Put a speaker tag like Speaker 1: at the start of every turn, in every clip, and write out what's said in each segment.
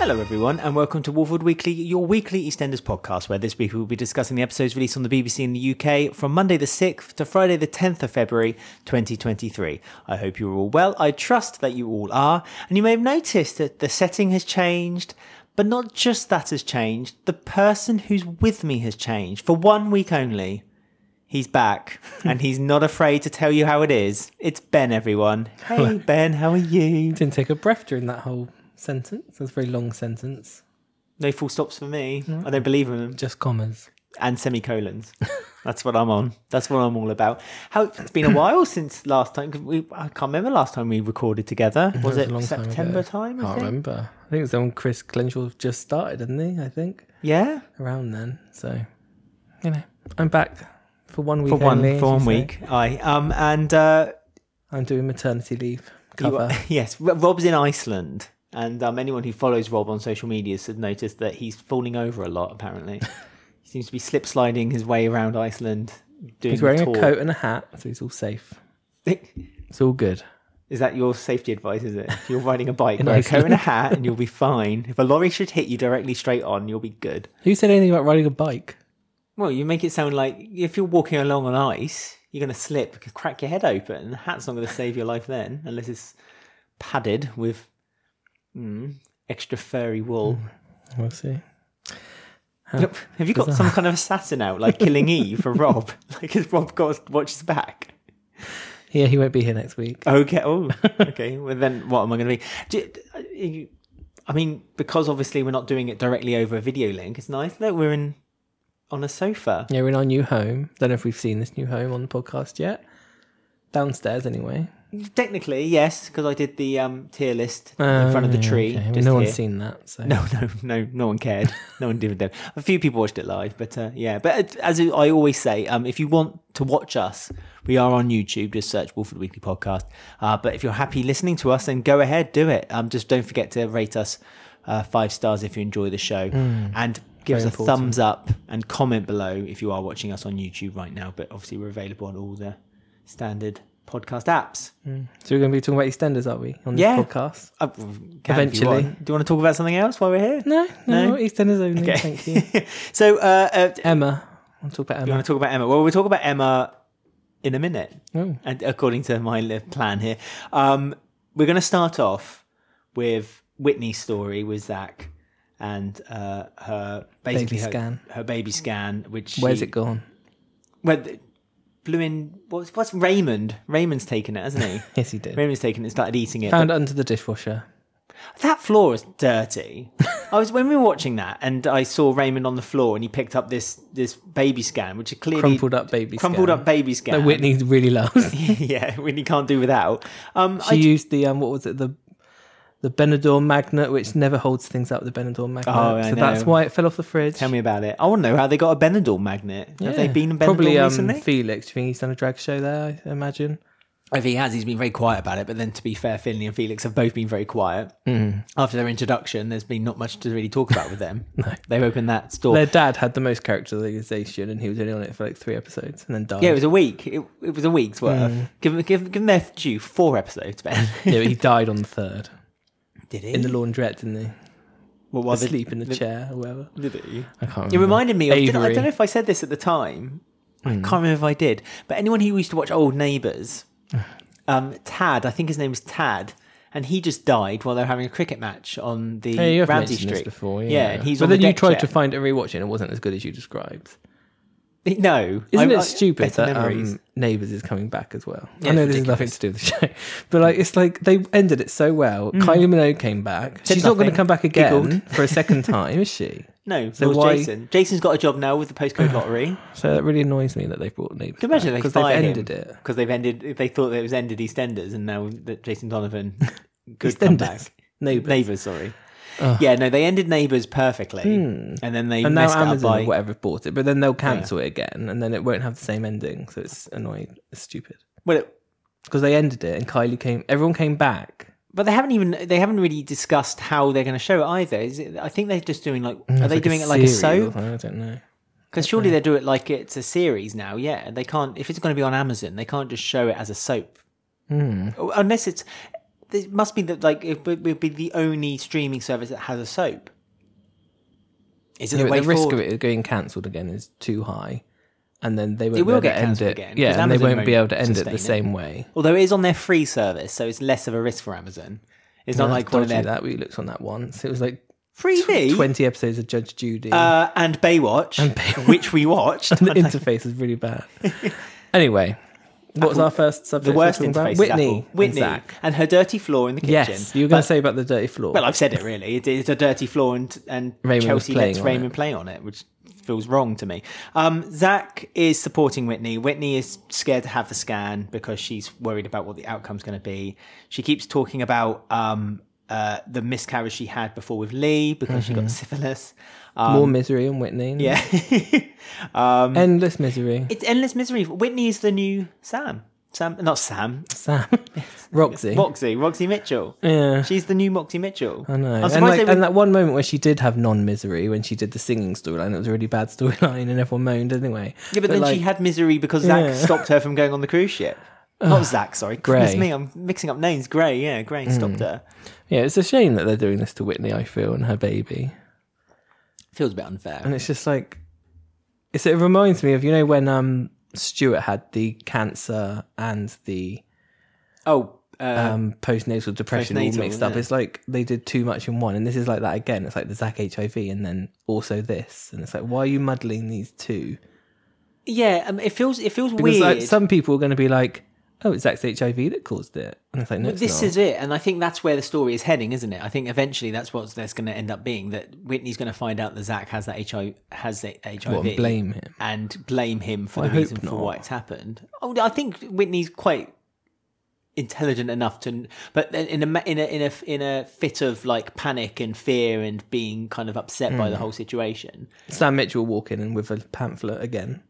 Speaker 1: Hello, everyone, and welcome to Wolfwood Weekly, your weekly EastEnders podcast, where this week we'll be discussing the episodes released on the BBC in the UK from Monday the 6th to Friday the 10th of February 2023. I hope you're all well. I trust that you all are. And you may have noticed that the setting has changed, but not just that has changed, the person who's with me has changed for one week only. He's back and he's not afraid to tell you how it is. It's Ben, everyone. Hey, Ben, how are you?
Speaker 2: Didn't take a breath during that whole sentence. That's a very long sentence.
Speaker 1: No full stops for me. I don't believe in them.
Speaker 2: Just commas.
Speaker 1: and semicolons. That's what I'm on. That's what I'm all about. How it's been a while since last time. 'cause We, I can't remember last time we recorded together. Was
Speaker 2: was
Speaker 1: it
Speaker 2: a long time
Speaker 1: September
Speaker 2: ago.
Speaker 1: time? I
Speaker 2: Can't
Speaker 1: think?
Speaker 2: remember. I think it was when Chris Glenshaw just started, didn't he? I think
Speaker 1: Yeah,
Speaker 2: around then. So, you know, I'm back for one week.
Speaker 1: for one
Speaker 2: only, as
Speaker 1: for
Speaker 2: you
Speaker 1: one
Speaker 2: say.
Speaker 1: week. I um and uh,
Speaker 2: I'm doing maternity leave
Speaker 1: you-
Speaker 2: cover.
Speaker 1: yes, R- Rob's in Iceland, and um, anyone who follows Rob on social media has noticed that he's falling over a lot. Apparently, he seems to be slip sliding his way around Iceland. Doing
Speaker 2: He's wearing
Speaker 1: the
Speaker 2: a
Speaker 1: tour.
Speaker 2: coat and a hat, so he's all safe. It's all good.
Speaker 1: Is that your safety advice? Is it? If you're riding a bike,
Speaker 2: In
Speaker 1: wear a coat
Speaker 2: Iceland.
Speaker 1: and a hat, and you'll be fine. If a lorry should hit you directly straight on, you'll be good.
Speaker 2: Who said anything about riding a bike?
Speaker 1: Well, you make it sound like if you're walking along on ice, you're going to slip, you could crack your head open. The hat's not going to save your life then, unless it's padded with mm, extra furry wool.
Speaker 2: We'll see.
Speaker 1: Yep. Have you got some kind of assassin out, like Killing Eve for Rob? Like, has Rob got to watch his back?
Speaker 2: Yeah, he won't be here next week.
Speaker 1: Okay. Oh, okay. well, then what am I going to be? Do you, I mean, because obviously we're not doing it directly over a video link. It's nice. Look, we're in on a sofa.
Speaker 2: Yeah, we're in our new home. Don't know if we've seen this new home on the podcast yet. Downstairs, anyway.
Speaker 1: Technically, yes, because I did the um, tier list in
Speaker 2: Oh,
Speaker 1: front of the
Speaker 2: yeah,
Speaker 1: tree.
Speaker 2: okay. I mean,
Speaker 1: just
Speaker 2: no
Speaker 1: here.
Speaker 2: one's seen that. So.
Speaker 1: No, no, no, no one cared. No one did that. A few people watched it live, but uh, yeah. But uh, as I always say, um, if you want to watch us, we are on YouTube. Just search Wolford Weekly Podcast. Uh, but if you're happy listening to us, then go ahead, do it. Um, just don't forget to rate us uh, five stars if you enjoy the show, and give us
Speaker 2: Mm. very
Speaker 1: a
Speaker 2: important.
Speaker 1: thumbs up and comment below if you are watching us on YouTube right now. But obviously, we're available on all the standard podcast apps.
Speaker 2: So we're going to be talking about EastEnders, are we, on this
Speaker 1: Yeah.
Speaker 2: podcast?
Speaker 1: Uh, can if you
Speaker 2: Eventually.
Speaker 1: want. do you want to talk about something else while we're here?
Speaker 2: No, no,
Speaker 1: No?
Speaker 2: EastEnders only.
Speaker 1: Okay.
Speaker 2: Thank you,
Speaker 1: So, uh, uh,
Speaker 2: Emma. I want to talk about
Speaker 1: You
Speaker 2: Emma.
Speaker 1: want to talk about Emma? Well, we'll talk about Emma in a minute.
Speaker 2: Oh.
Speaker 1: And according to my li- plan here, um, we're going to start off with Whitney's story with Zach and uh, her basically
Speaker 2: Baby
Speaker 1: her,
Speaker 2: scan.
Speaker 1: her baby scan, which
Speaker 2: Where's
Speaker 1: she-
Speaker 2: it gone?
Speaker 1: Well, the- blew in what's, what's Raymond? Raymond's taken it, hasn't he?
Speaker 2: Yes, he did.
Speaker 1: Raymond's taken it, and started eating it.
Speaker 2: Found it under the dishwasher.
Speaker 1: That floor is dirty. I was when we were watching that, and I saw Raymond on the floor, and he picked up this this baby scan, which is clearly
Speaker 2: Crumpled up baby
Speaker 1: crumpled
Speaker 2: scan.
Speaker 1: up baby scan.
Speaker 2: That Whitney really loves. She
Speaker 1: yeah, when you can't do without. Um, I,
Speaker 2: used the, um, what was it, the the Benidorm magnet, which never holds things up, the Benidorm magnet.
Speaker 1: Oh, I
Speaker 2: so that's
Speaker 1: know.
Speaker 2: why it fell off the fridge.
Speaker 1: tell me about it. I want to know how they got a Benadryl magnet. Have they been in Benadryl
Speaker 2: Probably um,
Speaker 1: recently?
Speaker 2: Felix. Do you think he's done a drag show there, I imagine?
Speaker 1: if he has, he's been very quiet about it. But then, to be fair, Finley and Felix have both been very quiet
Speaker 2: Mm.
Speaker 1: after their introduction. There's been not much to really talk about with them. no. They've opened that store.
Speaker 2: Their dad had the most characterization and he was only on it for like three episodes and then died.
Speaker 1: yeah, it was a week. It, it was a week's worth. Give, 'em- give, 'em- give them their due. Four episodes, Ben.
Speaker 2: Mm. Yeah, but he died on the third.
Speaker 1: Did he?
Speaker 2: In the laundrette, didn't he?
Speaker 1: well,
Speaker 2: Or
Speaker 1: while the-
Speaker 2: asleep in the, chair or whatever.
Speaker 1: Did he?
Speaker 2: I can't
Speaker 1: It reminded me of, did- I
Speaker 2: Mm-hmm. Avery. Mm.
Speaker 1: don't know if I said this at the time. I can't remember if I did. But anyone who used to watch Old Neighbours, um, Tad, I think his name was Tad, and he just died while they were having a cricket match on the
Speaker 2: Yeah, you have
Speaker 1: Ramsey
Speaker 2: mentioned
Speaker 1: Street.
Speaker 2: this before, yeah.
Speaker 1: and he's
Speaker 2: but
Speaker 1: on
Speaker 2: then
Speaker 1: the
Speaker 2: you
Speaker 1: deck
Speaker 2: tried
Speaker 1: chair.
Speaker 2: to find it rewatching, it wasn't as good as you described.
Speaker 1: No.
Speaker 2: Isn't
Speaker 1: I- I-
Speaker 2: it stupid
Speaker 1: better
Speaker 2: that
Speaker 1: memories.
Speaker 2: um, Neighbours is coming back as well?
Speaker 1: Yeah,
Speaker 2: I know
Speaker 1: it's
Speaker 2: this has nothing to do with the show, but like it's like they ended it so well. Kylie Minogue came back.
Speaker 1: Hmm. Said
Speaker 2: She's not going
Speaker 1: nothing,
Speaker 2: to come back again
Speaker 1: giggled.
Speaker 2: for a second time, is she?
Speaker 1: No,
Speaker 2: So
Speaker 1: so
Speaker 2: why-
Speaker 1: Jason. Jason's got a job now with the postcode lottery.
Speaker 2: So that really annoys me that they brought Neighbours.
Speaker 1: Can you imagine they
Speaker 2: because Uh, they've
Speaker 1: fired
Speaker 2: ended it.
Speaker 1: because they've ended. They thought that it was ended EastEnders, and now that Jason Donovan could come
Speaker 2: EastEnders.
Speaker 1: back.
Speaker 2: Neighbours.
Speaker 1: Neighbours, sorry. Yeah, no, they ended Neighbours perfectly, and then they
Speaker 2: Hmm. And now
Speaker 1: messed it up
Speaker 2: Amazon
Speaker 1: by
Speaker 2: or whatever bought it, but then they'll cancel it again, and then it won't have the same ending. So it's annoying, it's stupid.
Speaker 1: well, it,
Speaker 2: because they ended it and Kylie came. Everyone came back.
Speaker 1: but they haven't even they haven't really discussed how they're going to show it either. Is it, I think they're just doing like
Speaker 2: Mm,
Speaker 1: are they doing it like a soap?
Speaker 2: I don't know.
Speaker 1: Because surely they do it like it's a series now. Yeah,
Speaker 2: Hmm.
Speaker 1: they can't if it's going to be on Amazon, they can't just show it as a soap Oh, unless it's It must be that like it would would be the only streaming service that has a soap. Is it
Speaker 2: Yeah,
Speaker 1: the
Speaker 2: but
Speaker 1: way
Speaker 2: the risk
Speaker 1: forward?
Speaker 2: of it going cancelled again is too high, and then they won't
Speaker 1: It
Speaker 2: be
Speaker 1: will
Speaker 2: able
Speaker 1: get
Speaker 2: to end
Speaker 1: cancelled
Speaker 2: it.
Speaker 1: again,
Speaker 2: yeah,
Speaker 1: 'cause
Speaker 2: and they
Speaker 1: Amazon
Speaker 2: won't be
Speaker 1: won't
Speaker 2: able to end it the
Speaker 1: sustain it.
Speaker 2: same way.
Speaker 1: Although it is on their free service, so it's less of a risk for Amazon. It's not like one of their
Speaker 2: that we looked on that once. It was like
Speaker 1: free V
Speaker 2: twenty episodes of Judge Judy.
Speaker 1: uh, and Baywatch,
Speaker 2: Baywatch.
Speaker 1: which we watched.
Speaker 2: the interface is really bad. anyway, what was our first subject?
Speaker 1: the
Speaker 2: we
Speaker 1: worst
Speaker 2: were talking about?
Speaker 1: interface. is
Speaker 2: Whitney.
Speaker 1: Apple.
Speaker 2: and
Speaker 1: Whitney, and,
Speaker 2: Zach.
Speaker 1: her dirty floor in the kitchen.
Speaker 2: Yes, you were going
Speaker 1: But-
Speaker 2: to say about the dirty floor.
Speaker 1: Well, I've said it really. It, it's a dirty floor, and, and
Speaker 2: Raymond was
Speaker 1: Chelsea
Speaker 2: playing
Speaker 1: lets
Speaker 2: on
Speaker 1: Raymond play on it, which feels wrong to me. Um, Zach is supporting Whitney. Whitney is scared to have the scan because she's worried about what the outcome's going to be. She keeps talking about um, uh, the miscarriage she had before with Lee because
Speaker 2: Mm-hmm.
Speaker 1: she got syphilis. Um,
Speaker 2: More misery and Whitney.
Speaker 1: yeah. um,
Speaker 2: endless misery.
Speaker 1: it's endless misery. Whitney is the new Sam. Sam, not Sam.
Speaker 2: Sam, Roxy.
Speaker 1: Moxie, Roxy Mitchell.
Speaker 2: yeah.
Speaker 1: She's the new Moxie Mitchell.
Speaker 2: I know.
Speaker 1: I'm
Speaker 2: And,
Speaker 1: surprised
Speaker 2: like,
Speaker 1: they would-
Speaker 2: and that one moment where she did have non misery when she did the singing storyline, it was a really bad storyline and everyone moaned anyway.
Speaker 1: Yeah, but, then
Speaker 2: like,
Speaker 1: she had misery because Zach
Speaker 2: Yeah.
Speaker 1: stopped her from going on the cruise ship. Not Zach, sorry. Goodness
Speaker 2: Gray. Hmm.
Speaker 1: me, I'm mixing up names. Gray, yeah, Gray stopped her.
Speaker 2: Yeah, it's a shame that they're doing this to Whitney, I feel, and her baby.
Speaker 1: Feels a bit unfair.
Speaker 2: And it's just like, it's, it reminds me of, you know, when um Stuart had the cancer and the
Speaker 1: Oh, uh,
Speaker 2: um, postnatal depression
Speaker 1: postnatal,
Speaker 2: all mixed
Speaker 1: yeah.
Speaker 2: up. It's like they did too much in one, and this is like that again. It's like the Zach HIV, and then also this, and it's like why are you muddling these two?
Speaker 1: yeah. Um, it feels it feels
Speaker 2: Because
Speaker 1: weird.
Speaker 2: like, some people are going to be like, "Oh, it's Zach's HIV that caused it," and it's like, "No, it's
Speaker 1: this
Speaker 2: not."
Speaker 1: is it, and I think that's where the story is heading, isn't it? I think eventually that's what that's going to end up being. That Whitney's going to find out that Zach has that HIV, has that HIV,
Speaker 2: What, and blame him.
Speaker 1: and blame him for
Speaker 2: Well,
Speaker 1: the
Speaker 2: I hope
Speaker 1: reason for
Speaker 2: not.
Speaker 1: why it's happened. Oh, I think Whitney's quite intelligent enough to, but then in a ma- in a in a in a fit of like panic and fear and being kind of upset by the
Speaker 2: Hmm.
Speaker 1: whole situation
Speaker 2: Sam Mitchell walk in and with a pamphlet again.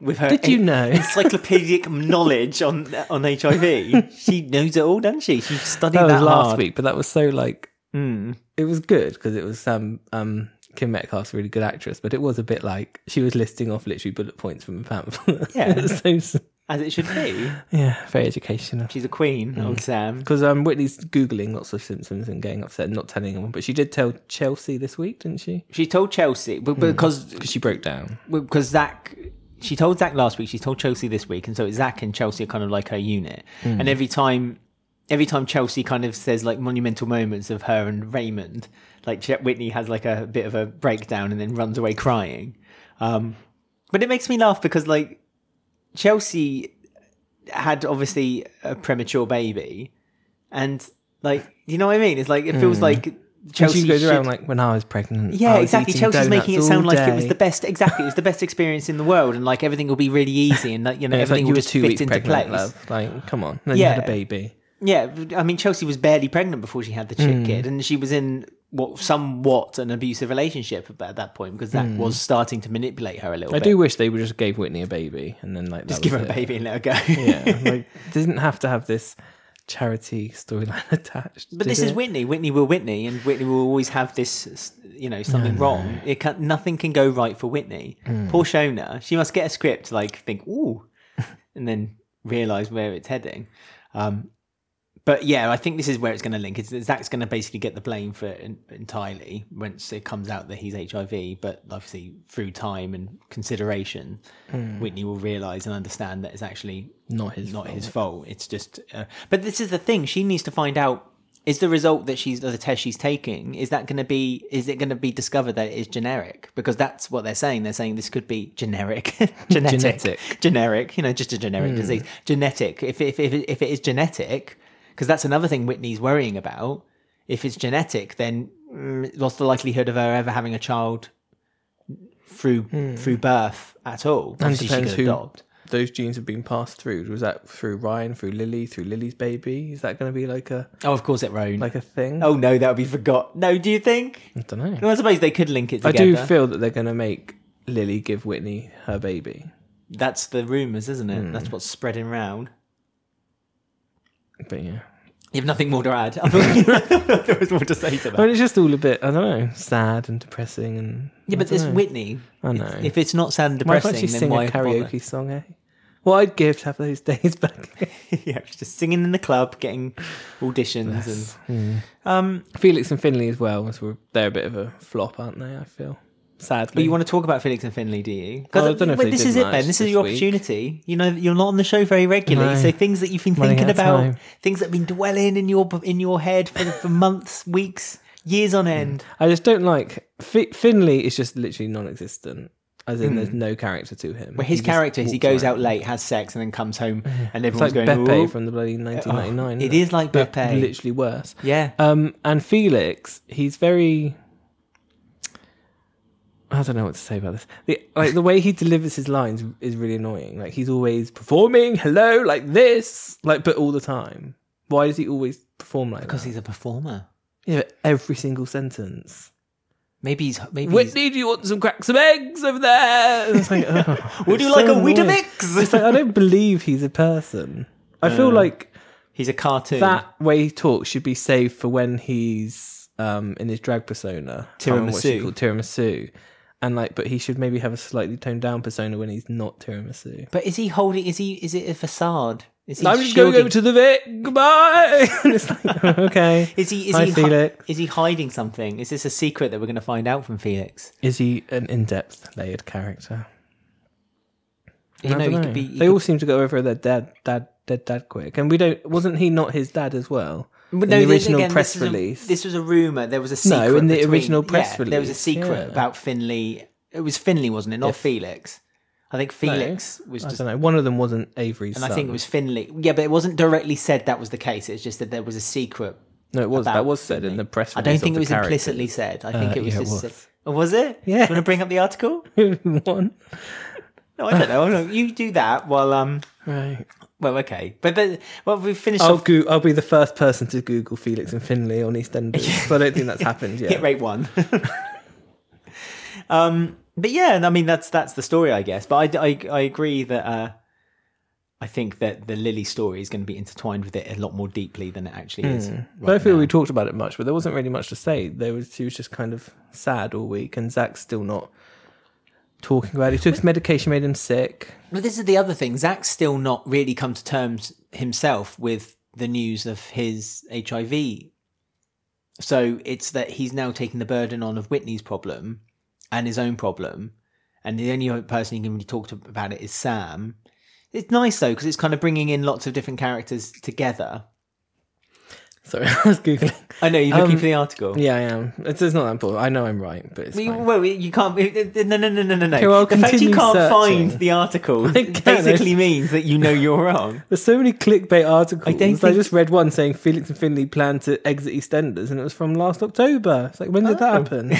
Speaker 1: with her.
Speaker 2: Did you know?
Speaker 1: Encyclopedic knowledge on on HIV. She knows it all, doesn't she? She studied
Speaker 2: that
Speaker 1: that,
Speaker 2: was last
Speaker 1: hard.
Speaker 2: week, but that was so like
Speaker 1: Mm.
Speaker 2: it was good because it was Sam um, Kim Metcalf's a really good actress, but it was a bit like she was listing off literally bullet points from a pamphlet.
Speaker 1: Yeah.
Speaker 2: It was so s-
Speaker 1: As it should be.
Speaker 2: yeah, very educational.
Speaker 1: She's a
Speaker 2: Hmm.
Speaker 1: queen, old Sam.
Speaker 2: Because um, Whitney's googling lots of symptoms and getting upset and not telling anyone, but she did tell Chelsea this week, didn't she?
Speaker 1: She told Chelsea
Speaker 2: Hmm.
Speaker 1: but because
Speaker 2: Because she broke down.
Speaker 1: because Zach, she told Zach last week. She told Chelsea this week, and so it's Zach and Chelsea are kind of like her unit. And every time, every time Chelsea kind of says like monumental moments of her and Raymond, like Ch- Whitney has like a bit of a breakdown and then runs away crying. Um, but it makes me laugh because like Chelsea had obviously a premature baby, and like you know what I mean. It's like it feels like. Chelsea
Speaker 2: Chelsea she goes
Speaker 1: should-
Speaker 2: around like when I was pregnant.
Speaker 1: yeah,
Speaker 2: I was
Speaker 1: exactly.
Speaker 2: eating
Speaker 1: Chelsea's
Speaker 2: donuts
Speaker 1: making it
Speaker 2: all
Speaker 1: sound like it was
Speaker 2: day."
Speaker 1: the best. Exactly, it was the best experience in the world, and like everything will be really easy, and like, you know
Speaker 2: It's like
Speaker 1: everything
Speaker 2: you
Speaker 1: will
Speaker 2: were
Speaker 1: just
Speaker 2: two
Speaker 1: fit
Speaker 2: weeks
Speaker 1: into place.
Speaker 2: pregnant, love. Like, come on. Then you had
Speaker 1: Yeah.
Speaker 2: a baby.
Speaker 1: Yeah, I mean Chelsea was barely pregnant before she had the chick
Speaker 2: Mm.
Speaker 1: kid, and she was in what somewhat an abusive relationship ab- at that point because that was starting to manipulate her a little
Speaker 2: Mm. I
Speaker 1: bit.
Speaker 2: do wish they would just gave Whitney a baby and then like
Speaker 1: just
Speaker 2: that
Speaker 1: give
Speaker 2: was
Speaker 1: her a
Speaker 2: it.
Speaker 1: baby and let her go.
Speaker 2: yeah, like didn't have to have this charity storyline attached.
Speaker 1: But
Speaker 2: did
Speaker 1: this is
Speaker 2: it?
Speaker 1: Whitney. Whitney will Whitney, and Whitney will always have this, you know, something wrong. It can nothing can go right for Whitney. Poor Shona. She must get a script, like think, ooh, and then realize where it's heading. Um, but yeah, I think this is where it's going to link. It's, Zach's going to basically get the blame for it en- entirely once it comes out that he's HIV. But obviously, through time and consideration, Whitney will realize and understand that it's actually
Speaker 2: Hmm. not his.
Speaker 1: not his fault. It's just, uh, but this is the thing. She needs to find out: is the result that she's the test she's taking is that going to be? Is it going to be discovered that it is generic? Because that's what they're saying. They're saying this could be generic, genetic,
Speaker 2: Genetic.
Speaker 1: generic. You know, just a generic
Speaker 2: Hmm.
Speaker 1: disease. Genetic. If if if if it is genetic, because that's another thing Whitney's worrying about. If it's genetic, then mm, what's the likelihood of her ever having a child? Through through birth at all,
Speaker 2: Hmm. And
Speaker 1: Obviously she
Speaker 2: depends
Speaker 1: could
Speaker 2: who
Speaker 1: adopt.
Speaker 2: those genes have been passed through. Was that through Ryan, through Lily, through Lily's baby? Is that going to be like a
Speaker 1: Oh, of course, it won't.
Speaker 2: like a thing?
Speaker 1: Oh no, that would be forgot. No, do you think?
Speaker 2: I don't know.
Speaker 1: Well, I suppose they could link it
Speaker 2: I
Speaker 1: together.
Speaker 2: do feel that they're going to make Lily give Whitney her baby,
Speaker 1: That's the rumours, isn't
Speaker 2: Hmm.
Speaker 1: it? That's what's spreading round.
Speaker 2: but yeah.
Speaker 1: You have nothing more to add. I thought there was more to say to
Speaker 2: I
Speaker 1: that.
Speaker 2: mean, it's just all a bit. I don't know, sad and depressing, and
Speaker 1: Yeah, but this Whitney,
Speaker 2: I know.
Speaker 1: if it's not sad and
Speaker 2: why can't
Speaker 1: depressing,
Speaker 2: she
Speaker 1: then
Speaker 2: sing
Speaker 1: why
Speaker 2: a
Speaker 1: bother?
Speaker 2: karaoke song? Eh? What I'd give to have those days back.
Speaker 1: yeah, just singing in the club, getting auditions, and um.
Speaker 2: Felix and Finley as well. was- were- They're a bit of a flop, aren't they? I feel sadly.
Speaker 1: But you want to talk about Felix and Finley, do you? 'Cause
Speaker 2: Well, I don't know if
Speaker 1: well,
Speaker 2: they
Speaker 1: this
Speaker 2: did
Speaker 1: is it,
Speaker 2: much
Speaker 1: Ben. This is
Speaker 2: this
Speaker 1: your
Speaker 2: week.
Speaker 1: opportunity. You know, you're not on the show very regularly,
Speaker 2: No.
Speaker 1: so things that you've been
Speaker 2: Running
Speaker 1: thinking
Speaker 2: out of
Speaker 1: about,
Speaker 2: time.
Speaker 1: things that have been dwelling in your in your head for, for months, weeks, years on end.
Speaker 2: I just don't like Fi Finley. Is just literally non-existent. As in, there's no Mm. character to him.
Speaker 1: Where his
Speaker 2: He just
Speaker 1: character is he
Speaker 2: walks
Speaker 1: goes
Speaker 2: around.
Speaker 1: out late, has sex, and then comes home, and
Speaker 2: It's
Speaker 1: everyone's going.
Speaker 2: like Beppe
Speaker 1: "Ooh."
Speaker 2: from the bloody 1999.
Speaker 1: it
Speaker 2: isn't
Speaker 1: is like
Speaker 2: But
Speaker 1: Beppe.
Speaker 2: Literally worse.
Speaker 1: yeah,
Speaker 2: Um, and Felix, he's very. I don't know what to say about this. The, like the way he delivers his lines is really annoying. Like he's always performing hello like this, like but all the time. Why does he always perform like
Speaker 1: because
Speaker 2: that?
Speaker 1: he's a performer.
Speaker 2: Yeah, but every single sentence.
Speaker 1: Maybe he's maybe. he's-
Speaker 2: Whitney, do you want some crack some eggs over there? And It's like, oh,
Speaker 1: Would you
Speaker 2: it's
Speaker 1: like
Speaker 2: so
Speaker 1: a
Speaker 2: annoying.
Speaker 1: Weetabix?
Speaker 2: It's like I don't believe he's a person. Uh, I feel like
Speaker 1: he's a cartoon.
Speaker 2: that way he talks should be saved for when he's um in his drag persona Can't remember what she
Speaker 1: Tiramisu.
Speaker 2: called, tiramisu and like but he should maybe have a slightly toned down persona when he's not tiramisu
Speaker 1: But is he holding? Is he? Is it a facade? Is he
Speaker 2: i'm just
Speaker 1: shielding-
Speaker 2: going over to the vet goodbye And it's like, okay
Speaker 1: Is he? Is
Speaker 2: Hi,
Speaker 1: he? hi-
Speaker 2: Felix.
Speaker 1: is he hiding something? Is this a secret that we're going to find out from Felix?
Speaker 2: is he an in-depth layered character
Speaker 1: You
Speaker 2: I
Speaker 1: know,
Speaker 2: don't
Speaker 1: he
Speaker 2: know.
Speaker 1: could be. he
Speaker 2: they
Speaker 1: could-
Speaker 2: all seem to go over their dad dad dead dad quick and we don't wasn't he not his dad as well
Speaker 1: But
Speaker 2: in
Speaker 1: no,
Speaker 2: the
Speaker 1: this-
Speaker 2: original
Speaker 1: again,
Speaker 2: press
Speaker 1: this is a-
Speaker 2: release
Speaker 1: this was a rumor. There was a
Speaker 2: No,
Speaker 1: secret.
Speaker 2: in the
Speaker 1: between-
Speaker 2: original press
Speaker 1: yeah, there was a
Speaker 2: release,
Speaker 1: secret
Speaker 2: yeah.
Speaker 1: about Finley. It was Finley, wasn't it? Not Felix. I think Felix was
Speaker 2: I
Speaker 1: just.
Speaker 2: don't know. One of them wasn't Avery's
Speaker 1: And
Speaker 2: son.
Speaker 1: I think it was Finley. Yeah, but it wasn't directly said that was the case. It's just that there was a secret.
Speaker 2: no, it was.
Speaker 1: about
Speaker 2: That was said in the press.
Speaker 1: I don't
Speaker 2: release
Speaker 1: think
Speaker 2: of
Speaker 1: it
Speaker 2: the
Speaker 1: was
Speaker 2: character.
Speaker 1: implicitly said. I think
Speaker 2: Uh,
Speaker 1: it was
Speaker 2: yeah, it
Speaker 1: just.
Speaker 2: was.
Speaker 1: said- Oh, was it?
Speaker 2: Yeah.
Speaker 1: Do you want to bring up the article?
Speaker 2: one.
Speaker 1: No, Oh, I don't know. No, you do that while um.
Speaker 2: Right.
Speaker 1: Well, okay, but but well, we finished
Speaker 2: I'll,
Speaker 1: off
Speaker 2: go- I'll be the first person to Google Felix and Finley on EastEnders. but I don't think that's happened yet.
Speaker 1: hit rate one. um, but yeah, and I mean that's that's the story, I guess. But I, I, I agree that uh, I think that the Lily story is going to be intertwined with it a lot more deeply than it actually is.
Speaker 2: I don't feel we talked about it much, but there wasn't really much to say. There was she was just kind of sad all week, and Zach's still not talking about it. He took his medication, made him sick.
Speaker 1: But this is the other thing. Zach's still not really come to terms himself with the news of his HIV. So it's that he's now taking the burden on of Whitney's problem and his own problem. And the only person he can really talk to about it is Sam. It's nice though, because it's kind of bringing in lots of different characters together.
Speaker 2: Sorry, I was googling.
Speaker 1: I know, you're looking
Speaker 2: Um,
Speaker 1: for the article.
Speaker 2: Yeah, I am. It's, it's not that important. I know I'm right, but it's
Speaker 1: We,
Speaker 2: fine.
Speaker 1: well, you can't. No, no, no, no, no, no.
Speaker 2: Okay, well,
Speaker 1: the fact you
Speaker 2: continue
Speaker 1: can't
Speaker 2: searching.
Speaker 1: find the article
Speaker 2: can't, it's-
Speaker 1: basically means that you know you're wrong.
Speaker 2: There's so many clickbait articles. I,
Speaker 1: don't
Speaker 2: I
Speaker 1: think-
Speaker 2: just read one saying Felix and Finley plan to exit EastEnders, and it was from last October. It's like, when did that
Speaker 1: Oh.
Speaker 2: happen?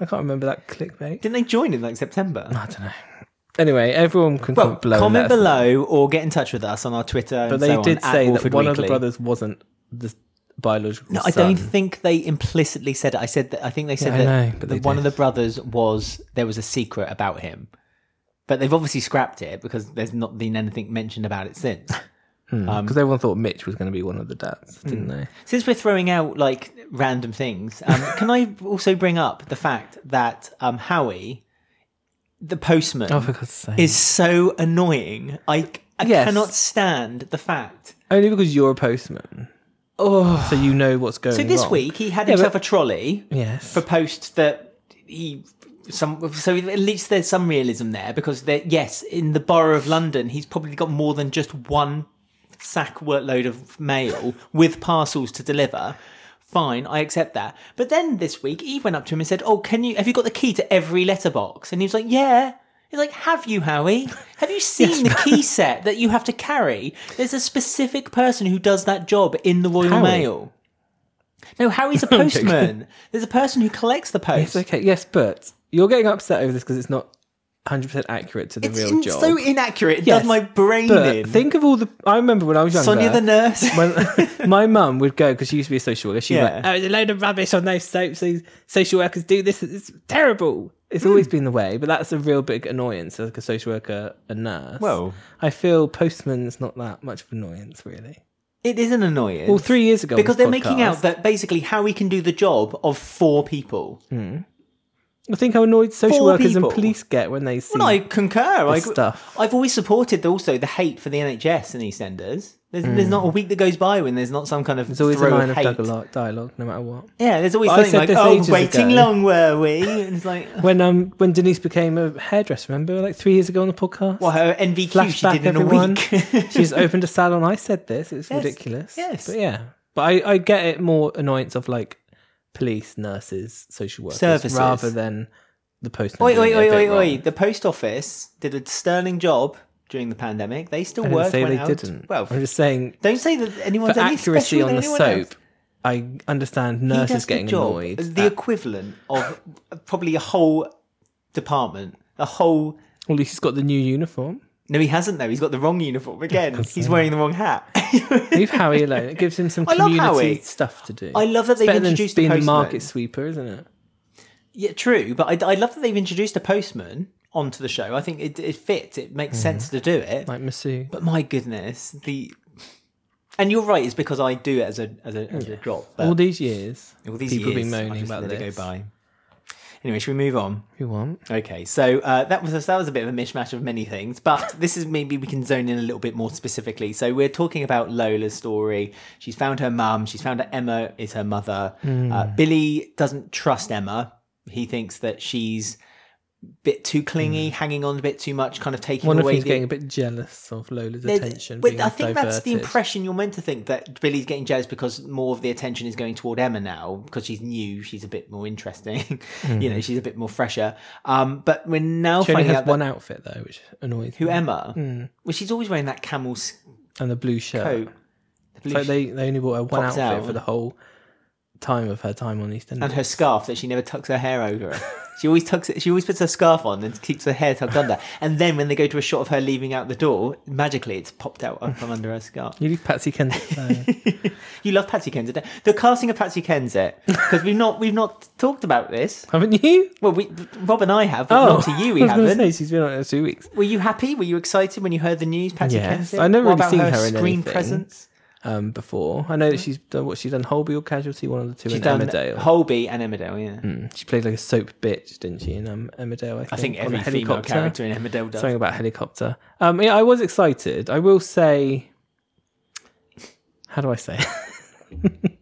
Speaker 2: I can't remember that clickbait.
Speaker 1: Didn't they join in like September?
Speaker 2: I don't know. Anyway, everyone can
Speaker 1: Well,
Speaker 2: comment below. and
Speaker 1: comment
Speaker 2: let us know.
Speaker 1: below or get in touch with us on our Twitter. and
Speaker 2: But they
Speaker 1: so on,
Speaker 2: did
Speaker 1: at
Speaker 2: say that
Speaker 1: Wolford
Speaker 2: one of the
Speaker 1: Weekly.
Speaker 2: brothers wasn't the biological
Speaker 1: No,
Speaker 2: son.
Speaker 1: I don't think they implicitly said it. I said that. I think they said
Speaker 2: Yeah, I
Speaker 1: that,
Speaker 2: know, but
Speaker 1: that
Speaker 2: they
Speaker 1: one of
Speaker 2: did.
Speaker 1: the brothers was there was a secret about him, but they've obviously scrapped it because there's not been anything mentioned about it since.
Speaker 2: Because Um, everyone thought Mitch was going to be one of the dads,
Speaker 1: Hmm.
Speaker 2: didn't they?
Speaker 1: Since we're throwing out like random things, um, can I also bring up the fact that um, Howie, the postman,
Speaker 2: Oh, for God's sake.
Speaker 1: is so annoying. I, I
Speaker 2: Yes.
Speaker 1: cannot stand the fact.
Speaker 2: Only because you're a postman. Oh. So you know what's going on.
Speaker 1: So this week he had himself a trolley.
Speaker 2: Yes.
Speaker 1: for post that he some so at least there's some realism there because there yes in the borough of london he's probably got more than just one sack workload of mail with parcels to deliver fine i accept that but then this week eve went up to him and said oh can you have you got the key to every letterbox and he was like yeah He's like, have you, Howie? Have you seen the key set that you have to carry? There's a specific person who does that job in the Royal
Speaker 2: Howie?
Speaker 1: Mail. No, Harry's a postman. There's a person who collects the post.
Speaker 2: It's okay. Yes, but you're getting upset over this because it's not 100% accurate to the
Speaker 1: It's
Speaker 2: real
Speaker 1: in-
Speaker 2: job.
Speaker 1: so inaccurate. It
Speaker 2: Yes,
Speaker 1: does my brain
Speaker 2: But
Speaker 1: in.
Speaker 2: think of all the. I remember when I was younger.
Speaker 1: Sonia the nurse.
Speaker 2: when, my mum would go because she used to be a social worker. She would
Speaker 1: Yeah.
Speaker 2: like, "Oh, there's a load of rubbish on those soaps. These social workers do this. It's terrible." It's
Speaker 1: Hmm.
Speaker 2: always been the way, but that's a real big annoyance as like a social worker, a nurse.
Speaker 1: Well-
Speaker 2: I feel postman's not that much of an annoyance, really.
Speaker 1: it is an annoyance.
Speaker 2: Well, three years ago, on
Speaker 1: because
Speaker 2: this
Speaker 1: they're making
Speaker 2: podcast- Hmm.
Speaker 1: out that basically Howie can do the job of four people.
Speaker 2: I think how annoyed social
Speaker 1: Four
Speaker 2: workers
Speaker 1: people.
Speaker 2: and police get when they see
Speaker 1: Well, I concur. I,
Speaker 2: stuff.
Speaker 1: I've always supported the, also the hate for the NHS and EastEnders. There's, there's not a week that goes by when there's not some kind of
Speaker 2: Hmm. there's always a
Speaker 1: throw
Speaker 2: line
Speaker 1: of
Speaker 2: of
Speaker 1: hate.
Speaker 2: dialogue, dialogue, no matter what.
Speaker 1: Yeah, there's always
Speaker 2: I
Speaker 1: something
Speaker 2: said
Speaker 1: like,
Speaker 2: this
Speaker 1: "Oh,
Speaker 2: ages
Speaker 1: waiting
Speaker 2: ago."
Speaker 1: long were we?" And it's like,
Speaker 2: When um when Denise became a hairdresser, remember like three years ago on the podcast,
Speaker 1: well, her NVQ
Speaker 2: Flashback,
Speaker 1: she did in a
Speaker 2: everyone.
Speaker 1: week.
Speaker 2: she's opened a salon. I said this; it's
Speaker 1: Yes,
Speaker 2: ridiculous.
Speaker 1: yes.
Speaker 2: but yeah, but I, I get it more annoyance of like police, nurses, social workers,
Speaker 1: Services.
Speaker 2: rather than the post.
Speaker 1: Oi, oi, oi, oi, oi. The post office did a sterling job during the pandemic. They still
Speaker 2: I
Speaker 1: work
Speaker 2: didn't say
Speaker 1: went
Speaker 2: they
Speaker 1: out.
Speaker 2: didn't.
Speaker 1: Well,
Speaker 2: I'm just saying
Speaker 1: don't say that anyone's
Speaker 2: for
Speaker 1: any
Speaker 2: accuracy
Speaker 1: special
Speaker 2: on
Speaker 1: than
Speaker 2: the
Speaker 1: anyone
Speaker 2: soap.
Speaker 1: else.
Speaker 2: I understand
Speaker 1: He
Speaker 2: nurses
Speaker 1: does the
Speaker 2: getting
Speaker 1: job
Speaker 2: annoyed. Uh,
Speaker 1: as The
Speaker 2: at-
Speaker 1: equivalent of probably a whole department, a whole.
Speaker 2: well, at least he's got the new uniform.
Speaker 1: No, he hasn't though. He's got the wrong uniform again. He's wearing the wrong hat.
Speaker 2: Leave Howie alone. It gives him some
Speaker 1: I love
Speaker 2: community
Speaker 1: Howie.
Speaker 2: stuff to do.
Speaker 1: I love that
Speaker 2: It's
Speaker 1: they've
Speaker 2: better than
Speaker 1: introduced the
Speaker 2: being the
Speaker 1: postman.
Speaker 2: market sweeper, isn't it?
Speaker 1: Yeah, true. But I, I love that they've introduced a postman onto the show. I think it, it fits. It makes
Speaker 2: Mm-hmm.
Speaker 1: sense to do it.
Speaker 2: Like Masu.
Speaker 1: But my goodness, the and you're right. It's because I do it as a as a, as a job. But
Speaker 2: All these years,
Speaker 1: all these
Speaker 2: people
Speaker 1: years,
Speaker 2: be
Speaker 1: I've
Speaker 2: moaning
Speaker 1: just
Speaker 2: about
Speaker 1: let it
Speaker 2: this.
Speaker 1: go by. Anyway, should we move on?
Speaker 2: Who want?
Speaker 1: Okay, so uh, that was that was a bit of a mishmash of many things, but this is maybe we can zone in a little bit more specifically. So we're talking about Lola's story. She's found her mum. She's found that Emma is her mother.
Speaker 2: Hmm.
Speaker 1: Uh, Billy doesn't trust Emma. He thinks that she's a bit too
Speaker 2: Hmm.
Speaker 1: clingy, hanging on a bit too much, kind of taking
Speaker 2: One of
Speaker 1: away
Speaker 2: them's
Speaker 1: the
Speaker 2: getting a bit jealous of Lola's
Speaker 1: there's-
Speaker 2: attention.
Speaker 1: But
Speaker 2: being
Speaker 1: I think that's the
Speaker 2: diverted.
Speaker 1: impression you're meant to think that Billy's getting jealous because more of the attention is going toward Emma now because she's new, she's a bit more interesting, you know, she's a bit more fresher. Um, but we're now
Speaker 2: Hmm. She only
Speaker 1: finding
Speaker 2: has
Speaker 1: out that,
Speaker 2: one Hmm. outfit though, which annoys
Speaker 1: who
Speaker 2: me.
Speaker 1: Emma. Well, she's always wearing that camel's
Speaker 2: and the blue shirt.
Speaker 1: coat. The blue
Speaker 2: It's like
Speaker 1: sh-
Speaker 2: they, they only bought her one
Speaker 1: Pops
Speaker 2: outfit
Speaker 1: out.
Speaker 2: for the whole time of her time on EastEnders.
Speaker 1: and her scarf that she never tucks her hair over. she always tucks it. She always puts her scarf on and keeps her hair tucked under. And then when they go to a shot of her leaving out the door, magically it's popped out from under her scarf.
Speaker 2: you leave Patsy Kendrick alone.
Speaker 1: You love Patsy Kensit. don't- The casting of Patsy Kensit because we've not we've not talked about this.
Speaker 2: haven't you?
Speaker 1: Well, we Rob and I have, but not to you. We
Speaker 2: Oh. I was gonna
Speaker 1: haven't.
Speaker 2: say, she's been on it for two weeks.
Speaker 1: Were you happy? Were you excited when you heard the news, Patsy
Speaker 2: Yes.
Speaker 1: Kensit?
Speaker 2: I've never
Speaker 1: what
Speaker 2: really
Speaker 1: about
Speaker 2: seen
Speaker 1: her,
Speaker 2: her in
Speaker 1: screen
Speaker 2: anything.
Speaker 1: presence.
Speaker 2: um, before. I know that she's done what she's done, Holby or Casualty, one of the two
Speaker 1: Mm. She's
Speaker 2: in
Speaker 1: done
Speaker 2: Emmerdale.
Speaker 1: Holby and Emmerdale. Yeah,
Speaker 2: Mm, she played like a soap bitch, didn't she? In um, Emmerdale, I think.
Speaker 1: I think
Speaker 2: on a
Speaker 1: every female character in Emmerdale does.
Speaker 2: Something about helicopter. Um, yeah, I was excited. I will say, how do I say? it?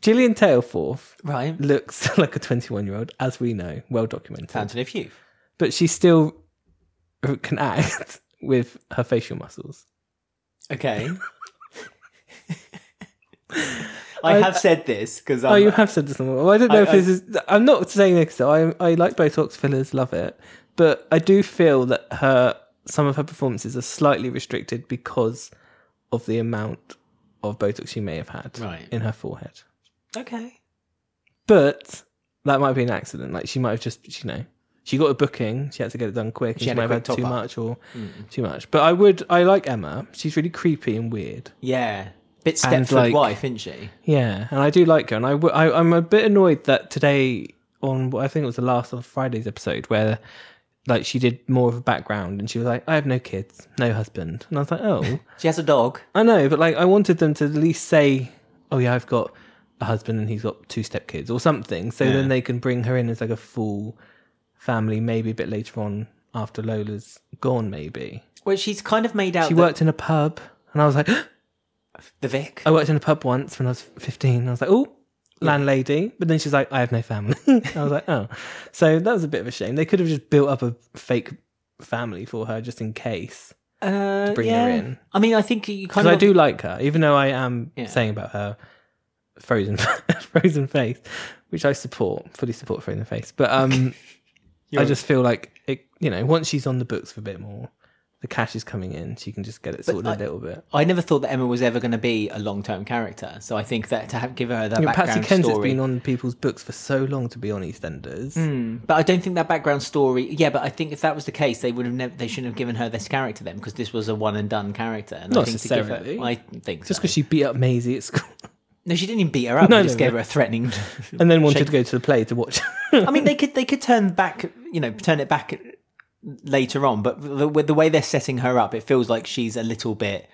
Speaker 2: Gillian Tailforth
Speaker 1: Right,
Speaker 2: looks like a 21 year old, as we know, well documented.
Speaker 1: Fountain of Youth.
Speaker 2: But she still can act with her facial muscles.
Speaker 1: Okay. I have said this because
Speaker 2: Oh, you have said this. on- Well, I don't know
Speaker 1: Um, I-
Speaker 2: if this is. I'm not saying this. Though. I I like Botox fillers, love it, but I do feel that her some of her performances are slightly restricted because of the amount of Botox she may have had
Speaker 1: Right.
Speaker 2: in her forehead.
Speaker 1: okay.
Speaker 2: But that might be an accident. Like she might have just, you know, she got a booking. She had to get it done quick. and She,
Speaker 1: had a
Speaker 2: might have had
Speaker 1: quick
Speaker 2: too
Speaker 1: top-up. Mm.
Speaker 2: much or too much. But I would. I like Emma. She's really creepy and weird.
Speaker 1: Yeah, bit
Speaker 2: And,
Speaker 1: Stepford
Speaker 2: like-
Speaker 1: wife, isn't she?
Speaker 2: Yeah, and I do like her, and I, w- I am a bit annoyed that today on what I think it was the last of Friday's episode where like she did more of a background and she was like, I have no kids, no husband, and I was like, oh,
Speaker 1: She has a dog.
Speaker 2: I know, but like I wanted them to at least say, oh yeah, I've got a husband and he's got two stepkids or something, so then they can bring her in as like a full family, maybe a bit later on after Lola's gone, maybe
Speaker 1: Well, she's kind of made out.
Speaker 2: she
Speaker 1: that-
Speaker 2: worked in a pub, and I was like.
Speaker 1: the Vic.
Speaker 2: I worked in a pub once when I was 15. And I was like, oh, landlady. But then she's like, I have no family. I was like, oh. So that was a bit of a shame. They could have just built up a fake family for her just in case.
Speaker 1: uh,
Speaker 2: bring her in.
Speaker 1: I mean, I think you kind
Speaker 2: Because
Speaker 1: of.
Speaker 2: I do like her, even though I am
Speaker 1: Yeah.
Speaker 2: saying about her frozen frozen face, which I support, fully support frozen face. But um, I
Speaker 1: You're-
Speaker 2: just feel like, it, you know, once she's on the books for a bit more, the cash is coming in. She can just get it sorted a
Speaker 1: I-
Speaker 2: little bit.
Speaker 1: I never thought that Emma was ever going to be a long-term character, so I think that to have, give her that
Speaker 2: You know, Patsy
Speaker 1: background
Speaker 2: Kensett's
Speaker 1: story.
Speaker 2: been on people's books for so long to be on EastEnders.
Speaker 1: Mm, but I don't think that background story. Yeah, but I think if that was the case, they would have. Nev- they shouldn't have given her this character then, because this was a one-and-done character. And I
Speaker 2: Not
Speaker 1: think to give her-
Speaker 2: necessarily.
Speaker 1: I think
Speaker 2: Just
Speaker 1: so.
Speaker 2: because she beat up Maisie at school
Speaker 1: No, she didn't even beat her up.
Speaker 2: No,
Speaker 1: they just
Speaker 2: no,
Speaker 1: gave
Speaker 2: no.
Speaker 1: her a threatening.
Speaker 2: and then wanted to go to the play to watch.
Speaker 1: I mean, they could they could turn back, you know, turn it back later on. But the, with the way they're setting her up, it feels like she's a little bit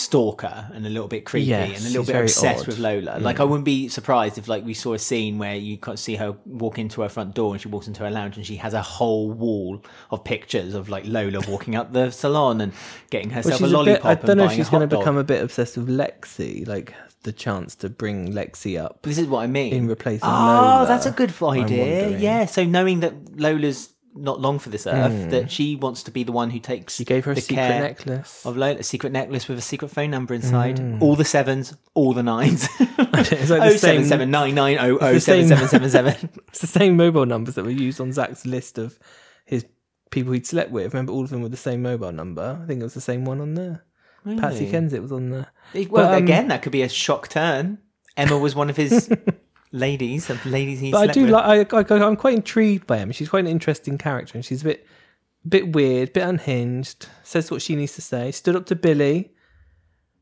Speaker 1: stalker and a little bit creepy
Speaker 2: Yes,
Speaker 1: and a little
Speaker 2: she's
Speaker 1: bit
Speaker 2: very
Speaker 1: obsessed
Speaker 2: odd. Mm.
Speaker 1: with Lola. Like I wouldn't be surprised if like we saw a scene where you can't see her walk into her front door and she walks into her lounge and she has a whole wall of pictures of like Lola walking up the salon and getting herself
Speaker 2: she's
Speaker 1: a
Speaker 2: a
Speaker 1: lollipop.
Speaker 2: bit, I don't
Speaker 1: and
Speaker 2: know if
Speaker 1: buying
Speaker 2: she's
Speaker 1: going to
Speaker 2: become a bit obsessed with Lexi, like the chance to bring Lexi up
Speaker 1: This is what I mean.
Speaker 2: in replacing
Speaker 1: Oh,
Speaker 2: Lola.
Speaker 1: that's a good idea.
Speaker 2: wondering.
Speaker 1: Yeah. So knowing that Lola's not long for this earth, that she wants to be the one who takes.
Speaker 2: She Hmm. gave her a
Speaker 1: the
Speaker 2: secret
Speaker 1: care
Speaker 2: necklace.
Speaker 1: of Lola, a secret necklace with a secret phone number inside. All the sevens, all the nines.
Speaker 2: Hmm. It's like
Speaker 1: Oh
Speaker 2: the same-
Speaker 1: seven seven nine nine oh oh
Speaker 2: It's the
Speaker 1: seven
Speaker 2: same-
Speaker 1: seven seven seven.
Speaker 2: It's the same mobile numbers that were used on Zach's list of his people he'd slept with. Remember, all of them were the same mobile number. I think it was the same one on there. Patsy Kensit was on there.
Speaker 1: Well,
Speaker 2: But, um,
Speaker 1: again, that could be a shock turn. Emma was one of his ladies, of ladies he
Speaker 2: But
Speaker 1: slept
Speaker 2: I do
Speaker 1: with.
Speaker 2: like. I, I, I'm quite intrigued by Emma. She's quite an interesting character, and she's a bit, bit weird, bit unhinged. Says what she needs to say. Stood up to Billy.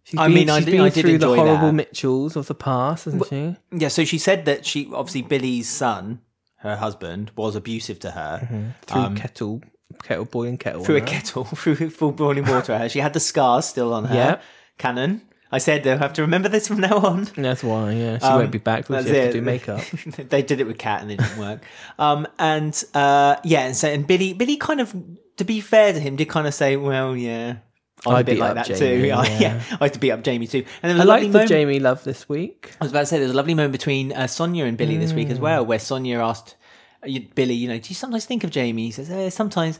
Speaker 2: She's
Speaker 1: I
Speaker 2: been-
Speaker 1: mean, I
Speaker 2: she's
Speaker 1: did-
Speaker 2: been
Speaker 1: I did
Speaker 2: through
Speaker 1: enjoy
Speaker 2: the horrible
Speaker 1: that.
Speaker 2: Mitchells of the past, hasn't she?
Speaker 1: yeah, so she said that she obviously Billy's son, her husband, was abusive to her.
Speaker 2: Through kettle, kettle boy and kettle.
Speaker 1: um, through a
Speaker 2: on her.
Speaker 1: kettle, through full boiling water at her. She had the scars still on her.
Speaker 2: Yeah.
Speaker 1: Canon. I said they'll have to remember this from now on.
Speaker 2: That's why. Yeah, she won't be back. She has
Speaker 1: um, That's
Speaker 2: to
Speaker 1: it.
Speaker 2: do makeup.
Speaker 1: they did it with Cat and it didn't work. um, and uh, yeah, and so and Billy, Billy kind of, to be fair to him, did kind of say, "Well, yeah, I'm a
Speaker 2: I
Speaker 1: bit
Speaker 2: beat
Speaker 1: like
Speaker 2: up
Speaker 1: that too.
Speaker 2: Jamie,
Speaker 1: Yeah,
Speaker 2: yeah.
Speaker 1: yeah, I had to beat up Jamie too." And there was
Speaker 2: I
Speaker 1: a lovely
Speaker 2: like the
Speaker 1: moment.
Speaker 2: Jamie Love this week.
Speaker 1: I was about to say there was a lovely moment between uh, Sonia and Billy this week as well,
Speaker 2: Mm.
Speaker 1: where Sonia asked. uh, you- Billy, you know, do you sometimes think of Jamie? He says, eh, sometimes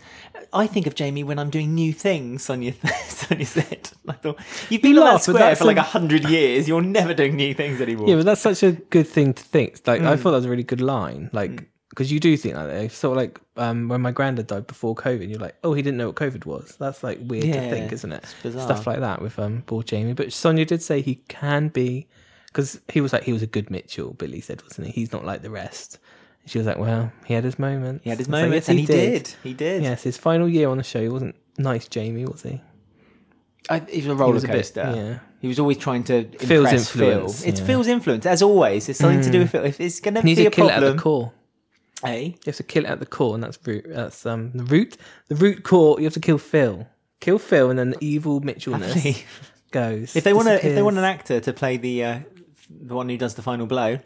Speaker 1: I think of Jamie when I'm doing new things, Sonia, Sonia said. I thought, you've been
Speaker 2: You
Speaker 1: on that
Speaker 2: laugh, but
Speaker 1: square
Speaker 2: that's
Speaker 1: for like
Speaker 2: a-
Speaker 1: a hundred years. You're never doing new things anymore.
Speaker 2: Yeah, but that's such a good thing to think. Like,
Speaker 1: Mm.
Speaker 2: I thought that was a really good line. Like, because you do think like that. eh? It's Sort of like um, when my granddad died before COVID, you're like, oh, he didn't know what COVID was. That's like weird
Speaker 1: Yeah,
Speaker 2: to think, isn't it?
Speaker 1: bizarre.
Speaker 2: Stuff like that with um, poor Jamie. But Sonia did say he can be, because he was like, he was a good Mitchell, Billy said, wasn't he? He's not like the rest. She was like, well, he had his moments.
Speaker 1: He had his
Speaker 2: It's like,
Speaker 1: moments,
Speaker 2: yes,
Speaker 1: and he did. He did.
Speaker 2: Yes, his final year on the show, he wasn't nice, Jamie, was he?
Speaker 1: I, he was a roller
Speaker 2: was a bit-
Speaker 1: coaster.
Speaker 2: yeah.
Speaker 1: He was always trying to
Speaker 2: Phil's
Speaker 1: impress Phil.
Speaker 2: influence,
Speaker 1: It's
Speaker 2: yeah. Mm.
Speaker 1: Phil's influence, as always. It's something to do with Phil. If it's going to
Speaker 2: You need
Speaker 1: be
Speaker 2: to
Speaker 1: a
Speaker 2: kill it at
Speaker 1: problem,
Speaker 2: the core.
Speaker 1: eh?
Speaker 2: You have to kill it at the core, and that's root. That's um the root. The root core. You have to kill Phil. Kill Phil, and then the evil Mitchellness goes.
Speaker 1: if they want to, if they want an actor to play the uh, the one who does the final blow,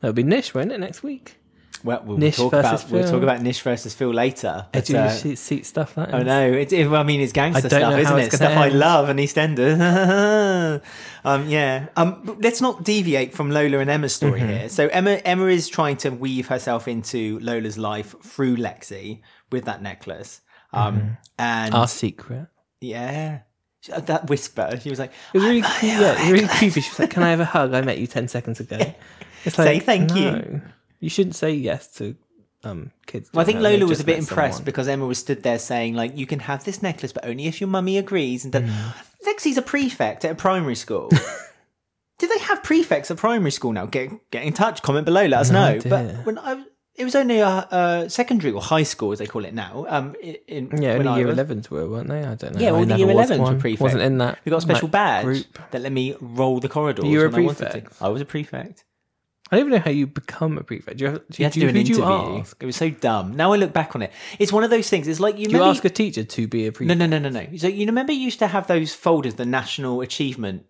Speaker 2: that'll be Nish, won't it? Next week.
Speaker 1: well, we'll
Speaker 2: Nish
Speaker 1: talk
Speaker 2: versus
Speaker 1: about we'll
Speaker 2: Phil.
Speaker 1: talk about Nish versus Phil later.
Speaker 2: I
Speaker 1: But,
Speaker 2: do
Speaker 1: uh, oh,
Speaker 2: seat, seat stuff that.
Speaker 1: I
Speaker 2: is.
Speaker 1: know. It, it, well, I mean, it's gangster
Speaker 2: I don't
Speaker 1: stuff,
Speaker 2: know how
Speaker 1: isn't it?
Speaker 2: it's
Speaker 1: Stuff
Speaker 2: gonna
Speaker 1: I
Speaker 2: end.
Speaker 1: love and EastEnders. um, yeah. Um, but let's not deviate from Lola and Emma's story
Speaker 2: Mm-hmm.
Speaker 1: here. So Emma, Emma is trying to weave herself into Lola's life through Lexi with that necklace. Um,
Speaker 2: Mm-hmm.
Speaker 1: And
Speaker 2: Our secret.
Speaker 1: yeah, She- uh, that whisper. She was like,
Speaker 2: It was really, cre- yeah, it was really creepy. She was like, "Can I have a hug? I met you ten seconds ago." It's like,
Speaker 1: thank you.
Speaker 2: no. You shouldn't say yes to um kids.
Speaker 1: Well, I
Speaker 2: doing
Speaker 1: think
Speaker 2: that. They
Speaker 1: Lola was
Speaker 2: just
Speaker 1: a bit
Speaker 2: met
Speaker 1: impressed
Speaker 2: someone.
Speaker 1: because Emma was stood there saying, like, you can have this necklace, but only if your mummy agrees. And then
Speaker 2: Mm.
Speaker 1: Lexi's a prefect at a primary school. Do they have prefects at primary school now? Get get in touch. Comment below. Let us know.
Speaker 2: idea.
Speaker 1: But when I it was only a, uh secondary or high school as they call it now. Um, i- in
Speaker 2: yeah,
Speaker 1: when I
Speaker 2: only year
Speaker 1: was-
Speaker 2: 11s were, weren't they? I don't know.
Speaker 1: Yeah,
Speaker 2: I
Speaker 1: all the
Speaker 2: never
Speaker 1: year
Speaker 2: was
Speaker 1: 11s were
Speaker 2: one.
Speaker 1: prefect.
Speaker 2: Wasn't in that.
Speaker 1: We got a
Speaker 2: that
Speaker 1: special badge
Speaker 2: group.
Speaker 1: that let me roll the corridors.
Speaker 2: You were a
Speaker 1: when I wanted
Speaker 2: prefect.
Speaker 1: to. I was a prefect.
Speaker 2: I don't even know how you become a prefect. Do you have, do,
Speaker 1: You had to do
Speaker 2: you-
Speaker 1: an
Speaker 2: who do
Speaker 1: interview.
Speaker 2: you ask?
Speaker 1: It was so dumb. Now I look back on it. It's one of those things. It's like you,
Speaker 2: Do you
Speaker 1: maybe-
Speaker 2: ask a teacher to be a
Speaker 1: No,
Speaker 2: prefect?
Speaker 1: no, no, no, no. So you remember you used to have those folders, the national achievement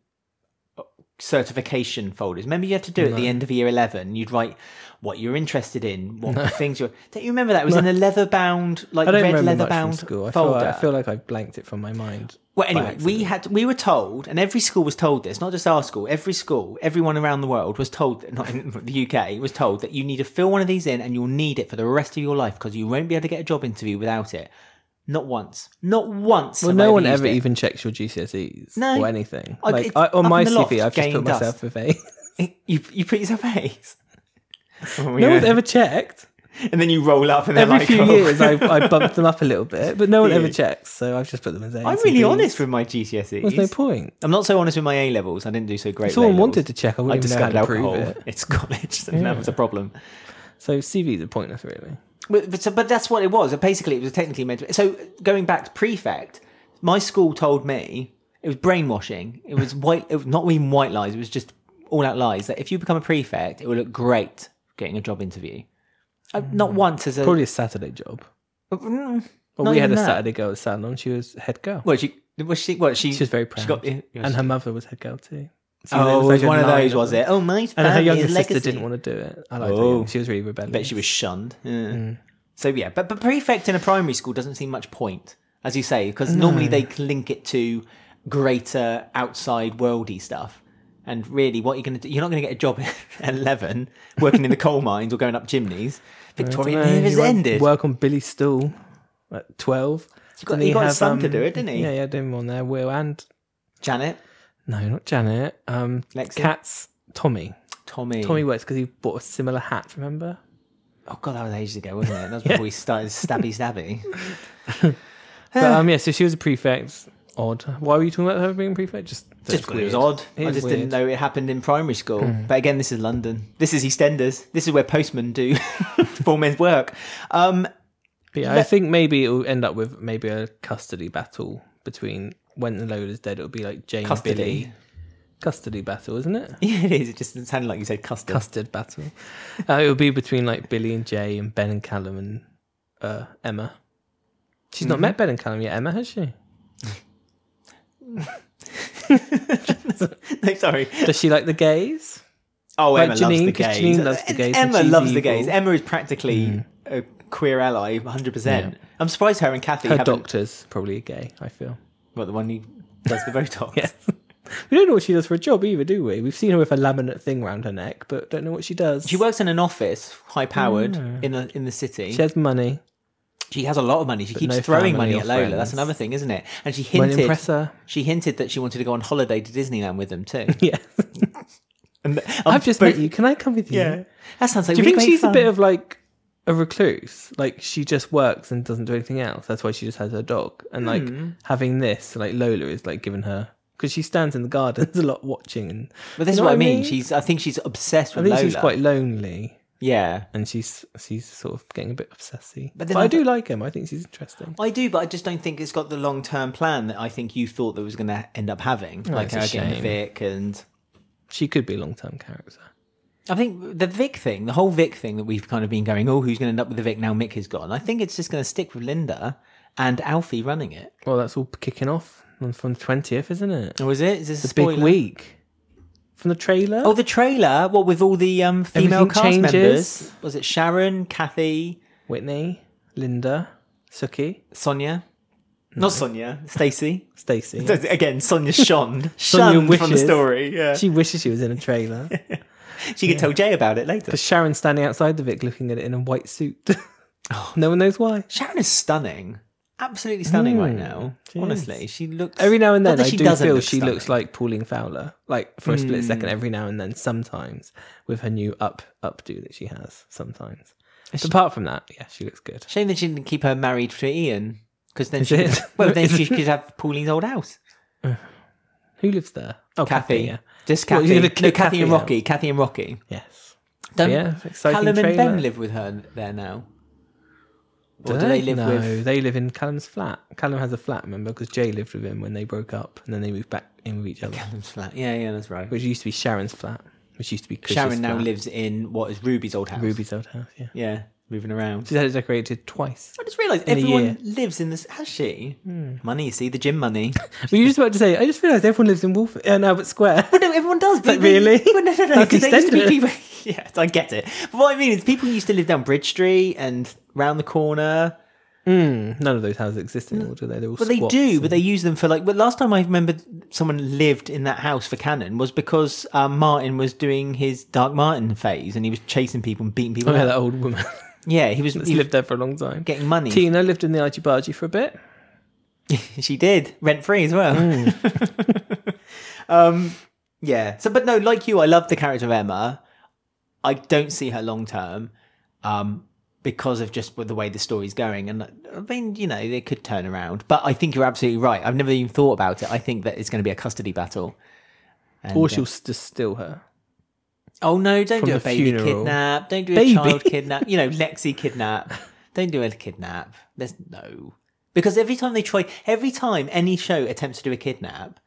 Speaker 1: uh, certification folders. Remember you had to do at the end of year eleven. You'd write what you're interested in, what things you're. Don't you remember that? It was in a leather bound, like
Speaker 2: I don't
Speaker 1: red leather
Speaker 2: remember much from
Speaker 1: bound
Speaker 2: school. I feel,
Speaker 1: folder.
Speaker 2: like, I feel like I've blanked it from my mind.
Speaker 1: Well,
Speaker 2: by
Speaker 1: anyway, we
Speaker 2: accident.
Speaker 1: had we were told, and every school was told this. Not just our school, every school, everyone around the world was told, not in the UK, was told that you need to fill one of these in, and you'll need it for the rest of your life because you won't be able to get a job interview without it. Not once, not once.
Speaker 2: Well,
Speaker 1: have I
Speaker 2: no one
Speaker 1: used
Speaker 2: ever
Speaker 1: it.
Speaker 2: even checks your GCSEs
Speaker 1: No.
Speaker 2: or anything.
Speaker 1: I-
Speaker 2: like
Speaker 1: it's
Speaker 2: I, on
Speaker 1: up
Speaker 2: my
Speaker 1: in the loft,
Speaker 2: CV, I've just
Speaker 1: gain
Speaker 2: put
Speaker 1: dust.
Speaker 2: myself with A.
Speaker 1: You you put yourself face. Oh,
Speaker 2: no
Speaker 1: yeah.
Speaker 2: one's ever checked.
Speaker 1: And then you roll up and they're
Speaker 2: Every
Speaker 1: like,
Speaker 2: few
Speaker 1: oh.
Speaker 2: years, I, I bump them up a little bit, but no one
Speaker 1: Do
Speaker 2: ever
Speaker 1: you?
Speaker 2: checks. So I've just put them as A.
Speaker 1: I'm really honest with my GCSEs.
Speaker 2: There's no point.
Speaker 1: I'm not so honest with my A levels. I didn't do so great.
Speaker 2: If someone
Speaker 1: with A-levels.
Speaker 2: wanted to check, I
Speaker 1: I
Speaker 2: wouldn't even know how
Speaker 1: discovered
Speaker 2: to prove
Speaker 1: alcohol.
Speaker 2: it.
Speaker 1: It's college, and that was a problem.
Speaker 2: So CVs are pointless, really.
Speaker 1: But, but, so- but that's what it was. Basically, it was technically meant to. So going back to prefect, my school told me it was brainwashing. It was white, it was not even white lies. It was just all out lies that if you become a prefect, it will look great getting a job interview. Uh, Not once as a.
Speaker 2: Probably a Saturday job.
Speaker 1: Mm,
Speaker 2: Hmm. Well,
Speaker 1: not
Speaker 2: we had a
Speaker 1: even that.
Speaker 2: Saturday girl at Salon. She was head girl.
Speaker 1: Well, she Was she? What she?
Speaker 2: She was very proud.
Speaker 1: She got, yeah,
Speaker 2: and her mother was her girl too. So there
Speaker 1: oh, it was
Speaker 2: like a
Speaker 1: one of
Speaker 2: nine
Speaker 1: those, was
Speaker 2: them.
Speaker 1: it? Oh, my
Speaker 2: And her
Speaker 1: family
Speaker 2: younger
Speaker 1: is
Speaker 2: sister
Speaker 1: legacy.
Speaker 2: didn't want to do it. I like
Speaker 1: Oh.
Speaker 2: her. She was really rebellious.
Speaker 1: Bet she was shunned. Yeah. So yeah, but but prefect in a primary school doesn't seem much point, as you say, because normally they can link it to greater outside worldy stuff. And really, what you're going to do, you're not going to get a job at 11 working in the coal mines or going up chimneys. Victorian
Speaker 2: No,
Speaker 1: era
Speaker 2: you
Speaker 1: has
Speaker 2: won't
Speaker 1: ended.
Speaker 2: Work on Billy's stool at twelve.
Speaker 1: got-
Speaker 2: Didn't
Speaker 1: he got his son
Speaker 2: um,
Speaker 1: to do it, didn't he?
Speaker 2: Yeah, yeah, did him on there. Will and
Speaker 1: Janet,
Speaker 2: no, not Janet. Um,
Speaker 1: Lexi?
Speaker 2: Cat's Tommy.
Speaker 1: Tommy.
Speaker 2: Tommy works because he bought a similar hat. Remember?
Speaker 1: Oh, God, that was ages ago, wasn't it? That was before we started Stabby Stabby.
Speaker 2: But um, yeah. So she was a prefect. Odd. Why were you talking about her being prefect? Just
Speaker 1: Just because it was
Speaker 2: weird.
Speaker 1: odd.
Speaker 2: It
Speaker 1: I
Speaker 2: is
Speaker 1: just didn't
Speaker 2: weird. Mm.
Speaker 1: know it happened in primary school. But again, this is London. This is EastEnders. This is where postmen do full men's work. Um,
Speaker 2: But yeah, I think maybe it'll end up with maybe a custody battle between when the Lola's dead. It'll be like Jane
Speaker 1: Custody.
Speaker 2: Billy custody battle, isn't it?
Speaker 1: Yeah, it is. It just sounded like you said custard.
Speaker 2: Custard battle. Uh, it'll be between like Billy and Jay and Ben and Callum and uh, Emma. She's
Speaker 1: Mm-hmm.
Speaker 2: not met Ben and Callum yet, Emma, has she?
Speaker 1: no, sorry.
Speaker 2: Does she like the gays?
Speaker 1: Oh,
Speaker 2: Like
Speaker 1: Emma loves
Speaker 2: Janine,
Speaker 1: the
Speaker 2: 'cause
Speaker 1: gays.
Speaker 2: Janine loves the gays and
Speaker 1: Emma
Speaker 2: she's
Speaker 1: loves the
Speaker 2: evil. Mm.
Speaker 1: gays. Emma is practically a queer ally, 100%. I'm surprised her and Kathy
Speaker 2: Her
Speaker 1: haven't...
Speaker 2: doctor's probably a gay, I feel.
Speaker 1: What, the one who does the Botox?
Speaker 2: Yeah. we don't know what she does for a job either, do we? We've seen her with a laminate thing round her neck, but don't know what she does.
Speaker 1: She works in an office, high powered, in, a, in the city.
Speaker 2: Mm. she has money.
Speaker 1: She has a lot of money. She keeps
Speaker 2: no
Speaker 1: throwing
Speaker 2: family
Speaker 1: money
Speaker 2: or
Speaker 1: at Lola.
Speaker 2: friends.
Speaker 1: That's another thing, isn't it? And she
Speaker 2: When
Speaker 1: hinted
Speaker 2: impress her.
Speaker 1: she hinted that she wanted to go on holiday to Disneyland with them too.
Speaker 2: Yeah.
Speaker 1: And
Speaker 2: I've just
Speaker 1: but-
Speaker 2: met you. Can I come with you?
Speaker 1: Yeah. That sounds like
Speaker 2: Do you
Speaker 1: really
Speaker 2: think
Speaker 1: great
Speaker 2: she's
Speaker 1: fun.
Speaker 2: a bit of like a recluse? Like she just works and doesn't do anything else. That's why she just has her dog. And like
Speaker 1: Hmm.
Speaker 2: having this, like Lola is like giving her because she stands in the gardens a lot watching. And
Speaker 1: But this is
Speaker 2: You know
Speaker 1: what
Speaker 2: what
Speaker 1: I
Speaker 2: I
Speaker 1: mean.
Speaker 2: mean?
Speaker 1: She's I think she's obsessed
Speaker 2: I
Speaker 1: with
Speaker 2: think
Speaker 1: Lola.
Speaker 2: she's quite lonely
Speaker 1: Yeah.
Speaker 2: and she's she's sort of getting a bit obsessive.
Speaker 1: But
Speaker 2: But,
Speaker 1: then
Speaker 2: I
Speaker 1: I've-
Speaker 2: do like him. I think she's interesting.
Speaker 1: I do, but I just don't think it's got the long term plan that I think you thought that was going to end up having, like
Speaker 2: it's Oh, a
Speaker 1: her getting
Speaker 2: shame.
Speaker 1: Vic, and
Speaker 2: She could be a long term character.
Speaker 1: I think the Vic thing, the whole Vic thing that we've kind of been going, oh, who's going to end up with the Vic now? Mick is gone. I think it's just going to stick with Linda and Alfie running it.
Speaker 2: Well, that's all kicking off on- from twentieth, isn't it?
Speaker 1: Or is it? Is this a
Speaker 2: Big
Speaker 1: spoiler?
Speaker 2: week from the trailer.
Speaker 1: Oh, the trailer. What with all the um, female
Speaker 2: Everything
Speaker 1: cast
Speaker 2: changes.
Speaker 1: members? Was it Sharon, Kathy,
Speaker 2: Whitney, Linda, Suki,
Speaker 1: Sonia? Not Sonia, Stacey.
Speaker 2: Stacey.
Speaker 1: Again, Sonia shunned,
Speaker 2: Sonia
Speaker 1: shunned from the
Speaker 2: wishes.
Speaker 1: story. Yeah, she,
Speaker 2: She wishes she was in a trailer.
Speaker 1: could tell Jay about it later.
Speaker 2: But Sharon standing outside the Vic looking at it in a white suit.
Speaker 1: Oh.
Speaker 2: no one knows why.
Speaker 1: Sharon is stunning, absolutely stunning right now.
Speaker 2: Hmm. she
Speaker 1: Honestly, she looks
Speaker 2: Every now and
Speaker 1: Not
Speaker 2: then,
Speaker 1: that
Speaker 2: I
Speaker 1: she
Speaker 2: do
Speaker 1: doesn't
Speaker 2: feel
Speaker 1: look
Speaker 2: she looks
Speaker 1: stunning. Hmm.
Speaker 2: like Pauline Fowler, like for a split second. Every now and then, sometimes with her new up updo that she has. Sometimes, but apart from that, yeah, she looks good.
Speaker 1: shame that she didn't keep her married to Ian because then
Speaker 2: Is
Speaker 1: she
Speaker 2: it?
Speaker 1: well then she could have Pauline's old house.
Speaker 2: Who lives there? Oh,
Speaker 1: Kathy,
Speaker 2: yeah.
Speaker 1: just
Speaker 2: Well,
Speaker 1: Kathy.
Speaker 2: you're
Speaker 1: no,
Speaker 2: gonna
Speaker 1: Kathy,
Speaker 2: kick
Speaker 1: and
Speaker 2: Kathy out.
Speaker 1: Rocky. Kathy and Rocky.
Speaker 2: Yes.
Speaker 1: Don't
Speaker 2: yeah, exciting
Speaker 1: Callum and
Speaker 2: trailer.
Speaker 1: Ben live with her there now? Or
Speaker 2: Do
Speaker 1: do they live
Speaker 2: no,
Speaker 1: with?
Speaker 2: they live in Callum's flat. Callum has a flat, remember? Because Jay lived with him when they broke up, and then they moved back in with each other,
Speaker 1: Callum's flat. Yeah, yeah, that's right.
Speaker 2: which used to be Sharon's flat, which used to be Cush's
Speaker 1: Sharon now
Speaker 2: flat.
Speaker 1: lives in what is Ruby's old house.
Speaker 2: Ruby's old house. Yeah.
Speaker 1: Yeah, moving around.
Speaker 2: She's had it decorated twice.
Speaker 1: I just realised
Speaker 2: In a
Speaker 1: everyone
Speaker 2: year. Hmm.
Speaker 1: lives in this. Has she? Money, you see, the gym money.
Speaker 2: Were you just about to say? I just realised everyone lives in Wolf, uh, no, but Square.
Speaker 1: But no, everyone does. But
Speaker 2: Like, really?
Speaker 1: But no, no, no.
Speaker 2: That's
Speaker 1: Because they used to be
Speaker 2: extended.
Speaker 1: people. yes, I get it. But what I mean is, people used to live down Bridge Street and round the corner.
Speaker 2: Mm, none of those houses exist anymore, do they? They're all
Speaker 1: But they
Speaker 2: squats
Speaker 1: do.
Speaker 2: and-
Speaker 1: But they use them for like. But last time I remember someone lived in that house for Canon was because um, Martin was doing his Dark Martin phase and he was chasing people and beating people.
Speaker 2: oh, yeah,
Speaker 1: up.
Speaker 2: that old woman.
Speaker 1: Yeah, he was.
Speaker 2: She's
Speaker 1: He was
Speaker 2: lived there for a long time.
Speaker 1: getting money.
Speaker 2: Tina lived in the Archie Bargy for a bit.
Speaker 1: she did rent free as well. um, yeah. So, but no, like you, I love the character of Emma. I don't see her long term um, because of just the way the story's going. And I mean, you know, they could turn around. But I think you're absolutely right. I've never even thought about it. I think that it's going to be a custody battle. And,
Speaker 2: Or
Speaker 1: uh,
Speaker 2: she'll just steal her.
Speaker 1: oh no! Don't
Speaker 2: from
Speaker 1: do a
Speaker 2: the
Speaker 1: baby
Speaker 2: funeral.
Speaker 1: kidnap. Don't do a
Speaker 2: Baby?
Speaker 1: child kidnap. You know, Lexi kidnap. Don't do a kidnap. There's no because every time they try, every time any show attempts to do a kidnap,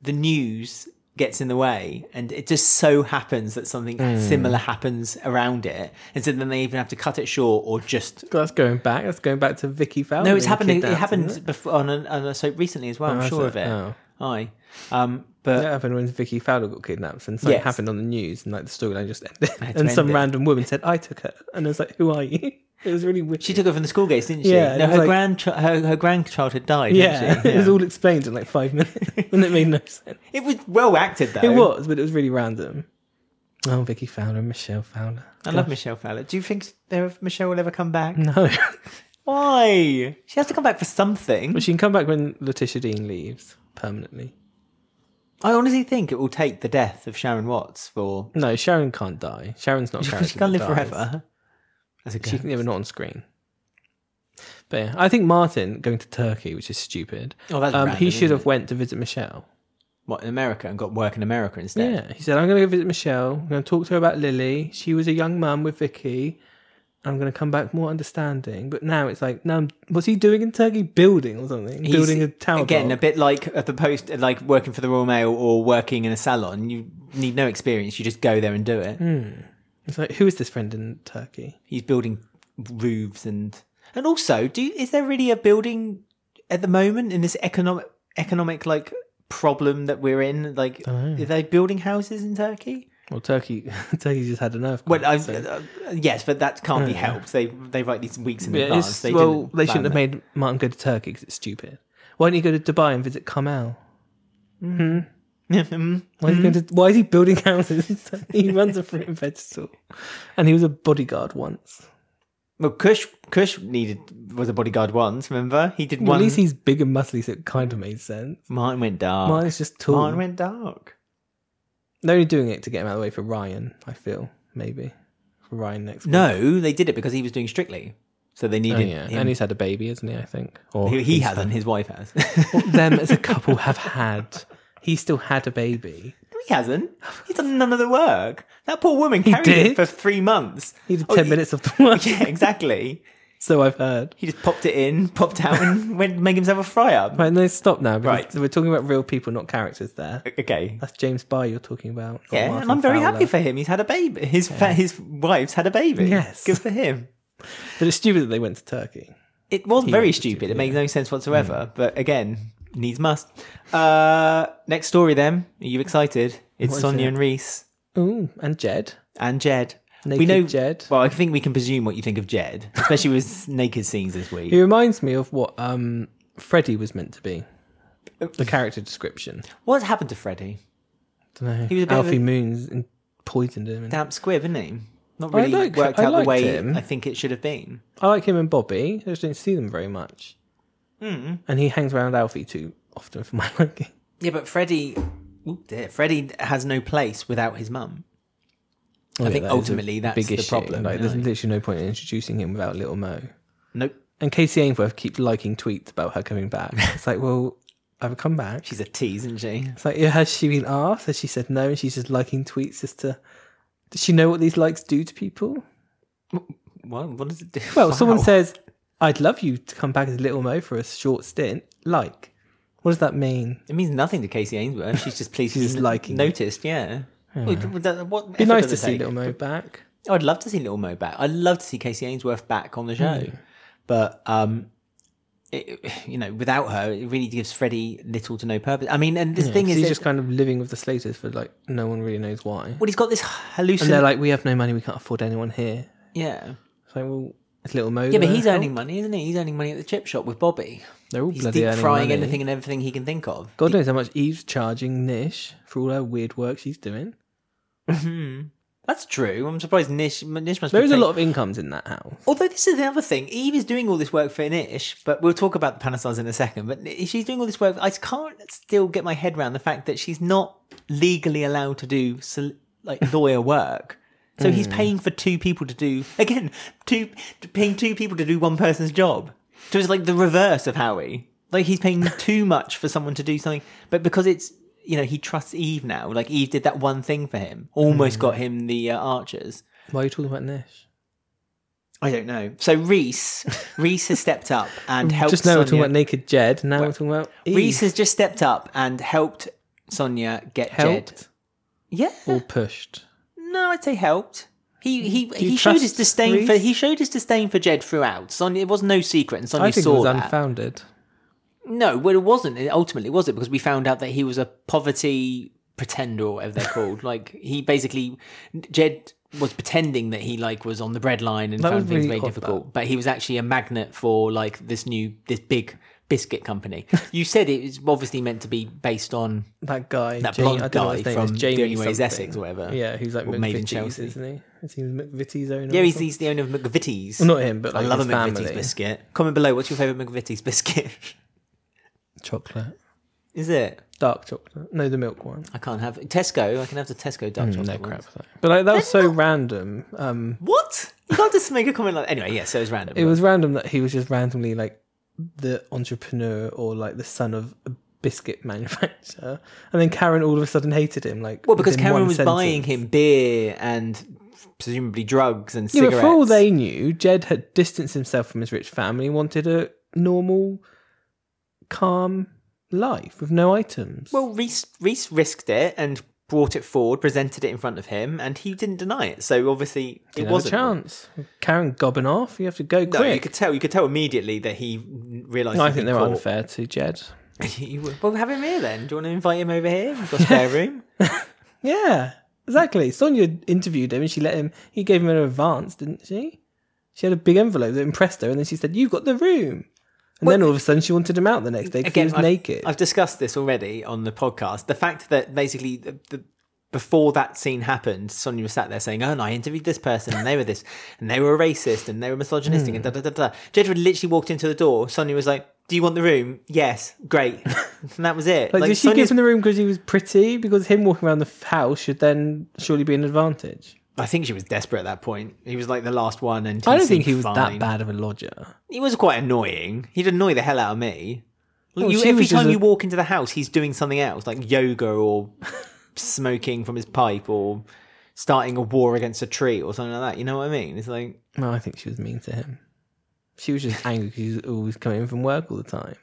Speaker 1: the news gets in the way and it just so happens that something
Speaker 2: Hmm.
Speaker 1: similar happens around it and so then they even have to cut it short or just
Speaker 2: That's going back. That's going back to Vicky Fowler.
Speaker 1: no
Speaker 2: being
Speaker 1: it's happened it
Speaker 2: Oh, kidnapped,
Speaker 1: happened
Speaker 2: isn't it?
Speaker 1: before on a, on a soap recently as well i'm
Speaker 2: has
Speaker 1: sure of
Speaker 2: it?
Speaker 1: it
Speaker 2: Oh.
Speaker 1: aye um but
Speaker 2: That happened when Vicky Fowler got kidnapped, and something
Speaker 1: Yes.
Speaker 2: happened on the news, and like the storyline just ended.
Speaker 1: to
Speaker 2: And
Speaker 1: end
Speaker 2: some
Speaker 1: it.
Speaker 2: random woman said, "I took her," and I was like, "Who are you?" It was really weird.
Speaker 1: She took it from the school gates, didn't she?
Speaker 2: Yeah, and
Speaker 1: no,
Speaker 2: it was
Speaker 1: her
Speaker 2: like-
Speaker 1: grand her, her grandchild had died.
Speaker 2: yeah,
Speaker 1: didn't she?
Speaker 2: it was all explained in like five minutes, and it made no sense.
Speaker 1: It was well acted though.
Speaker 2: It was, but it was really random. Oh, Vicky Fowler, and Michelle Fowler.
Speaker 1: I love Michelle Fowler. Do you think there- Michelle will ever come back?
Speaker 2: No,
Speaker 1: Why? She has to come back for something.
Speaker 2: but she can come back when Letitia Dean leaves permanently.
Speaker 1: I honestly think it will take the death of Sharon Watts for
Speaker 2: No, Sharon can't die. Sharon's not. a character
Speaker 1: she can't
Speaker 2: that
Speaker 1: live
Speaker 2: dies.
Speaker 1: forever. As a
Speaker 2: She
Speaker 1: girl.
Speaker 2: can never not on screen. But yeah, I think Martin going to Turkey, which is stupid.
Speaker 1: Oh, that's
Speaker 2: um,
Speaker 1: random,
Speaker 2: he should
Speaker 1: isn't
Speaker 2: have went to visit Michelle.
Speaker 1: What in America and got work in America instead.
Speaker 2: Yeah, he said, I'm going to go visit Michelle. I'm going to talk to her about Lily. She was a young mum with Vicky. I'm going to come back more understanding. But now it's like, now what's he doing in Turkey? Building or something?
Speaker 1: He's,
Speaker 2: Building a tower.
Speaker 1: again,
Speaker 2: block.
Speaker 1: a bit like at the post, like working for the Royal Mail or working in a salon. You need no experience; you just go there and do it.
Speaker 2: It's like, who is this friend in Turkey?
Speaker 1: He's building roofs and and also, do you- is there really a building at the moment in this economic economic like problem that we're in? Like, are they building houses in Turkey?
Speaker 2: Well, Turkey, Turkey just had an earthquake.
Speaker 1: Well, I,
Speaker 2: so-
Speaker 1: uh, yes, but that can't be helped. They they write these weeks in
Speaker 2: Yeah,
Speaker 1: advance.
Speaker 2: it's,
Speaker 1: They
Speaker 2: well,
Speaker 1: didn't
Speaker 2: they shouldn't
Speaker 1: plan
Speaker 2: have
Speaker 1: that.
Speaker 2: made Martin go to Turkey because it's stupid. Why don't you go to Dubai and visit Kamal? Hmm. Why, is he going to, why is he building houses? he runs a fruit and vegetable, and he was a bodyguard once.
Speaker 1: Well, Kush Kush needed was a bodyguard once. Remember, he did
Speaker 2: Well,
Speaker 1: one.
Speaker 2: at least he's big and muscly, so it kind of made sense.
Speaker 1: Mine went dark.
Speaker 2: Martin's just tall.
Speaker 1: Mine went dark.
Speaker 2: They're only doing it to get him out of the way for Ryan. I feel maybe for Ryan next. week.
Speaker 1: No, they did it because he was doing Strictly, so they
Speaker 2: Oh,
Speaker 1: needed
Speaker 2: yeah,
Speaker 1: him.
Speaker 2: and he's had a baby, isn't he? I think. Or
Speaker 1: he, he
Speaker 2: he's-
Speaker 1: hasn't. His wife has. he
Speaker 2: Them as a couple have had. He still had a baby.
Speaker 1: hasn't. He's done none of the work. That poor woman carried it
Speaker 2: did?
Speaker 1: for three months.
Speaker 2: He did
Speaker 1: Oh,
Speaker 2: ten
Speaker 1: he-
Speaker 2: minutes of the work.
Speaker 1: Yeah, exactly.
Speaker 2: So I've heard.
Speaker 1: He just popped it in, popped out, and went and made himself a fry up.
Speaker 2: Right, no, stop now. because
Speaker 1: Right.
Speaker 2: We're talking about real people, not characters there.
Speaker 1: Okay.
Speaker 2: That's James Barr you're talking about. not
Speaker 1: Yeah,
Speaker 2: Martin
Speaker 1: and I'm very
Speaker 2: Fowler.
Speaker 1: happy for him. He's had a baby. His fa- his wife's had a baby.
Speaker 2: Yes.
Speaker 1: good for him.
Speaker 2: But it's stupid that they went to Turkey.
Speaker 1: It was very
Speaker 2: went to
Speaker 1: stupid.
Speaker 2: Turkey,
Speaker 1: It made no sense
Speaker 2: Mm.
Speaker 1: whatsoever. But again, needs must. Uh, next story then. Are you excited? It's
Speaker 2: What is
Speaker 1: Sonia
Speaker 2: it?
Speaker 1: and Reese
Speaker 2: Ooh, and Jed.
Speaker 1: and Jed.
Speaker 2: Naked Jed.
Speaker 1: Well, I think we can presume what you think of Jed, especially with naked scenes this week.
Speaker 2: He reminds me of what um, Freddy was meant to be.
Speaker 1: Uh,
Speaker 2: The character description.
Speaker 1: What happened to Freddie?
Speaker 2: don't know.
Speaker 1: He was a bit of
Speaker 2: Alfie
Speaker 1: a-
Speaker 2: Moon's and poisoned him. and-
Speaker 1: Damp squib, isn't he? Not
Speaker 2: I
Speaker 1: really
Speaker 2: liked-
Speaker 1: worked
Speaker 2: I
Speaker 1: out the
Speaker 2: liked
Speaker 1: way
Speaker 2: him.
Speaker 1: I think it should have been.
Speaker 2: I like him and Bobby. I just don't see them very much.
Speaker 1: Hmm.
Speaker 2: Mm. And he hangs around Alfie too often for my liking.
Speaker 1: Yeah, but Freddie, oh dear, Freddie has no place without his mum.
Speaker 2: I
Speaker 1: think ultimately that's the problem,
Speaker 2: Like, There's
Speaker 1: no.
Speaker 2: literally no point in introducing him without Little Mo.
Speaker 1: Nope,
Speaker 2: And Casey Ainsworth keeps liking tweets about her coming back. It's like, well, I've come back.
Speaker 1: she's a tease, isn't she?
Speaker 2: It's like, yeah, has she been asked? Has she said no? And she's just liking tweets just to. Does she know what these likes do to people?
Speaker 1: What? What does it do?
Speaker 2: Well, someone
Speaker 1: Wow.
Speaker 2: says, I'd love you to come back as Little Mo for a short stint. Like, what does that mean?
Speaker 1: it means nothing to Casey Ainsworth. She's just pleased she's
Speaker 2: just liking it.
Speaker 1: noticed. Yeah. Well, that- what
Speaker 2: Be
Speaker 1: effort
Speaker 2: nice
Speaker 1: does
Speaker 2: to
Speaker 1: it
Speaker 2: see
Speaker 1: take?
Speaker 2: Little Mo back.
Speaker 1: Oh, I'd love to see Little Mo back. I'd love to see Casey Ainsworth back on the show,
Speaker 2: Hmm.
Speaker 1: but um, it, you know, without her, it really gives Freddie little to no purpose. I mean, and this thing
Speaker 2: 'Cause
Speaker 1: is,
Speaker 2: he's
Speaker 1: that-
Speaker 2: just kind of living with the Slaters for like no one really knows why.
Speaker 1: well, he's got this
Speaker 2: And they're
Speaker 1: hallucination.
Speaker 2: like, we have no money, we can't afford anyone here.
Speaker 1: yeah,
Speaker 2: It's like, well, it's Little Mo.
Speaker 1: yeah, but he's earning money, isn't he? He's earning money at the chip shop with Bobby.
Speaker 2: They're all
Speaker 1: He's
Speaker 2: bloody
Speaker 1: deep
Speaker 2: earning
Speaker 1: frying
Speaker 2: money.
Speaker 1: anything and everything he can think of.
Speaker 2: God knows how much Eve's charging Nish for all her weird work she's doing.
Speaker 1: That's true. I'm surprised Nish. Nish must.
Speaker 2: There
Speaker 1: be
Speaker 2: is a
Speaker 1: paying-
Speaker 2: lot of incomes in that house.
Speaker 1: Although this is the other thing, Eve is doing all this work for Nish, but we'll talk about the Panasons in a second. But she's doing all this work. I can't still get my head around the fact that she's not legally allowed to do sol- like lawyer work. So he's paying for two people to do again, two paying two people to do one person's job. So it's like the reverse of Howie. Like he's paying too much for someone to do something, but because it's you know he trusts Eve now. Like Eve did that one thing for him, almost got him the uh, Archers.
Speaker 2: Why are you talking about Nish?
Speaker 1: I don't know. So Reese, Reese has stepped up and helped.
Speaker 2: Just now we're talking
Speaker 1: Sonia-
Speaker 2: about naked Jed. Now we're talking about Eve.
Speaker 1: Reese has just stepped up and helped Sonia get
Speaker 2: Helped
Speaker 1: Jed. Yeah.
Speaker 2: or pushed?
Speaker 1: No, I'd say helped. He he
Speaker 2: you
Speaker 1: he showed his
Speaker 2: trust
Speaker 1: disdain
Speaker 2: Reese?
Speaker 1: for he showed his disdain for Jed throughout. Sonia it was no secret, and Sonia
Speaker 2: I think it
Speaker 1: saw
Speaker 2: was
Speaker 1: that.
Speaker 2: unfounded.
Speaker 1: No, well, it wasn't. It ultimately was it because we found out that he was a poverty pretender or whatever they're called. like he basically, Jed was pretending that he like was on the breadline and
Speaker 2: That
Speaker 1: found
Speaker 2: was
Speaker 1: things
Speaker 2: really
Speaker 1: very
Speaker 2: odd,
Speaker 1: difficult, but he was actually a magnet for like this new this big biscuit company. you said it was obviously meant to be based on
Speaker 2: That guy,
Speaker 1: That
Speaker 2: Jamie,
Speaker 1: blonde
Speaker 2: I don't know what his
Speaker 1: guy
Speaker 2: name is,
Speaker 1: from
Speaker 2: Jamie
Speaker 1: The Only Way is
Speaker 2: something.
Speaker 1: Essex or whatever.
Speaker 2: Yeah, who's like
Speaker 1: Or
Speaker 2: McVitie's,
Speaker 1: made in Chelsea.
Speaker 2: isn't he? Is he McVitie's owner?
Speaker 1: yeah
Speaker 2: or
Speaker 1: he's,
Speaker 2: something?
Speaker 1: he's the owner of McVitie's.
Speaker 2: Well, not him, but
Speaker 1: I
Speaker 2: like
Speaker 1: love a
Speaker 2: his
Speaker 1: McVitie's
Speaker 2: family.
Speaker 1: biscuit. Comment below what's your favorite McVitie's biscuit?
Speaker 2: chocolate,
Speaker 1: is it?
Speaker 2: dark chocolate. No, the milk one.
Speaker 1: I can't have Tesco. I can have the Tesco dark chocolate.
Speaker 2: Hmm, no
Speaker 1: ones.
Speaker 2: crap. Though. But like that was so random. Um,
Speaker 1: What? You can't just make a comment like anyway. Yeah, so it was random.
Speaker 2: it was random that he was just randomly like the entrepreneur or like the son of a biscuit manufacturer, and then Karen all of a sudden hated him. Like
Speaker 1: well because
Speaker 2: within
Speaker 1: Cameron
Speaker 2: one
Speaker 1: was
Speaker 2: sentence.
Speaker 1: buying him beer and presumably drugs and
Speaker 2: Yeah,
Speaker 1: cigarettes.
Speaker 2: but for all they knew, Jed had distanced himself from his rich family and wanted a normal, calm life with no items.
Speaker 1: well, Reese Reese risked it and brought it forward, presented it in front of him, and he didn't deny it. So obviously
Speaker 2: Didn't
Speaker 1: it
Speaker 2: have
Speaker 1: was
Speaker 2: a chance. Karen gobbing off. You have to go
Speaker 1: No, you
Speaker 2: quick.
Speaker 1: could tell. You could tell immediately that he realised.
Speaker 2: No, I
Speaker 1: he'd
Speaker 2: think
Speaker 1: been
Speaker 2: they're
Speaker 1: caught.
Speaker 2: unfair to Jed.
Speaker 1: You would- well, have him here then. Do you want to invite him over here? We've got a spare room.
Speaker 2: Yeah, exactly. Sonia interviewed him and she let him. He gave him an advance, didn't she? She had a big envelope that impressed her, and then she said, "You've got the room." And then all of a sudden, she wanted him out the next day because he was
Speaker 1: I've,
Speaker 2: naked.
Speaker 1: I've discussed this already on the podcast. The fact that basically the, the, before that scene happened, Sonia was sat there saying, "Oh, and I interviewed this person, and they were this, and they were a racist, and they were misogynistic, and
Speaker 2: Hmm.
Speaker 1: da da da da." Jedward literally walked into the door. Sonia was like, "Do you want the room? Yes, great." and that was it.
Speaker 2: like,
Speaker 1: Like,
Speaker 2: did she
Speaker 1: Sonia's-
Speaker 2: give him the room because he was pretty? Because him walking around the f- house should then surely be an advantage.
Speaker 1: I think she was desperate at that point. He was like the last one, and
Speaker 2: I
Speaker 1: he
Speaker 2: don't
Speaker 1: seemed
Speaker 2: think he was
Speaker 1: fine.
Speaker 2: that bad of a lodger.
Speaker 1: He was quite annoying. He'd annoy the hell out of me. Like,
Speaker 2: Well,
Speaker 1: you,
Speaker 2: she
Speaker 1: every
Speaker 2: was just
Speaker 1: time
Speaker 2: a-
Speaker 1: you walk into the house, he's doing something else, like yoga or smoking from his pipe or starting a war against a tree or something like that. You know what I mean? It's like,
Speaker 2: No, I think she was mean to him. She was just angry because he was always coming in from work all the time.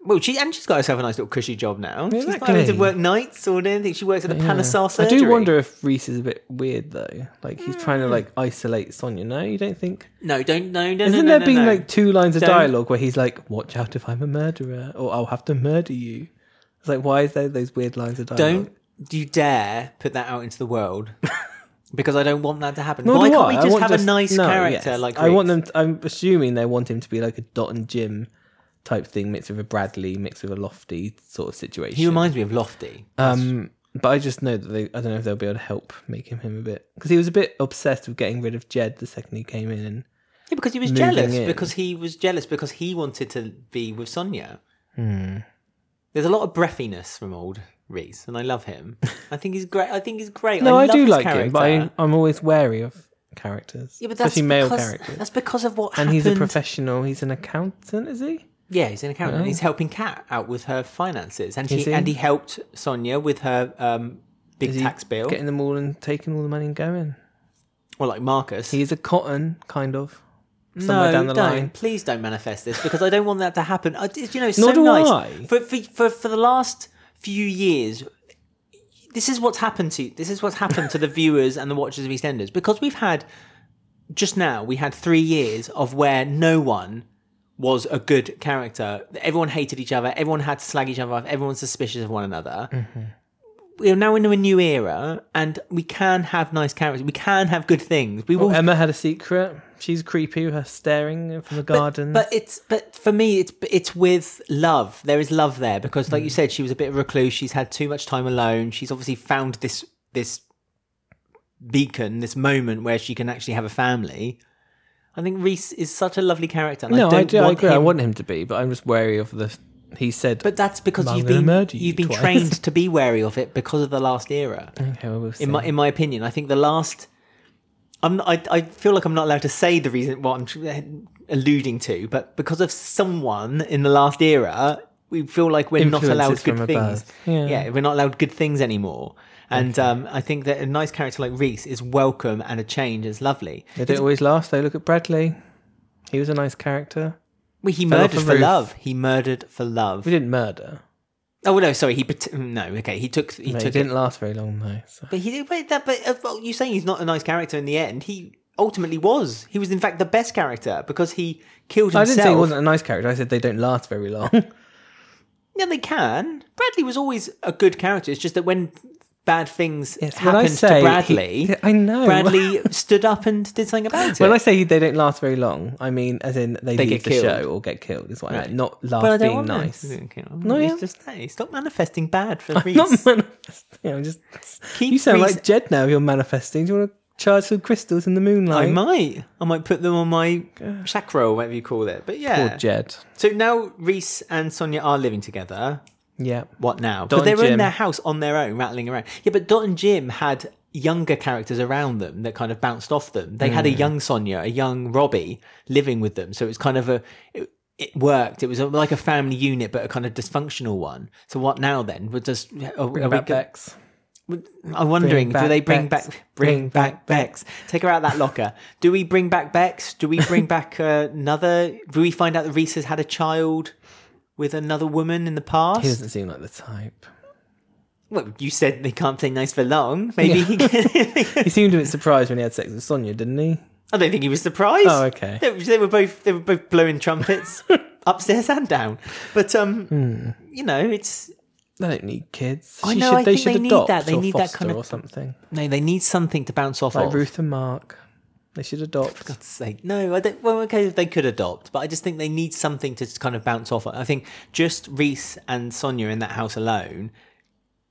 Speaker 1: well, she and she's got herself a nice little cushy job now. She's not
Speaker 2: Exactly.
Speaker 1: having to work nights or anything. She works at a
Speaker 2: Yeah.
Speaker 1: Panasar
Speaker 2: I
Speaker 1: surgery. Mm.
Speaker 2: do wonder if Reese is a bit weird though. Like he's trying to like isolate Sonia. No, you don't think?
Speaker 1: No, don't. No, no,
Speaker 2: Isn't
Speaker 1: no,
Speaker 2: there
Speaker 1: no,
Speaker 2: being
Speaker 1: no.
Speaker 2: like two lines of
Speaker 1: Don't-
Speaker 2: dialogue where he's like, "Watch out if I'm a murderer, or I'll have to murder you"? It's like, why is there those weird lines of dialogue?
Speaker 1: don't you dare put that out into the world because I don't want that to happen.
Speaker 2: Nor
Speaker 1: Why
Speaker 2: do
Speaker 1: can't
Speaker 2: I.
Speaker 1: we
Speaker 2: I
Speaker 1: just
Speaker 2: want
Speaker 1: have a nice
Speaker 2: no,
Speaker 1: character
Speaker 2: yes.
Speaker 1: like
Speaker 2: I want
Speaker 1: Reese?
Speaker 2: them. To, I'm assuming they want him to be like a Dot and Jim type thing, mixed with a Bradley, mixed with a Lofty sort of situation.
Speaker 1: He reminds me of Lofty.
Speaker 2: Um, but I just know that they, I don't know if they'll be able to help making him a bit because he was a bit obsessed with getting rid of Jed the second he came in. And
Speaker 1: Yeah, because he was
Speaker 2: moving
Speaker 1: jealous.
Speaker 2: in.
Speaker 1: Because he was jealous because he wanted to be with Sonia.
Speaker 2: Hmm.
Speaker 1: There's a lot of breathiness from old Reese, and I love him. I think he's great. I think he's great.
Speaker 2: no, I,
Speaker 1: love
Speaker 2: do
Speaker 1: his
Speaker 2: like
Speaker 1: character.
Speaker 2: him, but I, I'm always wary of characters,
Speaker 1: yeah, but that's
Speaker 2: especially male
Speaker 1: because,
Speaker 2: characters.
Speaker 1: That's because of what
Speaker 2: And
Speaker 1: happened.
Speaker 2: he's a professional. He's an accountant, is he?
Speaker 1: yeah, he's an accountant. and He's helping Kat out with her finances, and she
Speaker 2: Oh. Is he?
Speaker 1: and he helped Sonia with her um, big
Speaker 2: Is he
Speaker 1: tax bill,
Speaker 2: Getting them all and taking all the money and going.
Speaker 1: or like Marcus.
Speaker 2: He's a cotton kind of. Somewhere
Speaker 1: No,
Speaker 2: down the
Speaker 1: don't.
Speaker 2: line.
Speaker 1: Please don't manifest this because I don't want that to happen. I, it's- you know, it's
Speaker 2: Nor
Speaker 1: so
Speaker 2: do
Speaker 1: nice.
Speaker 2: I.
Speaker 1: For, for for for the last few years, this is what's happened to this is what's happened to the viewers and the watchers of EastEnders because we've had just now we had three years of where no one was a good character. Everyone hated each other. Everyone had to slag each other off. Everyone's suspicious of one another.
Speaker 2: Mm-hmm.
Speaker 1: We're now into a new era, and we can have nice characters. We can have good things. We will
Speaker 2: Emma had a secret. She's creepy with her staring from the garden.
Speaker 1: But it's but for me, it's it's with love. There is love there because,
Speaker 2: Hmm.
Speaker 1: like you said, she was a bit of a recluse. She's had too much time alone. She's obviously found this this beacon, this moment where she can actually have a family. I think Reese is such a lovely character. And
Speaker 2: no,
Speaker 1: I
Speaker 2: I,
Speaker 1: don't
Speaker 2: do. I
Speaker 1: want
Speaker 2: agree.
Speaker 1: him.
Speaker 2: I want him to be, but I'm just wary of the. He said,
Speaker 1: but that's because
Speaker 2: I'm
Speaker 1: you've
Speaker 2: gonna
Speaker 1: been
Speaker 2: murder you
Speaker 1: you've been
Speaker 2: twice. Hmm.
Speaker 1: trained to be wary of it because of the last era.
Speaker 2: okay, well, we'll see.
Speaker 1: In my in my opinion, I think the last. I'm I, I feel like I'm not allowed to say the reason what I'm tr- alluding to, but because of someone in the last era, we feel like we're not allowed
Speaker 2: Influences
Speaker 1: good
Speaker 2: from
Speaker 1: things.
Speaker 2: above. Yeah.
Speaker 1: we're not allowed good things anymore. And um, I think that a nice character like Reese is welcome and a change is lovely.
Speaker 2: They don't always last. They look at Bradley. He was a nice character.
Speaker 1: Well, he
Speaker 2: Fell off
Speaker 1: murdered
Speaker 2: a
Speaker 1: for
Speaker 2: roof.
Speaker 1: love. He murdered for love.
Speaker 2: We didn't murder.
Speaker 1: Oh well, no, sorry. He pat- no, okay. He took he
Speaker 2: But it
Speaker 1: took
Speaker 2: didn't
Speaker 1: it,
Speaker 2: last very long though. So.
Speaker 1: but he did. But, that, but uh, well, you saying he's not a nice character in the end? He ultimately was. He was in fact the best character because he killed
Speaker 2: I
Speaker 1: himself.
Speaker 2: didn't say he wasn't a nice character. I said they don't last very long.
Speaker 1: Yeah, they can. Bradley was always a good character. It's just that when bad things
Speaker 2: Yes, when I
Speaker 1: happened
Speaker 2: say
Speaker 1: to Bradley,
Speaker 2: he- I know.
Speaker 1: Bradley stood up and did something about
Speaker 2: when I
Speaker 1: it.
Speaker 2: say they don't last very long, I mean as in they, leave
Speaker 1: get
Speaker 2: the
Speaker 1: killed.
Speaker 2: show or get killed. Is what I mean. Not
Speaker 1: But I
Speaker 2: last
Speaker 1: don't
Speaker 2: being
Speaker 1: want them.
Speaker 2: nice.
Speaker 1: Okay, well,
Speaker 2: No,
Speaker 1: it's
Speaker 2: yeah.
Speaker 1: just hey, stop manifesting bad for Reese.
Speaker 2: Not manifest- you know, just
Speaker 1: Keep
Speaker 2: you sound
Speaker 1: Reese-
Speaker 2: like Jed now. You're manifesting. Do you want to charge some crystals in the
Speaker 1: I
Speaker 2: moonlight?
Speaker 1: might, I might put them on my chakra or whatever you call it. But
Speaker 2: Poor
Speaker 1: yeah,
Speaker 2: Jed.
Speaker 1: so now Reese and Sonia are living together.
Speaker 2: Yeah.
Speaker 1: What now?
Speaker 2: Dot
Speaker 1: But
Speaker 2: and
Speaker 1: they're in
Speaker 2: Jim.
Speaker 1: their house on their own, rattling around. Yeah, but Dot and Jim had younger characters around them that kind of bounced off them. They
Speaker 2: Hmm.
Speaker 1: had a young Sonia, a young Robbie living with them. So it was kind of a. It, it worked. It was a, like a family unit, but a kind of dysfunctional one. So what now then? We're just. uh, Are, are we,
Speaker 2: About Bex.
Speaker 1: I'm wondering,
Speaker 2: Bring
Speaker 1: do they
Speaker 2: back
Speaker 1: bring
Speaker 2: Bex.
Speaker 1: back bring
Speaker 2: Bring
Speaker 1: back
Speaker 2: back
Speaker 1: Bex? Take her out that locker. Do we bring back Bex? Do we bring back uh, another? Do we find out that Reese has had a child with another woman in the past?
Speaker 2: He doesn't seem like the type.
Speaker 1: Well, you said they can't play nice for long. Maybe he
Speaker 2: He seemed a bit surprised when he had sex with Sonia, didn't he?
Speaker 1: I don't think he was surprised.
Speaker 2: Oh, okay.
Speaker 1: They, they were both they were both blowing trumpets upstairs and down. But um,
Speaker 2: Hmm.
Speaker 1: you know, it's
Speaker 2: They don't need kids.
Speaker 1: I
Speaker 2: She
Speaker 1: know,
Speaker 2: Should,
Speaker 1: I
Speaker 2: they
Speaker 1: think
Speaker 2: should
Speaker 1: they need
Speaker 2: adopt
Speaker 1: that. They
Speaker 2: or
Speaker 1: need that
Speaker 2: foster
Speaker 1: kind of-
Speaker 2: or something.
Speaker 1: no, they need something to bounce off.
Speaker 2: Like
Speaker 1: of.
Speaker 2: Ruth and Mark. They should adopt.
Speaker 1: God's sake. No, I don't. Well, okay, they could adopt, but I just think they need something to just kind of bounce off. I think just Reese and Sonia in that house alone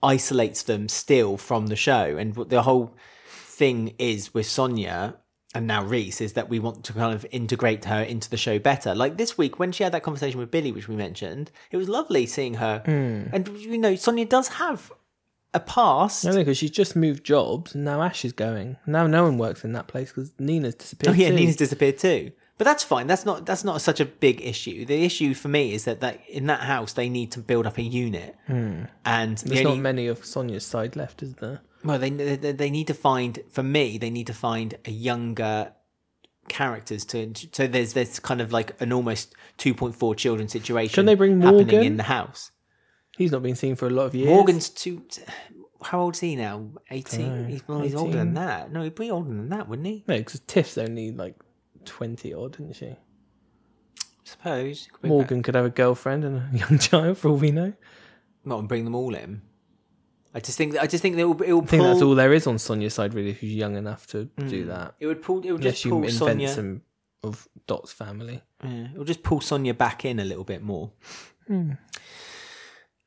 Speaker 1: isolates them still from the show. And what the whole thing is with Sonia and now Reese is that we want to kind of integrate her into the show better. Like this week, when she had that conversation with Billy, which we mentioned, it was lovely seeing her. And, you know, Sonia does have a past.
Speaker 2: No, no, because she's just moved jobs and now Ash is going. Now no one works in that place because Nina's
Speaker 1: Oh
Speaker 2: disappeared.
Speaker 1: yeah,
Speaker 2: too.
Speaker 1: Nina's disappeared too. But that's fine. That's not that's not such a big issue. The issue for me is that, that in that house they need to build up a unit, and the
Speaker 2: Hmm. There's
Speaker 1: only,
Speaker 2: not many of Sonia's side left, is there?
Speaker 1: well, they, they they need to find for me they need to find a younger characters to so there's there's kind of like an almost 2.4 children situation.
Speaker 2: Shouldn't they bring
Speaker 1: happening
Speaker 2: Morgan?
Speaker 1: in the house?
Speaker 2: He's not been seen for a lot of years.
Speaker 1: Morgan's too. How old's he now? 18? He's, well, he's older than
Speaker 2: 18.
Speaker 1: that. No, he'd be older than that, wouldn't he?
Speaker 2: No, because Tiff's only like 20 odd, isn't she?
Speaker 1: suppose Could bring back-
Speaker 2: Morgan could have a girlfriend and a young child for all we know.
Speaker 1: not and bring them all in. I just think I just think it will it will
Speaker 2: I think that's
Speaker 1: pull
Speaker 2: all there is on Sonia's side, really, if she's young enough to do that.
Speaker 1: it would pull it would Mm.
Speaker 2: Unless
Speaker 1: just
Speaker 2: you
Speaker 1: pull
Speaker 2: invent
Speaker 1: Sonya
Speaker 2: some of Dot's family.
Speaker 1: yeah, it would just pull Sonya back in a little bit more.
Speaker 2: Hmm.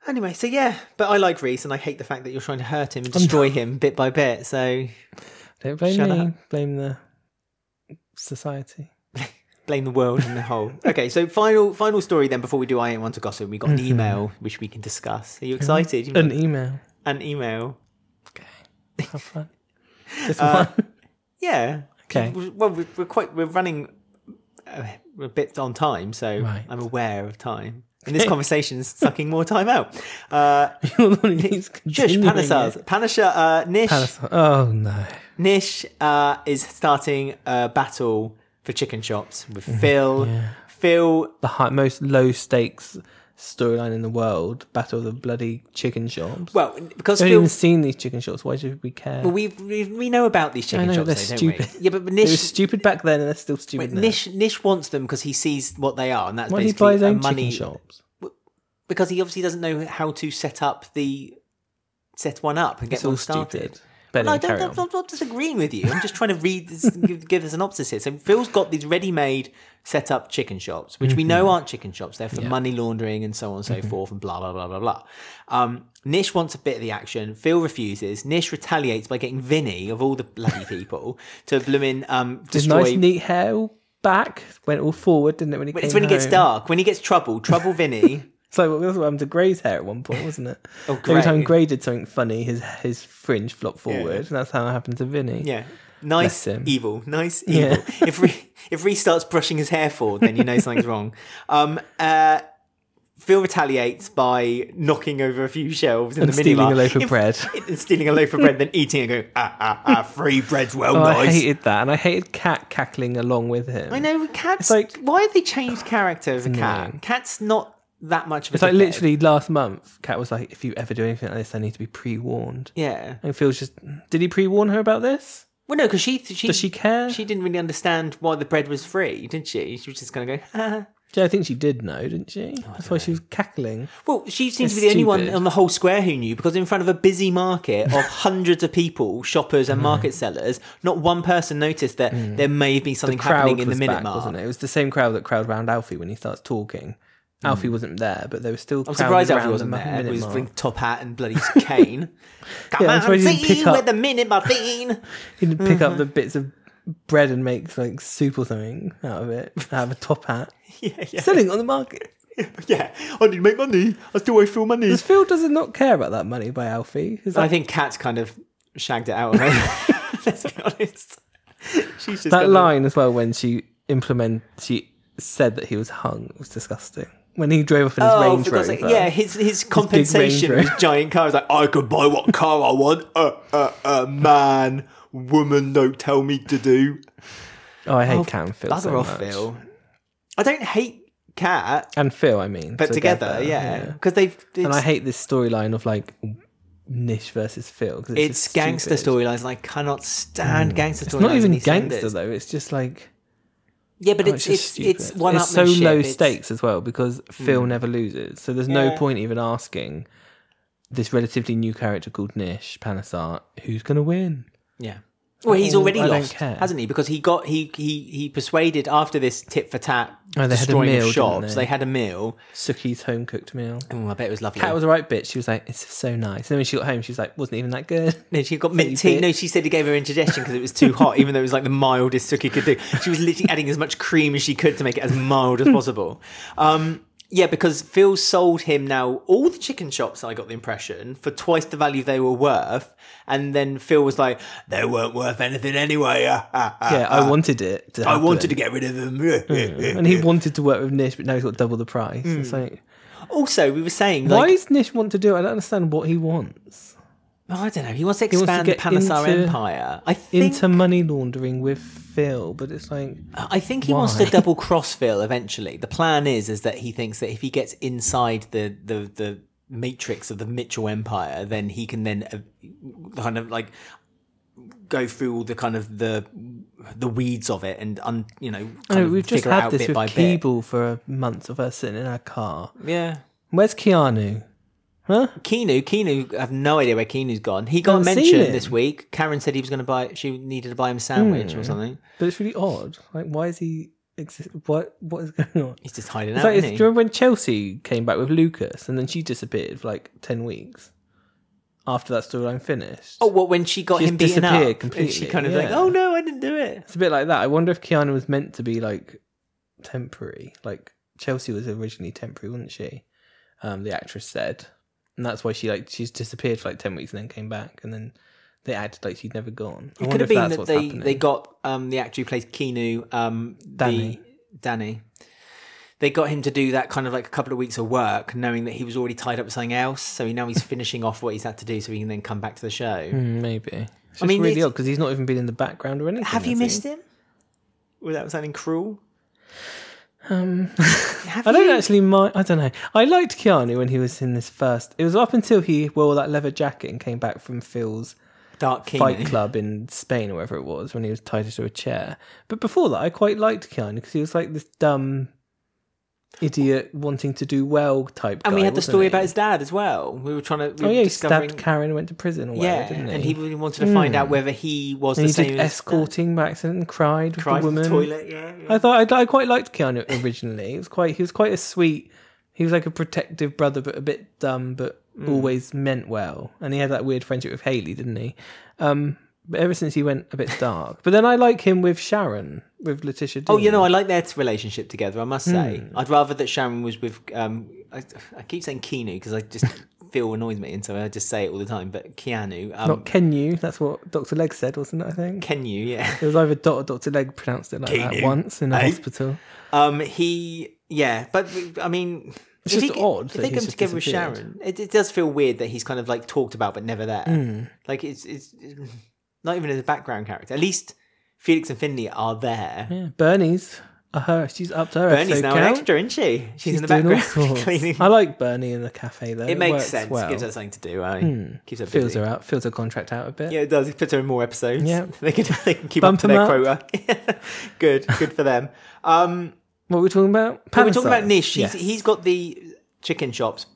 Speaker 1: Anyway, so yeah, but I like Reese and I hate the fact that you're trying to hurt him and destroy him bit by bit. So
Speaker 2: Don't blame
Speaker 1: Shut
Speaker 2: me.
Speaker 1: up.
Speaker 2: Blame the society.
Speaker 1: blame the world and the whole. Okay, so final final story then before we do I ain't want to gossip. We got an email which we can discuss. Are you excited? You've got
Speaker 2: Mm-hmm. An email.
Speaker 1: an email.
Speaker 2: Have fun. Just
Speaker 1: Uh,
Speaker 2: one.
Speaker 1: Yeah.
Speaker 2: Okay.
Speaker 1: We- Well, we- we're quite we're running a, a bit on time, so
Speaker 2: Right.
Speaker 1: I'm aware of time. And this conversation's sucking more time out. Uh,
Speaker 2: You're the one who keeps
Speaker 1: Jush
Speaker 2: continuing
Speaker 1: Panesas,
Speaker 2: it.
Speaker 1: Panisha, uh, Nish,
Speaker 2: Panas- Oh no.
Speaker 1: Nish uh, is starting a battle for chicken shops with
Speaker 2: Mm-hmm.
Speaker 1: Phil. Phil,
Speaker 2: The high, most low stakes storyline in the world, Battle of the Bloody Chicken Shops.
Speaker 1: well, because
Speaker 2: I haven't
Speaker 1: Phil,
Speaker 2: even seen these chicken shops. Why should we care?
Speaker 1: we we we know about these chicken
Speaker 2: I know,
Speaker 1: shops,
Speaker 2: they're
Speaker 1: though, don't
Speaker 2: stupid.
Speaker 1: we? Yeah, but
Speaker 2: they were
Speaker 1: Nish,
Speaker 2: stupid back then and they're still stupid now.
Speaker 1: Nish, Nish wants them because he sees what they are, and that's
Speaker 2: Why did he
Speaker 1: basically
Speaker 2: buy his
Speaker 1: a
Speaker 2: own
Speaker 1: money
Speaker 2: chicken shops?
Speaker 1: because he obviously doesn't know how to set up the set one up and get
Speaker 2: It's all
Speaker 1: one started.
Speaker 2: stupid. But
Speaker 1: No, I
Speaker 2: anyway,
Speaker 1: don't,
Speaker 2: carry
Speaker 1: I'm
Speaker 2: on.
Speaker 1: not- not disagreeing with you. I'm just trying to read this, give, give a synopsis here. So Phil's got these ready-made set-up chicken shops, which we
Speaker 2: Mm-hmm.
Speaker 1: know aren't chicken shops. They're for money laundering and so on and so forth, and blah blah blah blah blah. Um, Nish wants a bit of the action. Phil refuses. Nish retaliates by getting Vinny of all the bloody people to bloomin' um,
Speaker 2: His
Speaker 1: destroy.
Speaker 2: nice neat hair all back went all forward, didn't it? When he
Speaker 1: But it's
Speaker 2: came
Speaker 1: when he gets
Speaker 2: home?
Speaker 1: dark. When he gets trouble, trouble Vinny.
Speaker 2: So what- that's what happened to Gray's hair at one point, wasn't it?
Speaker 1: Oh,
Speaker 2: Every time
Speaker 1: Grey.
Speaker 2: Gray did something funny, his his fringe flopped forward, and that's how it happened to Vinny.
Speaker 1: Yeah. Nice
Speaker 2: Bless him.
Speaker 1: evil, nice evil.
Speaker 2: Yeah.
Speaker 1: if Ree, if Ree starts brushing his hair forward, then you know something's wrong. Um, uh, Phil retaliates by knocking over a few shelves in
Speaker 2: And
Speaker 1: the
Speaker 2: stealing
Speaker 1: minibar.
Speaker 2: a loaf of
Speaker 1: If-
Speaker 2: bread.
Speaker 1: and stealing a loaf of bread, then eating it, and going ah ah ah, free bread's well
Speaker 2: Oh,
Speaker 1: nice.
Speaker 2: I hated that, and I hated Cat cackling along with him.
Speaker 1: I know cats.
Speaker 2: like-
Speaker 1: why have they changed character as a cat? Cat's not that much of a
Speaker 2: It's like
Speaker 1: dickhead.
Speaker 2: literally last month, Kat was like, if you ever do anything like this, I need to be pre warned.
Speaker 1: Yeah.
Speaker 2: And Phil's just, did he pre warn her about this?
Speaker 1: Well, no, because she she,
Speaker 2: Does she care?
Speaker 1: she didn't really understand why the bread was free, did she? She was just going to go. Ah.
Speaker 2: Yeah, I think she did know, didn't
Speaker 1: Oh,
Speaker 2: she? That's why she was cackling.
Speaker 1: Well, she seems to
Speaker 2: It's
Speaker 1: be the only one
Speaker 2: stupid.
Speaker 1: on the whole square who knew because in front of a busy market of hundreds of people, shoppers
Speaker 2: Hmm.
Speaker 1: and market sellers, not one person noticed that there may have been something happening in the
Speaker 2: was
Speaker 1: minute
Speaker 2: back,
Speaker 1: mark.
Speaker 2: wasn't it? It was the same crowd that crowd round Alfie when he starts talking. Alfie wasn't there, but they were still.
Speaker 1: Hmm. I'm surprised
Speaker 2: Alfie
Speaker 1: Alfie wasn't there. He
Speaker 2: Minute
Speaker 1: was
Speaker 2: mark.
Speaker 1: wearing top hat and bloody cane. Come
Speaker 2: Yeah, I'm
Speaker 1: on,
Speaker 2: surprised he didn't
Speaker 1: see
Speaker 2: pick
Speaker 1: where
Speaker 2: up-
Speaker 1: the minute mark
Speaker 2: He didn't pick
Speaker 1: Mm-hmm.
Speaker 2: up the bits of bread and make like soup or something out of it. Out of a top hat,
Speaker 1: Yeah, yeah,
Speaker 2: selling on the market.
Speaker 1: yeah. I need to make money. That's the way I feel money.
Speaker 2: Because Phil doesn't not care about that money by Alfie. He's
Speaker 1: I
Speaker 2: like,
Speaker 1: think Kat's kind of shagged it out of her. Let's be honest. She's just
Speaker 2: that
Speaker 1: gone,
Speaker 2: line as well when she implement she said that he was hung was disgusting. When he drove up in his
Speaker 1: Oh,
Speaker 2: Range
Speaker 1: for God's sake.
Speaker 2: Rover,
Speaker 1: yeah, his his compensation
Speaker 2: Range
Speaker 1: with giant car is like I could buy what car I want. Uh, uh, uh, man, woman, don't tell me to do.
Speaker 2: Oh, I hate Cam Phil
Speaker 1: Bugger
Speaker 2: so
Speaker 1: off,
Speaker 2: much.
Speaker 1: Phil. I don't hate Cat,
Speaker 2: and Phil, I mean,
Speaker 1: but together, yeah, because they've. It's,
Speaker 2: And I hate this storyline of like Nish versus Phil. 'cause
Speaker 1: it's
Speaker 2: just
Speaker 1: gangster
Speaker 2: stupid.
Speaker 1: storylines. I cannot stand gangster storylines.
Speaker 2: It's not
Speaker 1: in
Speaker 2: even
Speaker 1: these
Speaker 2: gangster
Speaker 1: standards.
Speaker 2: though. It's just like
Speaker 1: Yeah, but
Speaker 2: oh,
Speaker 1: it's
Speaker 2: it's
Speaker 1: it's
Speaker 2: just stupid.
Speaker 1: it's one
Speaker 2: it's so low
Speaker 1: upmanship, it's- Hmm.
Speaker 2: stakes as well because Phil never loses, so there's no
Speaker 1: Yeah.
Speaker 2: point even asking this relatively new character called Nish Panesar who's going to win.
Speaker 1: Yeah. Oh, Well, he's
Speaker 2: all-
Speaker 1: already
Speaker 2: I don't
Speaker 1: lost,
Speaker 2: care.
Speaker 1: hasn't he? Because he got he he he persuaded after this tit for tat
Speaker 2: Oh, they had a
Speaker 1: destroying
Speaker 2: meal,
Speaker 1: of
Speaker 2: didn't
Speaker 1: shops.
Speaker 2: they?
Speaker 1: They had a meal.
Speaker 2: Suki's home cooked meal.
Speaker 1: Oh, I bet it was lovely.
Speaker 2: Kat was a right bitch. She was like, "It's so nice." And then when she got home, she was like, "Wasn't even that good."
Speaker 1: No, she got mint tea.
Speaker 2: bitch.
Speaker 1: No, she said it gave her indigestion because it was too hot, even though it was like the mildest cookie could do. She was literally adding as much cream as she could to make it as mild as possible. Um, yeah, because Phil sold him now all the chicken shops, I got the impression, for twice the value they were worth. And then Phil was like, they weren't worth anything anyway. ah, ah, ah,
Speaker 2: Yeah, I wanted it. To
Speaker 1: I
Speaker 2: happen.
Speaker 1: wanted to get rid of them.
Speaker 2: and he wanted to work with Nish, but now he's got double the price.
Speaker 1: Hmm.
Speaker 2: It's like,
Speaker 1: Also, we were saying,
Speaker 2: why
Speaker 1: like,
Speaker 2: does Nish want to do it? I don't understand what he wants.
Speaker 1: I don't know, he wants to
Speaker 2: wants to
Speaker 1: expand
Speaker 2: get
Speaker 1: the Panesar
Speaker 2: into-
Speaker 1: empire. I think,
Speaker 2: Into money laundering with Phil, but it's like,
Speaker 1: I think he wants to
Speaker 2: why?
Speaker 1: double cross Phil eventually. The plan is, is that he thinks that if he gets inside the the the matrix of the Mitchell empire, then he can then uh, kind of like go through all the kind of the the weeds of it and un, you know kind
Speaker 2: no,
Speaker 1: of
Speaker 2: we've just
Speaker 1: figure
Speaker 2: had
Speaker 1: out
Speaker 2: this
Speaker 1: bit
Speaker 2: with
Speaker 1: by
Speaker 2: Keeble for a month of us sitting in our car.
Speaker 1: bit. Yeah.
Speaker 2: Where's Keanu? Huh?
Speaker 1: Kinu, Kinu, I have no idea where Kinu's gone. He got
Speaker 2: haven't seen
Speaker 1: mentioned
Speaker 2: him.
Speaker 1: this week. Karen said he was going to buy. She needed to buy him a sandwich
Speaker 2: Hmm.
Speaker 1: or something.
Speaker 2: But it's really odd. Like, why is he exist? What what is going on?
Speaker 1: He's just hiding
Speaker 2: It's
Speaker 1: out.
Speaker 2: like, it's, do
Speaker 1: isn't
Speaker 2: you
Speaker 1: he?
Speaker 2: remember when Chelsea came back with Lucas and then she disappeared for like ten weeks after that storyline finished?
Speaker 1: Oh, well, when she got
Speaker 2: She
Speaker 1: him
Speaker 2: just
Speaker 1: beaten
Speaker 2: disappeared
Speaker 1: up, and she
Speaker 2: completely,
Speaker 1: kind of like,
Speaker 2: yeah.
Speaker 1: oh no, I didn't do it.
Speaker 2: It's a bit like that. I wonder if Keanu was meant to be like temporary. Like Chelsea was originally temporary, wasn't she? Um, the actress said, and that's why she like she's disappeared for like ten weeks and then came back, and then they acted like she'd never gone. I
Speaker 1: It could have
Speaker 2: wonder if
Speaker 1: been
Speaker 2: that's
Speaker 1: that
Speaker 2: what's
Speaker 1: they,
Speaker 2: happening.
Speaker 1: they got um, the actor who plays Keanu, um,
Speaker 2: Danny.
Speaker 1: The, Danny. They got him to do that kind of like a couple of weeks of work, knowing that he was already tied up with something else. So he- now he's finishing off what he's had to do, so he can then come back to the show.
Speaker 2: Mm, maybe. It's just
Speaker 1: I mean,
Speaker 2: really
Speaker 1: it's-
Speaker 2: odd because he's not even been in the background or anything.
Speaker 1: Have you
Speaker 2: has he?
Speaker 1: missed him? Without sounding cruel,
Speaker 2: Um,
Speaker 1: have
Speaker 2: I
Speaker 1: you?
Speaker 2: don't actually mind. I don't know. I liked Keanu when he was in this first. It was up until he wore that leather jacket and came back from Phil's
Speaker 1: Dark Keanu.
Speaker 2: fight club in Spain or wherever it was when he was tied to a chair. But before that, I quite liked Keanu because he was like this dumb idiot wanting to do well type.
Speaker 1: and we
Speaker 2: guy,
Speaker 1: had the
Speaker 2: wasn't
Speaker 1: story
Speaker 2: he?
Speaker 1: about his dad as well. We were trying to. We
Speaker 2: oh
Speaker 1: were
Speaker 2: yeah, he
Speaker 1: discovering,
Speaker 2: stabbed Karen, and went to prison or whatever,
Speaker 1: Yeah,
Speaker 2: didn't he? Hmm.
Speaker 1: and he really wanted to find out whether he was
Speaker 2: And
Speaker 1: the
Speaker 2: he
Speaker 1: same
Speaker 2: did
Speaker 1: as uh,
Speaker 2: escorting by accident and cried with
Speaker 1: Cried
Speaker 2: the
Speaker 1: from
Speaker 2: woman.
Speaker 1: the toilet. Yeah, yeah.
Speaker 2: I thought I, I quite liked Keanu originally. It was quite he was quite a sweet. He was like a protective brother, but a bit dumb, but
Speaker 1: Hmm.
Speaker 2: always meant well. And he had that weird friendship with Haley, didn't he? Um, but ever since he went a bit dark. but then I like him with Sharon, with Letitia.
Speaker 1: Oh, you know, I like their t- relationship together. I must say,
Speaker 2: Hmm.
Speaker 1: I'd rather that Sharon was with. Um, I, I keep saying Keanu because I just Phil annoys me, and so I just say it all the time. But Keanu, um,
Speaker 2: not Kenyu. That's what Doctor Leg said, wasn't it? I think
Speaker 1: Kenyu, yeah.
Speaker 2: it was either Dot or Doctor Leg pronounced it like
Speaker 1: Kenyu,
Speaker 2: that once in a
Speaker 1: eh?
Speaker 2: hospital.
Speaker 1: Um, he, yeah, but I mean,
Speaker 2: It's
Speaker 1: if
Speaker 2: just
Speaker 1: he-
Speaker 2: odd
Speaker 1: If
Speaker 2: that
Speaker 1: they
Speaker 2: he's
Speaker 1: come
Speaker 2: just
Speaker 1: together with
Speaker 2: disappeared.
Speaker 1: Sharon, it, it does feel weird that he's kind of like talked about but never there.
Speaker 2: Hmm.
Speaker 1: Like it's it's
Speaker 2: Hmm.
Speaker 1: not even as a background character. At least Felix and Finley are there.
Speaker 2: Yeah, Bernie's her. She's up to her.
Speaker 1: Bernie's
Speaker 2: episode
Speaker 1: now an
Speaker 2: count.
Speaker 1: extra, isn't she? She's, in the
Speaker 2: doing all
Speaker 1: background
Speaker 2: sorts.
Speaker 1: cleaning.
Speaker 2: I like Bernie in the cafe though.
Speaker 1: It, makes
Speaker 2: works
Speaker 1: sense.
Speaker 2: Well. Hmm.
Speaker 1: Gives her something to do. I Keeps her busy.
Speaker 2: fills her out, fills her contract out a bit.
Speaker 1: Yeah, it does. It puts her in more episodes.
Speaker 2: Yeah.
Speaker 1: they can they can keep
Speaker 2: Bump
Speaker 1: up to their
Speaker 2: them
Speaker 1: quota. good, good for them. Um,
Speaker 2: What were we talking about?
Speaker 1: but we're talking
Speaker 2: Panasonic.
Speaker 1: about Nish. He's,
Speaker 2: Yes.
Speaker 1: he's got the chicken shops.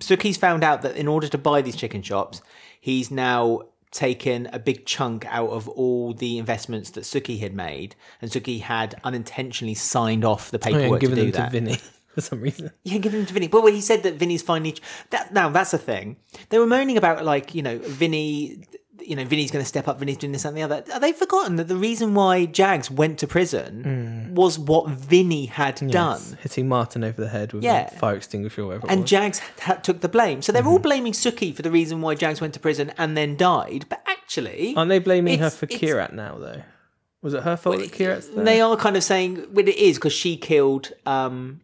Speaker 1: Suki's found out that in order to buy these chicken shops, he's now taken a big chunk out of all the investments that Suki had made, and Suki had unintentionally signed off the
Speaker 2: Oh, yeah, and
Speaker 1: paperwork
Speaker 2: giving
Speaker 1: to do
Speaker 2: them
Speaker 1: that.
Speaker 2: to Vinny for some reason.
Speaker 1: Yeah, give them to Vinny. But when he said that Vinny's finally that now that's a thing. They were moaning about like you know Vinny, you know Vinny's going to step up. Vinny's doing this and the other. They've forgotten that the reason why Jags went to prison
Speaker 2: Mm.
Speaker 1: was what Vinny had done,
Speaker 2: hitting Martin over the head with
Speaker 1: Um, Yeah.
Speaker 2: a fire extinguisher or whatever. it
Speaker 1: and
Speaker 2: was.
Speaker 1: Jags ha- took the blame. So they're
Speaker 2: Mm-hmm.
Speaker 1: all blaming Suki for the reason why Jags went to prison and then died. But actually,
Speaker 2: aren't they blaming her
Speaker 1: it's-
Speaker 2: for
Speaker 1: it's-
Speaker 2: Kirat now though? Was it her fault that Kirat's there?
Speaker 1: they are kind of saying well, it is because she killed um,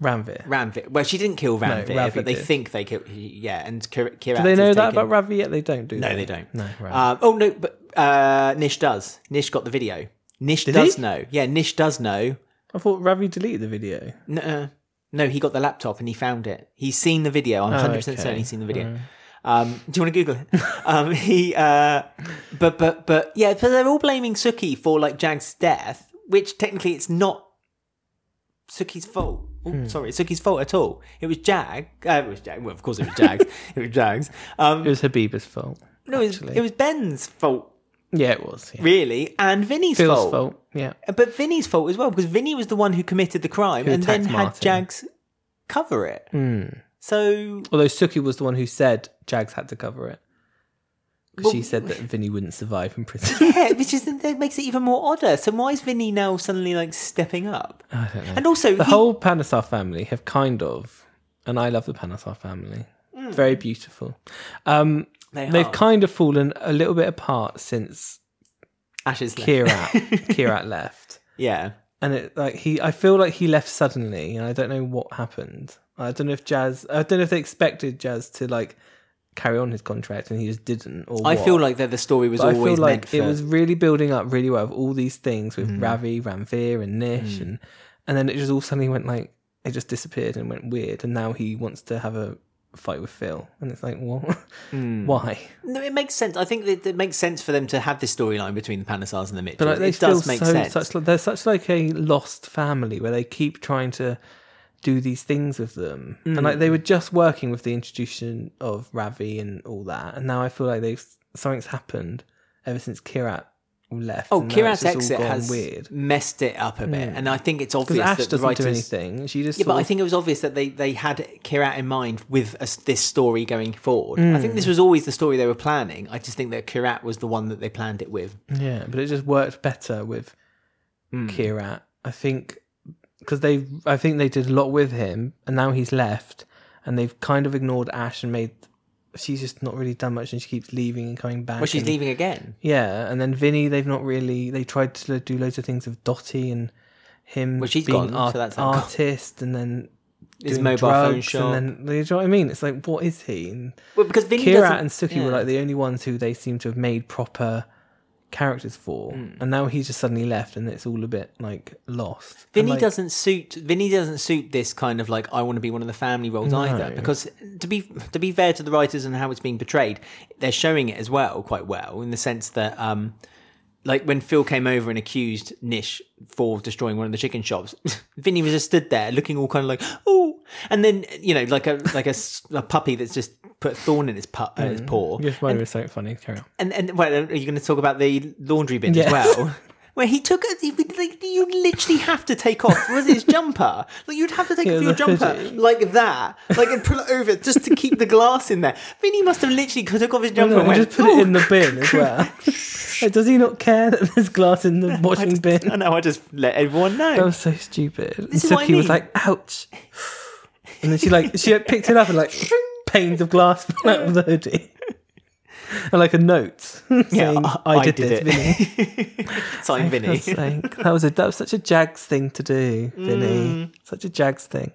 Speaker 2: Ranvir.
Speaker 1: Ranvir. Well, she didn't kill Ranvir,
Speaker 2: Ravi
Speaker 1: but they
Speaker 2: did.
Speaker 1: think they killed. Yeah, and Kir- Kirat.
Speaker 2: Do they
Speaker 1: has
Speaker 2: know that
Speaker 1: taken-
Speaker 2: about Ravi yet? They don't do.
Speaker 1: No, they don't.
Speaker 2: No, right.
Speaker 1: Um, oh no, but uh, Nish does. Nish got the video. Nish does
Speaker 2: he?
Speaker 1: know. Yeah, Nish does know.
Speaker 2: I thought Ravi deleted the video.
Speaker 1: No, no, he got the laptop and he found it. He's seen the video. I'm 100 percent
Speaker 2: okay.
Speaker 1: certain he's seen the video. Um, do you want to Google it? um, he, uh, but but but yeah, so they're all blaming Suki for like Jag's death, which technically it's not Suki's fault. Oh,
Speaker 2: Hmm.
Speaker 1: Sorry, it's Suki's fault at all. It was Jag. Uh, it was Jag. Well, of course it was Jags. it was Jags. Um,
Speaker 2: It was Habiba's fault.
Speaker 1: no, it was,
Speaker 2: actually.
Speaker 1: it was Ben's fault
Speaker 2: Yeah, it was. Yeah.
Speaker 1: really, and Vinny's
Speaker 2: Phil's
Speaker 1: fault.
Speaker 2: fault. Yeah.
Speaker 1: But Vinny's fault as well, because Vinny was the one who committed the crime
Speaker 2: Who
Speaker 1: and then
Speaker 2: attacked
Speaker 1: had
Speaker 2: Martin. Hmm.
Speaker 1: Jags cover it. So,
Speaker 2: Although Suki was the one who said Jags had to cover it. 'Cause
Speaker 1: Well-
Speaker 2: she said that Vinny wouldn't survive in prison.
Speaker 1: yeah, which is, that makes it even more odder. So, why is Vinny now suddenly like stepping up?
Speaker 2: I don't know.
Speaker 1: And also,
Speaker 2: the
Speaker 1: he-
Speaker 2: whole Panasar family have kind of, and I love the Panasar family.
Speaker 1: Hmm.
Speaker 2: Very beautiful. Um,
Speaker 1: They
Speaker 2: they've
Speaker 1: are.
Speaker 2: kind of fallen a little bit apart since
Speaker 1: Ashes left.
Speaker 2: Kirat Kirat left,
Speaker 1: Yeah.
Speaker 2: and it like he. I feel like he left suddenly, and I don't know what happened. I don't know if Jazz. I don't know if they expected Jazz to like carry on his contract, and he just didn't. Or
Speaker 1: I
Speaker 2: what.
Speaker 1: feel like that the story was
Speaker 2: But I feel
Speaker 1: always
Speaker 2: like
Speaker 1: meant for. Mm.
Speaker 2: it was really building up really well with all these things with Ravi, Ranveer, and Nish, and and then it just all suddenly went like it just disappeared and went weird, and now he wants to have a fight with Phil, and it's like, what?
Speaker 1: Mm.
Speaker 2: Why?
Speaker 1: No, it makes sense. I think that it makes sense for them to have this storyline between the Panasars and the Mitchells.
Speaker 2: But like, they
Speaker 1: it does
Speaker 2: feel
Speaker 1: make
Speaker 2: so
Speaker 1: sense.
Speaker 2: such they're such like a lost family where they keep trying to do these things with them, and
Speaker 1: Mm.
Speaker 2: like they were just working with the introduction of Ravi and all that, and now I feel like they've something's happened ever since Kirat left.
Speaker 1: Oh,
Speaker 2: and now
Speaker 1: Kirat's
Speaker 2: it's just all
Speaker 1: exit
Speaker 2: gone
Speaker 1: has
Speaker 2: weird. Hmm.
Speaker 1: messed it up a bit, and I think it's obvious
Speaker 2: Because Ash
Speaker 1: that the
Speaker 2: doesn't do
Speaker 1: writers
Speaker 2: anything. She just
Speaker 1: Yeah, but
Speaker 2: sort
Speaker 1: I
Speaker 2: of-
Speaker 1: think it was obvious that they, they had Kirat in mind with us this story going forward. I think
Speaker 2: Mm.
Speaker 1: this was always the story they were planning. I just think that Kirat was the one that they planned it with.
Speaker 2: yeah, but it just worked better with Mm.
Speaker 1: Hmm.
Speaker 2: Kirat. I think because they, I think they did a lot with him, and now he's left, and they've kind of ignored Ash and made. She's just not really done much, and she keeps leaving and coming back.
Speaker 1: Well, she's
Speaker 2: and-
Speaker 1: leaving again.
Speaker 2: Yeah, and then Vinny, they've not really. They tried to do loads of things with Dotty and him
Speaker 1: Well, she's
Speaker 2: being
Speaker 1: gone, so
Speaker 2: art-
Speaker 1: that's not gone.
Speaker 2: artist, and then
Speaker 1: His
Speaker 2: doing
Speaker 1: mobile phone
Speaker 2: drugs,
Speaker 1: shop.
Speaker 2: and then you know what I mean. It's like, what is he? And
Speaker 1: well, because Vinny doesn't-
Speaker 2: Kirat and Suki
Speaker 1: yeah.
Speaker 2: were like the only ones who they seem to have made proper characters for,
Speaker 1: Hmm.
Speaker 2: and now he's just suddenly left, and it's all a bit like lost. And,
Speaker 1: Vinny
Speaker 2: like,
Speaker 1: doesn't suit Vinny doesn't suit this kind of like I want to be one of the family roles either because to be to be fair to the writers and how it's being portrayed they're showing it as well quite well in the sense that um like when Phil came over and accused Nish for destroying one of the chicken shops Vinny was just stood there looking all kind of like oh and then you know like a like a, s- a puppy that's just put a thorn in its, pu- uh,
Speaker 2: Mm.
Speaker 1: its paw
Speaker 2: Yes, mine was so funny. Carry on.
Speaker 1: and and well, are you going to talk about the laundry bin as
Speaker 2: Yes.
Speaker 1: well? Where he took it, he would, like, you literally have to take off. Was it his jumper? Like you'd have to take
Speaker 2: Yeah,
Speaker 1: off your
Speaker 2: the
Speaker 1: jumper
Speaker 2: hoodie.
Speaker 1: like that, like and pull it over just to keep the glass in there. Vinny must have literally took off his jumper and
Speaker 2: No, I
Speaker 1: went,
Speaker 2: just put it in
Speaker 1: "Ooh."
Speaker 2: the bin as well. Like, does he not care that there's glass in the
Speaker 1: I
Speaker 2: washing
Speaker 1: just,
Speaker 2: bin?
Speaker 1: I know. I just let everyone
Speaker 2: That
Speaker 1: know.
Speaker 2: was so stupid. And
Speaker 1: is
Speaker 2: Suki
Speaker 1: what I mean.
Speaker 2: was like, ouch. And then she like she like, picked it up and like panes of glass fell out of the hoodie. And like a note saying, I, did, this, Vinny.
Speaker 1: it. Sign Vinny.
Speaker 2: God's sake. That was a that was such a Jags thing to do, Vinny. Such a Jags thing.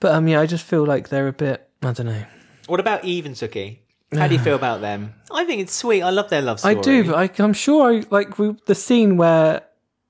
Speaker 2: But um yeah, I just feel like they're a bit I don't know.
Speaker 1: What about Eve and Suki? How do you feel about them? I think it's sweet. I love their love story.
Speaker 2: I do, but I, I'm sure I like we, the scene where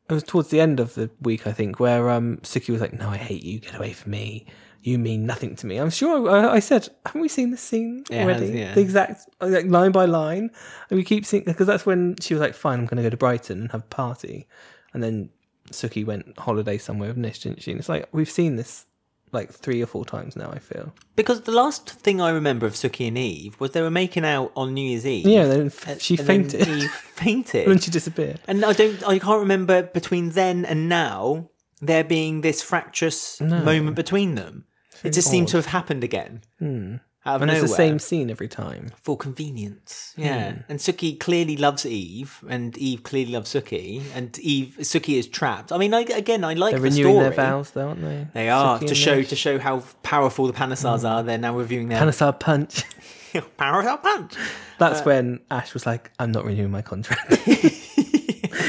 Speaker 2: it was towards the end of the week, I think, where um, Suki was like, "No, I hate you. Get away from me. You mean nothing to me." I'm sure I, I said, "Haven't we seen this scene
Speaker 1: Yeah, it
Speaker 2: already?
Speaker 1: has, yeah.
Speaker 2: The exact like line by line." And we keep seeing because that's when she was like, "Fine, I'm going to go to Brighton and have a party," and then Suki went holiday somewhere with Nish, didn't she? And it's like we've seen this like three or four times now. I feel.
Speaker 1: Because the last thing I remember of Suki and Eve was they were making out on New Year's Eve.
Speaker 2: Yeah, then f-
Speaker 1: and-
Speaker 2: she
Speaker 1: and then
Speaker 2: fainted.
Speaker 1: Eve fainted.
Speaker 2: and then she disappeared.
Speaker 1: And I don't, I can't remember between then and now there being this fractious moment between them. It just seemed to have happened again out of
Speaker 2: Hmm. And
Speaker 1: nowhere
Speaker 2: it's the same Hmm. scene every time.
Speaker 1: for convenience. Yeah, and Suki clearly loves Eve, and Eve clearly loves Suki, and Eve Suki is trapped. I mean, I, again, I like
Speaker 2: They're
Speaker 1: the
Speaker 2: renewing
Speaker 1: story.
Speaker 2: their vows, though, aren't they?
Speaker 1: They are
Speaker 2: Suki
Speaker 1: to
Speaker 2: and Hmm.
Speaker 1: show
Speaker 2: Nish.
Speaker 1: to show how powerful the Panasars are. They're now reviewing their
Speaker 2: Panasar punch.
Speaker 1: Parasar Punch. Uh,
Speaker 2: That's when Ash was like, I'm not renewing my contract.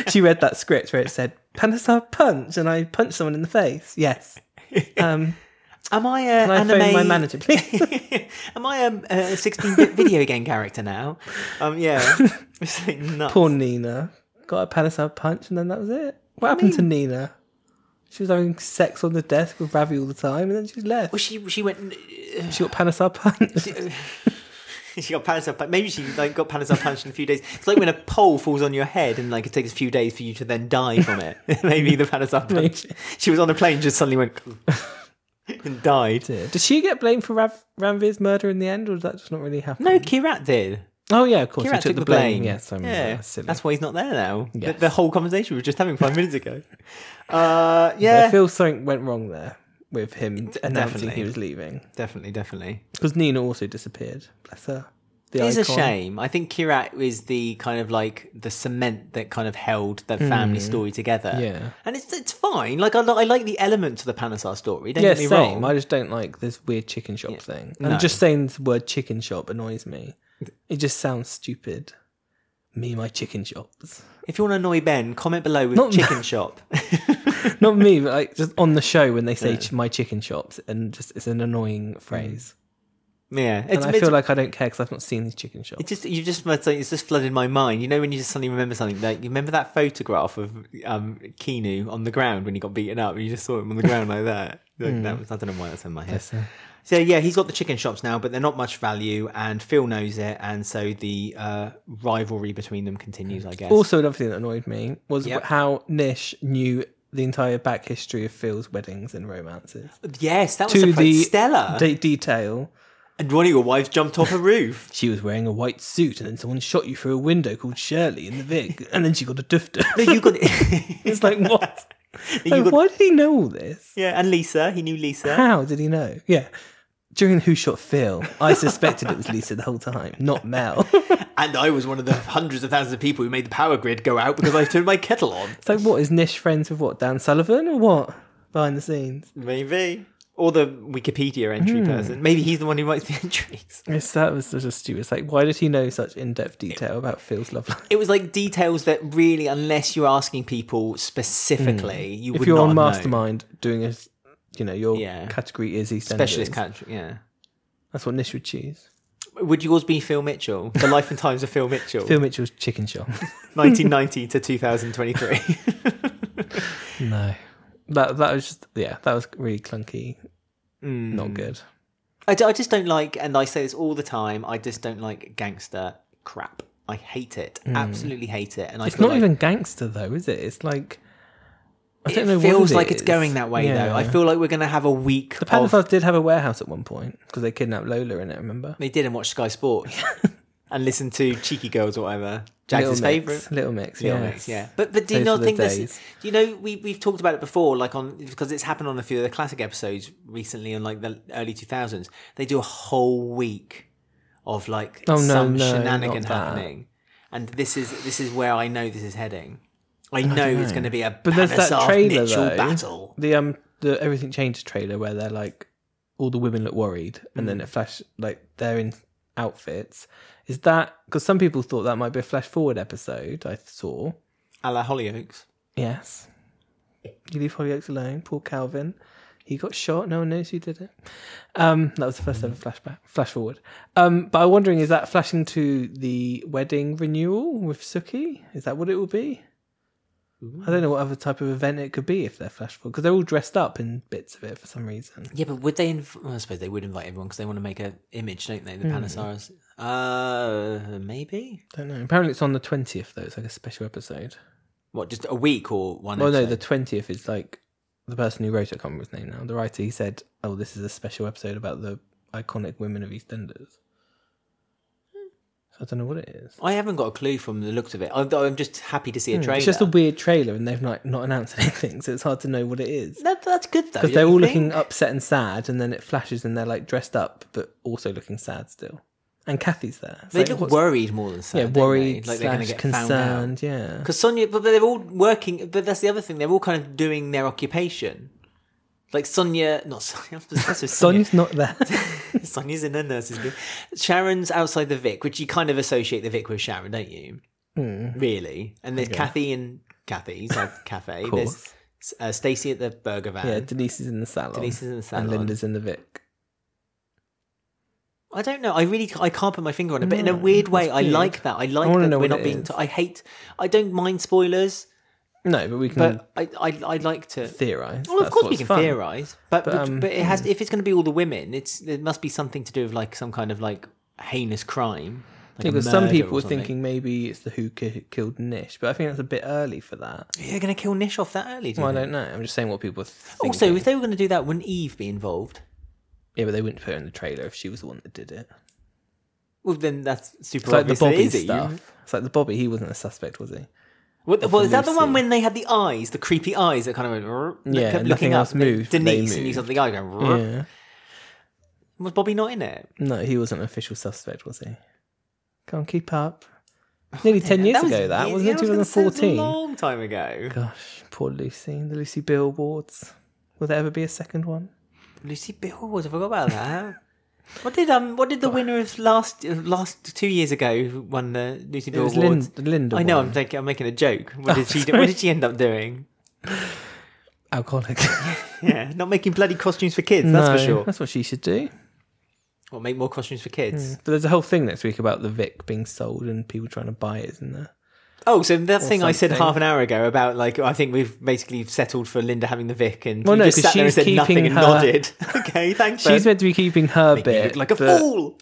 Speaker 2: she read that script where it said, Panasar punch, and I punched someone in the face. Yes. Um,
Speaker 1: Am I a
Speaker 2: can I
Speaker 1: anime?
Speaker 2: phone my manager, please?
Speaker 1: Am I um, a 16-bit video game character now? Um, yeah. It's like nuts.
Speaker 2: Poor Nina. Got a Panasar punch, and then that was it. What happened to Nina? She was having sex on the desk with Ravi all the time, and then she left.
Speaker 1: Well, she she went. uh,
Speaker 2: She got Panasar punch.
Speaker 1: She got Panasonic punch. Maybe she like got Panasonic punch in a few days. It's like when a pole falls on your head and like it takes a few days for you to then die from it. Maybe the Panasonic punch.
Speaker 2: Maybe.
Speaker 1: She was on a plane, just suddenly went and died.
Speaker 2: Did she get blamed for Rav- Ranveer's murder in the end, or did that just not really happen?
Speaker 1: No, Kirat did.
Speaker 2: Oh yeah, of course.
Speaker 1: Kirat
Speaker 2: he took, the blame. Yes, I remember.
Speaker 1: yeah,
Speaker 2: That's silly.
Speaker 1: that's why he's not there now. The-
Speaker 2: Yes.
Speaker 1: The, whole conversation we were just having five minutes ago. Uh, yeah,
Speaker 2: I feel something went wrong there with him announcing
Speaker 1: definitely.
Speaker 2: he was leaving
Speaker 1: definitely, definitely.
Speaker 2: because Nina also disappeared. Bless her. The
Speaker 1: It is a
Speaker 2: icon.
Speaker 1: shame. I think Kirat is the kind of like the cement that kind of held the family story together.
Speaker 2: Hmm. Yeah.
Speaker 1: and it's it's fine. Like I, li- I like the element to the Panasar story. Don't
Speaker 2: Yeah,
Speaker 1: get me
Speaker 2: same.
Speaker 1: wrong.
Speaker 2: I just don't like this weird chicken shop thing.
Speaker 1: No.
Speaker 2: And just saying the word chicken shop annoys me. It just sounds stupid. Me, my chicken shops.
Speaker 1: If you want to annoy Ben, comment below with
Speaker 2: Not-
Speaker 1: chicken shop.
Speaker 2: Not me, but like just on the show when they say ch my chicken shops, and just it's an annoying phrase.
Speaker 1: yeah,
Speaker 2: And
Speaker 1: Mm. it's,
Speaker 2: I
Speaker 1: it's,
Speaker 2: feel like I don't care because I've not seen these chicken shops.
Speaker 1: it just you just must say- it's just flooded my mind. You know when you just suddenly remember something. Like you remember that photograph of um Kinu on the ground when he got beaten up. You just saw him on the ground like that. Like,
Speaker 2: Hmm.
Speaker 1: That was I don't know why that's in my head.
Speaker 2: So-
Speaker 1: So yeah, he's got the chicken shops now, but they're not much value, and Phil knows it, and so the uh, rivalry between them continues, I guess.
Speaker 2: Also, another thing that annoyed me was
Speaker 1: Yep.
Speaker 2: how Nish knew the entire back history of Phil's weddings and romances
Speaker 1: yes, that was
Speaker 2: to
Speaker 1: surprising.
Speaker 2: the
Speaker 1: Stella,
Speaker 2: de- detail.
Speaker 1: and one of your wives jumped off a roof.
Speaker 2: She was wearing a white suit, and then someone shot you through a window called Shirley in the Vic, and then she got a duff
Speaker 1: No,
Speaker 2: duff.
Speaker 1: you got,
Speaker 2: It's like oh, what?
Speaker 1: you
Speaker 2: Like,
Speaker 1: got
Speaker 2: why did he know all this?
Speaker 1: yeah, and Lisa, he knew Lisa.
Speaker 2: How did he know? Yeah. During Who Shot Phil, I suspected it was Lisa the whole time, not Mel. It's
Speaker 1: And I was one of the hundreds of thousands of people who made the power grid go out because I turned my kettle on.
Speaker 2: like, what is Nish friends with what Dan Sullivan or what? Behind the scenes,
Speaker 1: Maybe. Or the Wikipedia
Speaker 2: Hmm.
Speaker 1: entry person. Maybe he's the one who writes the entries.
Speaker 2: yes, that was just stupid. It's like, why did he know such in-depth detail about Phil's love life?
Speaker 1: It was like details that really, unless you're asking people specifically, you would
Speaker 2: Hmm. if you're
Speaker 1: not
Speaker 2: on
Speaker 1: have known.
Speaker 2: Mastermind doing a, you know, your
Speaker 1: Yeah.
Speaker 2: category is EastEnders.
Speaker 1: specialist country. Yeah.
Speaker 2: That's what Nish would choose.
Speaker 1: Would yours be Phil Mitchell? The Life and Times of Phil Mitchell,
Speaker 2: Phil Mitchell's Chicken Shop.
Speaker 1: 1990 to 2023.
Speaker 2: no, that that was just yeah, that was really clunky.
Speaker 1: Hmm.
Speaker 2: Not good.
Speaker 1: I, d- I just don't like, and I say this all the time. I just don't like gangster crap. I hate it. Absolutely hate it. And I
Speaker 2: Hmm. It's
Speaker 1: feel
Speaker 2: not
Speaker 1: like
Speaker 2: even gangster though, is it? It's like I don't
Speaker 1: it
Speaker 2: know. what
Speaker 1: feels
Speaker 2: it
Speaker 1: like it's
Speaker 2: is.
Speaker 1: going that way
Speaker 2: Yeah.
Speaker 1: though. I feel like we're gonna have a week.
Speaker 2: the
Speaker 1: of,
Speaker 2: Panthers did have a warehouse at one point because they kidnapped Lola in it. Remember?
Speaker 1: they did and watch Sky Sports and listen to Cheeky Girls or whatever. Jags'
Speaker 2: Little Mix.
Speaker 1: favorite.
Speaker 2: Little Mix.
Speaker 1: Little
Speaker 2: yes.
Speaker 1: Mix, yeah. But but do you
Speaker 2: Those
Speaker 1: not
Speaker 2: were the
Speaker 1: think this?
Speaker 2: days.
Speaker 1: Is, do you know we we've talked about it before, like on because it's happened on a few of the classic episodes recently, on like the early two thousands. They do a whole week of like
Speaker 2: Oh, no,
Speaker 1: some
Speaker 2: no,
Speaker 1: shenanigan
Speaker 2: not that.
Speaker 1: happening, and this is this is where I know this is heading. I know it's going to be a
Speaker 2: But there's that
Speaker 1: Panasar
Speaker 2: trailer,
Speaker 1: Mitchell
Speaker 2: though.
Speaker 1: battle.
Speaker 2: the um the everything changes trailer where they're like all the women look worried and then it flash like they're in outfits is that because some people thought that might be a flash forward episode i saw
Speaker 1: A la Hollyoaks.
Speaker 2: yes you leave hollyoaks alone poor calvin he got shot no one knows who did it um that was the first ever flashback flash forward um but i'm wondering is that flashing to the wedding renewal with suki is that what it will be I don't know what other type of event it could be if they're flash because they're all dressed up in bits of it for some reason.
Speaker 1: Yeah, but would they? Inv- well, I suppose they would invite everyone because they want to make an image, don't they? The
Speaker 2: Hmm.
Speaker 1: Panasaras. Uh, maybe.
Speaker 2: Don't know. Apparently, it's on the twentieth though. It's like a special episode.
Speaker 1: What? Just a week or one?
Speaker 2: Well, no,
Speaker 1: episode?
Speaker 2: the twentieth is like the person who wrote it. I can't remember his name now. The writer he said, "Oh, this is a special episode about the iconic women of EastEnders." So I don't know what it is.
Speaker 1: I haven't got a clue from the looks of it. Although I'm just happy to see a trailer.
Speaker 2: It's Hmm, just a weird trailer, and they've not not announced anything, so it's hard to know what it is.
Speaker 1: That, that's good though.
Speaker 2: Because they're
Speaker 1: don't
Speaker 2: all
Speaker 1: you think?
Speaker 2: looking upset and sad, and then it flashes, and they're like dressed up, but also looking sad still. And Kathy's there. It's
Speaker 1: They
Speaker 2: like,
Speaker 1: look
Speaker 2: what's-
Speaker 1: worried more than sad.
Speaker 2: yeah,
Speaker 1: don't they?
Speaker 2: worried,
Speaker 1: Like they're going to
Speaker 2: slash
Speaker 1: get found out.
Speaker 2: concerned. Yeah,
Speaker 1: Because Sonia, but they're all working. But that's the other thing. They're all kind of doing their occupation. Like Sonia, not Sonia. I'm obsessed with Sonia.
Speaker 2: Sonya's not there.
Speaker 1: Sonia's in her nurse's room. Sharon's outside the Vic, which you kind of associate the Vic with Sharon, don't you?
Speaker 2: Hmm.
Speaker 1: Really? And there's Kathy and Kathy's like cafe.
Speaker 2: course.
Speaker 1: There's uh, Stacy at the burger van.
Speaker 2: yeah, Denise is in the salon.
Speaker 1: Denise is in the
Speaker 2: and
Speaker 1: salon.
Speaker 2: Linda's in the Vic.
Speaker 1: I don't know. I really I can't put my finger on it, but in a weird way, I
Speaker 2: weird.
Speaker 1: like that. I like
Speaker 2: wanna
Speaker 1: that
Speaker 2: know
Speaker 1: we're
Speaker 2: what
Speaker 1: not
Speaker 2: it
Speaker 1: being.
Speaker 2: is.
Speaker 1: T- I hate. I don't mind spoilers,
Speaker 2: No, but we can
Speaker 1: but I, I I like to.
Speaker 2: theorize.
Speaker 1: Well, of
Speaker 2: Hmm. That's
Speaker 1: course we
Speaker 2: what's
Speaker 1: can
Speaker 2: fun.
Speaker 1: theorize, but but,
Speaker 2: But, um,
Speaker 1: but it has. If it's going to be all the women, it's it must be something to do with like some kind of like heinous crime. Like a
Speaker 2: Because some
Speaker 1: murder or
Speaker 2: people were
Speaker 1: something.
Speaker 2: thinking maybe it's the who ki- killed Nish, but I think that's a bit early for that.
Speaker 1: You're going to kill Nish off that early, do you
Speaker 2: Well, I
Speaker 1: think?
Speaker 2: don't know. I'm just saying what people think.
Speaker 1: Also, if they were going to do that, wouldn't Eve be involved?
Speaker 2: yeah, but they wouldn't put her in the trailer if she was the one that did it.
Speaker 1: Well, then that's super
Speaker 2: It's like the
Speaker 1: obvious. that it
Speaker 2: Bobby
Speaker 1: is Eve.
Speaker 2: stuff. It's like the Bobby. He wasn't a suspect, was he?
Speaker 1: What, well, is that the one
Speaker 2: Lucy.
Speaker 1: when they had the eyes, the creepy eyes that kind of went, "Rrr," that
Speaker 2: Yeah,
Speaker 1: kept
Speaker 2: nothing
Speaker 1: looking up?
Speaker 2: else moved, but they
Speaker 1: Denise and you saw
Speaker 2: moved.
Speaker 1: the guy going, "Rrr."
Speaker 2: Yeah.
Speaker 1: was Bobby not in it?
Speaker 2: No, he wasn't an official suspect, was he? Can't keep up. Nearly ten years
Speaker 1: was
Speaker 2: ago, that
Speaker 1: ye-
Speaker 2: wasn't it?
Speaker 1: yeah, I was gonna say, it was a
Speaker 2: 2014.
Speaker 1: long time ago.
Speaker 2: Gosh, poor Lucy. The Lucy Bill Awards. Will there ever be a second one?
Speaker 1: Lucy Bill was. I forgot about that. what did um? What did the winner of last of last two years ago who won the Lucy
Speaker 2: It
Speaker 1: Bill
Speaker 2: was
Speaker 1: Awards?
Speaker 2: Linda. Oh, Linda
Speaker 1: I know.
Speaker 2: won.
Speaker 1: I'm thinking, I'm making a joke. What did she? Do, what did she end up doing?
Speaker 2: alcoholic.
Speaker 1: Yeah, not making bloody costumes for kids. That's
Speaker 2: No,
Speaker 1: for sure.
Speaker 2: That's what she should do.
Speaker 1: Or make more costumes for kids.
Speaker 2: But there's a whole thing next week about the Vic being sold and people trying to buy it, isn't there?
Speaker 1: Oh, so that thing I said
Speaker 2: something.
Speaker 1: half an hour ago about like I think we've basically settled for Linda having the Vic, and
Speaker 2: Well,
Speaker 1: you
Speaker 2: no,
Speaker 1: just
Speaker 2: 'cause
Speaker 1: sat there and
Speaker 2: she's
Speaker 1: said nothing and
Speaker 2: keeping her-
Speaker 1: nodded. okay, thanks.
Speaker 2: She's meant to be keeping her
Speaker 1: you
Speaker 2: bit.
Speaker 1: look like a
Speaker 2: but
Speaker 1: fool.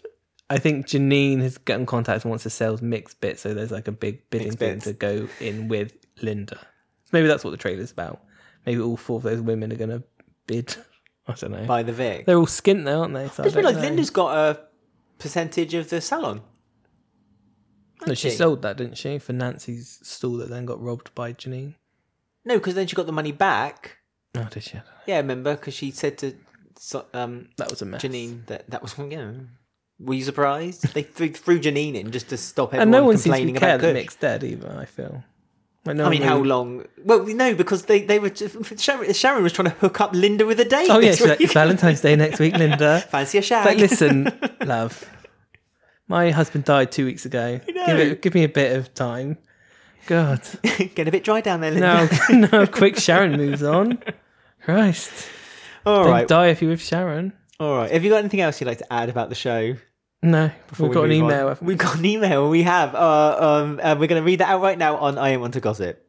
Speaker 2: I think Janine has got in contact and wants to sell mixed bit, so there's like a big bidding
Speaker 1: Mixed
Speaker 2: thing
Speaker 1: bits.
Speaker 2: to go in with Linda. Maybe that's what the trailer's about. Maybe all four of those women are going to bid. I don't know.
Speaker 1: By the Vic,
Speaker 2: They're all skint though, aren't they? So I
Speaker 1: just
Speaker 2: don't
Speaker 1: realised
Speaker 2: know.
Speaker 1: Linda's got a percentage of the salon.
Speaker 2: No, she
Speaker 1: she?
Speaker 2: sold that, didn't she, for Nancy's stall that then got robbed by Janine?
Speaker 1: No, because then she got the money back.
Speaker 2: Oh, did she?
Speaker 1: Yeah, remember because she said to so- um,
Speaker 2: That was a mess.
Speaker 1: Janine that that was yeah. Were you surprised? They threw, threw Janine in just to stop everyone
Speaker 2: And no one seems to
Speaker 1: complaining
Speaker 2: care
Speaker 1: about
Speaker 2: that
Speaker 1: Kush.
Speaker 2: Mick's dead either, I feel. Like, no
Speaker 1: I
Speaker 2: one
Speaker 1: mean, how
Speaker 2: really-
Speaker 1: long? Well, no, because they they were Sharon, Sharon was trying to hook up Linda with a date.
Speaker 2: Oh, yeah,
Speaker 1: this
Speaker 2: she's like,
Speaker 1: week.
Speaker 2: Valentine's Day next week, Linda.
Speaker 1: fancy a shag.
Speaker 2: It's like, listen, love, my husband died two weeks ago.
Speaker 1: know.
Speaker 2: Give, it, give me a bit of time. God.
Speaker 1: Getting a bit dry down there, Linda.
Speaker 2: Now, now, quick, Sharon moves on. Christ.
Speaker 1: all
Speaker 2: Don't
Speaker 1: right,
Speaker 2: die if you're with Sharon.
Speaker 1: all right. Have you got anything else you'd like to add about the show?
Speaker 2: No, we've
Speaker 1: move
Speaker 2: got an
Speaker 1: on?
Speaker 2: email. haven't we?
Speaker 1: We've got an email. We have. Uh, um, and we're going to read that out right now on I Am Want to Gossip.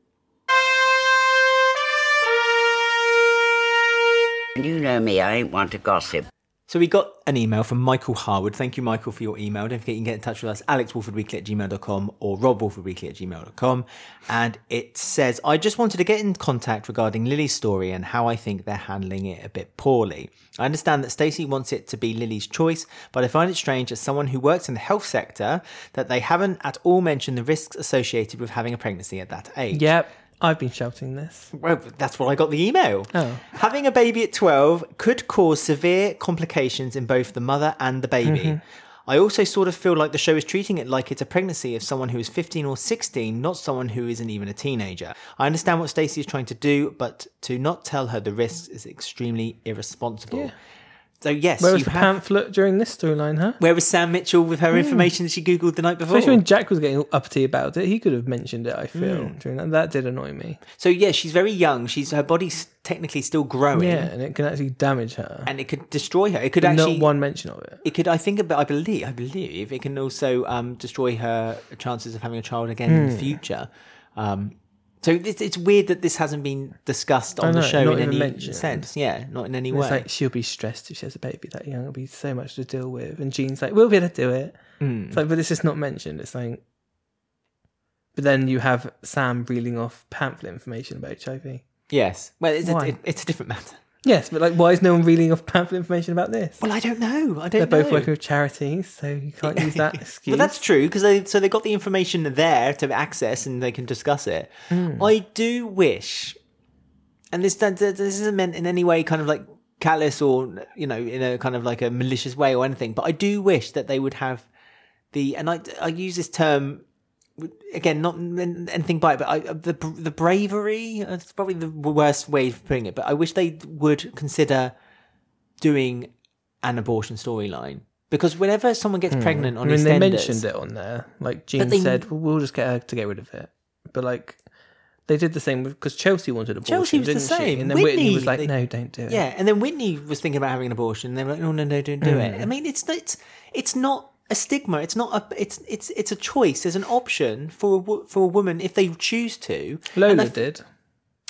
Speaker 3: You know me, I ain't one to gossip.
Speaker 1: So we got an email from Michael Harwood. Thank you, Michael, for your email. Don't forget you can get in touch with us, alexwolfordweekly at gmail.com or robwolfordweekly at gmail.com. And it says, I just wanted to get in contact regarding Lily's story and how I think they're handling it a bit poorly. I understand that Stacey wants it to be Lily's choice, but I find it strange as someone who works in the health sector that they haven't at all mentioned the risks associated with having a pregnancy at that age.
Speaker 2: Yep, I've been shouting this.
Speaker 1: Well, that's what I got the email.
Speaker 2: Oh.
Speaker 1: Having a baby at 12 could cause severe complications in both the mother and the baby.
Speaker 2: Mm-hmm.
Speaker 1: I also sort of feel like the show is treating it like it's a pregnancy of someone who is 15 or 16, not someone who isn't even a teenager. I understand what Stacey is trying to do, but to not tell her the risks is extremely irresponsible. So, yes,
Speaker 2: Where was Hmm.
Speaker 1: you
Speaker 2: the
Speaker 1: have.
Speaker 2: pamphlet during this storyline, huh?
Speaker 1: Where was Sam Mitchell with her information that she Googled the night before?
Speaker 2: Especially when Jack was getting all uppity about it, he could have mentioned it. I feel
Speaker 1: Hmm.
Speaker 2: during that, that did annoy me.
Speaker 1: So, yeah, she's very young. She's Her body's technically still growing.
Speaker 2: Yeah, and it can actually damage her.
Speaker 1: And it could destroy her. It could actually
Speaker 2: Not one mention of it.
Speaker 1: it could i think about i believe i believe
Speaker 2: Hmm.
Speaker 1: it can also um destroy her chances of having a child again in the future um So it's, it's weird that this hasn't been discussed on the
Speaker 2: know,
Speaker 1: show
Speaker 2: not
Speaker 1: in
Speaker 2: even
Speaker 1: any
Speaker 2: mentioned.
Speaker 1: sense. Yeah, not in any
Speaker 2: And
Speaker 1: way.
Speaker 2: It's like she'll be stressed if she has a baby that young. It'll be so much to deal with. And Jean's like, we'll be able to do it.
Speaker 1: Mm.
Speaker 2: It's like, but it's just not mentioned. It's like, but then you have Sam reeling off pamphlet information about HIV.
Speaker 1: yes. Well, it's a,
Speaker 2: Why?
Speaker 1: it, it's a different matter.
Speaker 2: Yes, but like, why is no one reeling off pamphlet information about this?
Speaker 1: Well, I don't know. I
Speaker 2: They're
Speaker 1: don't know.
Speaker 2: both working with charities, so you can't use that excuse.
Speaker 1: But that's true because they so they got the information there to access and they can discuss it.
Speaker 2: Hmm.
Speaker 1: I do wish, and this that- that- this isn't meant in any way kind of like callous or you know in a kind of like a malicious way or anything. But I do wish that they would have the and I I use this term again, not n- anything by it, but I, the the bravery. It's probably the worst way of putting it. But I wish they would consider doing an abortion storyline because whenever someone gets pregnant on
Speaker 2: Hmm. I
Speaker 1: EastEnders,
Speaker 2: mean, they mentioned it on there. Like Jean
Speaker 1: they-
Speaker 2: said, well, we'll just get her to get rid of it. But like, they did the same because Chelsea wanted abortion.
Speaker 1: Chelsea was the
Speaker 2: didn't she?
Speaker 1: same.
Speaker 2: and then Whitney,
Speaker 1: Whitney,
Speaker 2: was like,
Speaker 1: they-
Speaker 2: "No, don't do it."
Speaker 1: Yeah, and then Whitney was thinking about having an abortion. And they were like, "Oh, "No, no, no, don't do
Speaker 2: Mm.
Speaker 1: it." I mean, it's it's it's not a stigma. It's not a it's it's it's a choice. There's an option for a wo- for a woman if they choose to. And I
Speaker 2: Lola
Speaker 1: f-
Speaker 2: did,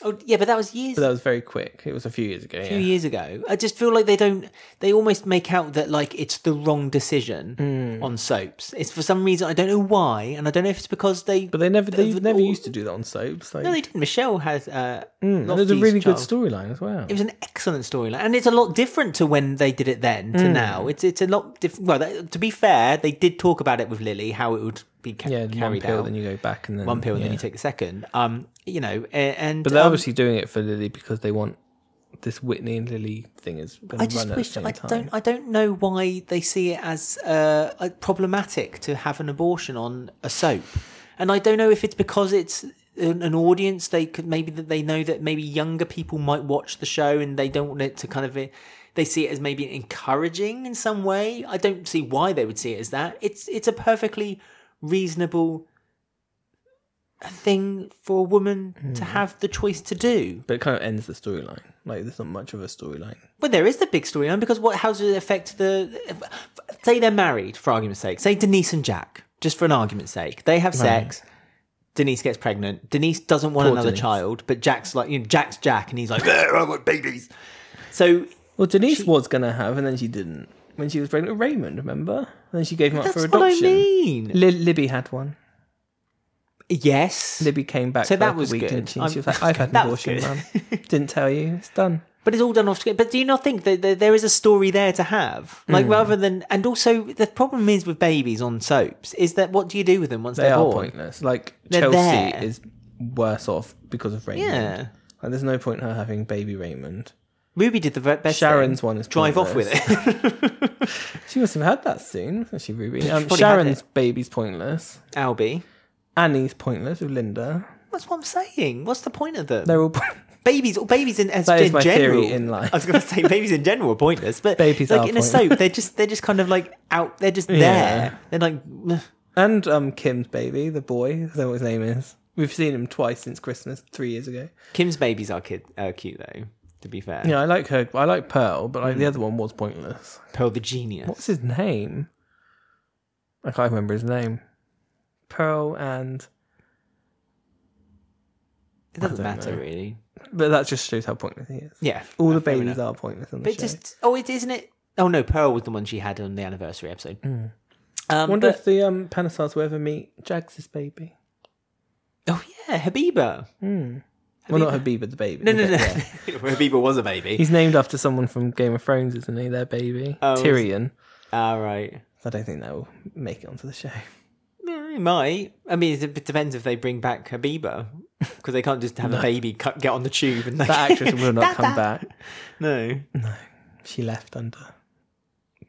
Speaker 1: Oh, yeah, but that was years
Speaker 2: but that was very quick. It was a few years ago.
Speaker 1: few
Speaker 2: yeah.
Speaker 1: years ago. I just feel like they don't. They almost make out that like it's the wrong decision
Speaker 2: Mm.
Speaker 1: on soaps. It's for some reason I don't know why, and I don't know if it's because they.
Speaker 2: But they never they
Speaker 1: They've
Speaker 2: never
Speaker 1: all-
Speaker 2: used to do that on soaps. Like,
Speaker 1: no, they didn't. Michelle had. Uh,
Speaker 2: Mm, and there's a
Speaker 1: Lofty's
Speaker 2: really good
Speaker 1: child.
Speaker 2: storyline as well.
Speaker 1: It was an excellent storyline, and it's a lot different to when they did it then
Speaker 2: Hmm.
Speaker 1: to now. It's it's a lot different. Well, that, to be fair, they did talk about it with Lily how it would be ca-
Speaker 2: yeah, one
Speaker 1: carried
Speaker 2: pill,
Speaker 1: out.
Speaker 2: then you go back and then
Speaker 1: one pill, and then
Speaker 2: yeah.
Speaker 1: you take the second. Um, you know, a- and
Speaker 2: But they're
Speaker 1: um,
Speaker 2: obviously doing it for Lily because they want this Whitney and Lily thing is going
Speaker 1: I
Speaker 2: to
Speaker 1: just
Speaker 2: run at the
Speaker 1: wish
Speaker 2: same
Speaker 1: I
Speaker 2: time.
Speaker 1: don't I don't know why they see it as uh, uh, problematic to have an abortion on a soap, and I don't know if it's because it's an, an audience they could maybe that they know that maybe younger people might watch the show and they don't want it to kind of uh, they see it as maybe encouraging in some way. I don't see why they would see it as that. It's it's a perfectly reasonable thing for a woman to
Speaker 2: Mm.
Speaker 1: have the choice to do.
Speaker 2: But it kind of ends the storyline. Like there's not much of a storyline.
Speaker 1: Well, there is the big storyline because what? How does it affect the? Say they're married, for argument's sake. Say Denise and Jack, just for an argument's sake, they have sex. Denise gets pregnant. Denise doesn't want
Speaker 2: Poor
Speaker 1: another
Speaker 2: Denise.
Speaker 1: child, but Jack's like, you know, Jack's Jack, and he's like, "Ugh, I want babies. So
Speaker 2: Well, Denise was going to have, and then she didn't. When she was pregnant with Raymond, remember? And then she gave him up
Speaker 1: that's
Speaker 2: for
Speaker 1: what I
Speaker 2: adoption.
Speaker 1: mean.
Speaker 2: Li- Libby had one.
Speaker 1: Yes,
Speaker 2: Libby came back.
Speaker 1: So
Speaker 2: for
Speaker 1: that
Speaker 2: like
Speaker 1: was
Speaker 2: a week,
Speaker 1: good.
Speaker 2: Didn't she?
Speaker 1: I'm-
Speaker 2: she was like, "I've had an
Speaker 1: that was
Speaker 2: abortion,
Speaker 1: good.
Speaker 2: mum. Didn't tell you. It's done."
Speaker 1: But it's all done off screen. But do you not think that there- there is a story there to have? Like,
Speaker 2: Hmm.
Speaker 1: rather than. And also, the problem is with babies on soaps is that what do you do with them once
Speaker 2: They
Speaker 1: are
Speaker 2: are
Speaker 1: born?
Speaker 2: pointless. Like
Speaker 1: They're
Speaker 2: Chelsea
Speaker 1: there.
Speaker 2: is worse off because of Raymond.
Speaker 1: Yeah.
Speaker 2: Like there's no point in her having baby Raymond.
Speaker 1: Ruby did the ve- best.
Speaker 2: Sharon's
Speaker 1: thing.
Speaker 2: one is
Speaker 1: drive off with
Speaker 2: pointless.
Speaker 1: it.
Speaker 2: She must have had that soon, hasn't she, Ruby? Um,
Speaker 1: probably had
Speaker 2: Sharon's baby's pointless.
Speaker 1: Albie.
Speaker 2: Annie's pointless with Linda.
Speaker 1: That's what I'm saying. What's the point of them?
Speaker 2: They're all point-
Speaker 1: Babies, or babies in as
Speaker 2: That
Speaker 1: in
Speaker 2: is my
Speaker 1: general.
Speaker 2: theory in life.
Speaker 1: I was going to say babies in general are pointless, but
Speaker 2: Babies
Speaker 1: like
Speaker 2: are
Speaker 1: in
Speaker 2: pointless.
Speaker 1: a soap, they're just they're just kind of like out. They're just
Speaker 2: Yeah.
Speaker 1: there. They're like "Meh."
Speaker 2: and um, Kim's baby, the boy. I don't know what his name is. We've seen him twice since Christmas three years ago.
Speaker 1: Kim's babies are kid are cute though. To be fair,
Speaker 2: Yeah, I like her. I like Pearl, but
Speaker 1: Mm.
Speaker 2: like the other one was pointless.
Speaker 1: Pearl the genius.
Speaker 2: What's his name? I can't remember his name. Pearl and
Speaker 1: it doesn't
Speaker 2: I don't
Speaker 1: matter
Speaker 2: know.
Speaker 1: really.
Speaker 2: but that just shows how pointless he is.
Speaker 1: Yeah,
Speaker 2: All
Speaker 1: uh,
Speaker 2: the
Speaker 1: fair
Speaker 2: babies
Speaker 1: enough.
Speaker 2: are pointless on the
Speaker 1: But
Speaker 2: show.
Speaker 1: just oh, it isn't it. Oh no, Pearl was the one she had on the anniversary episode.
Speaker 2: I
Speaker 1: Um,
Speaker 2: Mm. wonder
Speaker 1: but-
Speaker 2: if the um, Panasars will ever meet Jags' baby.
Speaker 1: oh yeah, Habiba.
Speaker 2: Well, not Habiba, the baby.
Speaker 1: No, no, no.
Speaker 2: but yeah.
Speaker 1: Habiba was a baby.
Speaker 2: He's named after someone from Game of Thrones, isn't he? Their baby
Speaker 1: Oh, is-
Speaker 2: Tyrion.
Speaker 1: All Ah, right.
Speaker 2: I don't think that will make it onto the show.
Speaker 1: Yeah, It might. I mean, it depends if they bring back Habiba because they can't just have a baby cut, get on the tube and they...
Speaker 2: That actress will not come back.
Speaker 1: No,
Speaker 2: She left under.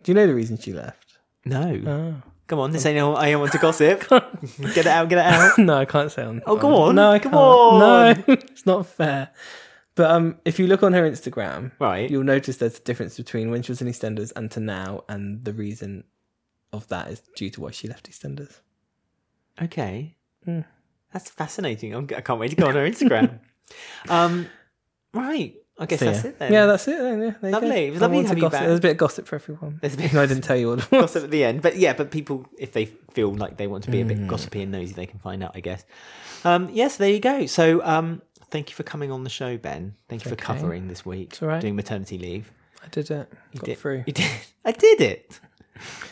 Speaker 2: Do you know the reason she left?
Speaker 1: no.
Speaker 2: Oh.
Speaker 1: Uh, Come on, this ain't all- I don't want to gossip. get it out, get it out.
Speaker 2: no, I can't say on.
Speaker 1: Oh, go on,
Speaker 2: No, I
Speaker 1: come
Speaker 2: can't.
Speaker 1: on.
Speaker 2: No, it's not fair. But um, if you look on her Instagram,
Speaker 1: Right.
Speaker 2: you'll notice there's a difference between when she was in EastEnders and to now, and the reason of that is due to why she left EastEnders.
Speaker 1: Okay,
Speaker 2: Hmm.
Speaker 1: that's fascinating. I'm, I can't wait to go on her Instagram. um, right. I guess
Speaker 2: So,
Speaker 1: that's
Speaker 2: yeah.
Speaker 1: it then.
Speaker 2: Yeah, that's it. Then, yeah, there you go.
Speaker 1: Lovely. It was
Speaker 2: I
Speaker 1: lovely
Speaker 2: wanted
Speaker 1: having you
Speaker 2: gossip.
Speaker 1: back.
Speaker 2: There's a bit of gossip for everyone.
Speaker 1: There's a bit-
Speaker 2: No, I didn't tell you what. it was.
Speaker 1: gossip at the end. But yeah, but people, if they feel like they want to be a
Speaker 2: Mm.
Speaker 1: bit gossipy and nosy, they can find out, I guess. Um, yes, there you go. So um, thank you for coming on the show, Ben. Thank you for
Speaker 2: okay.
Speaker 1: covering this week,
Speaker 2: all right.
Speaker 1: doing maternity leave.
Speaker 2: I did it. Got
Speaker 1: Did-
Speaker 2: through.
Speaker 1: You did. I did it.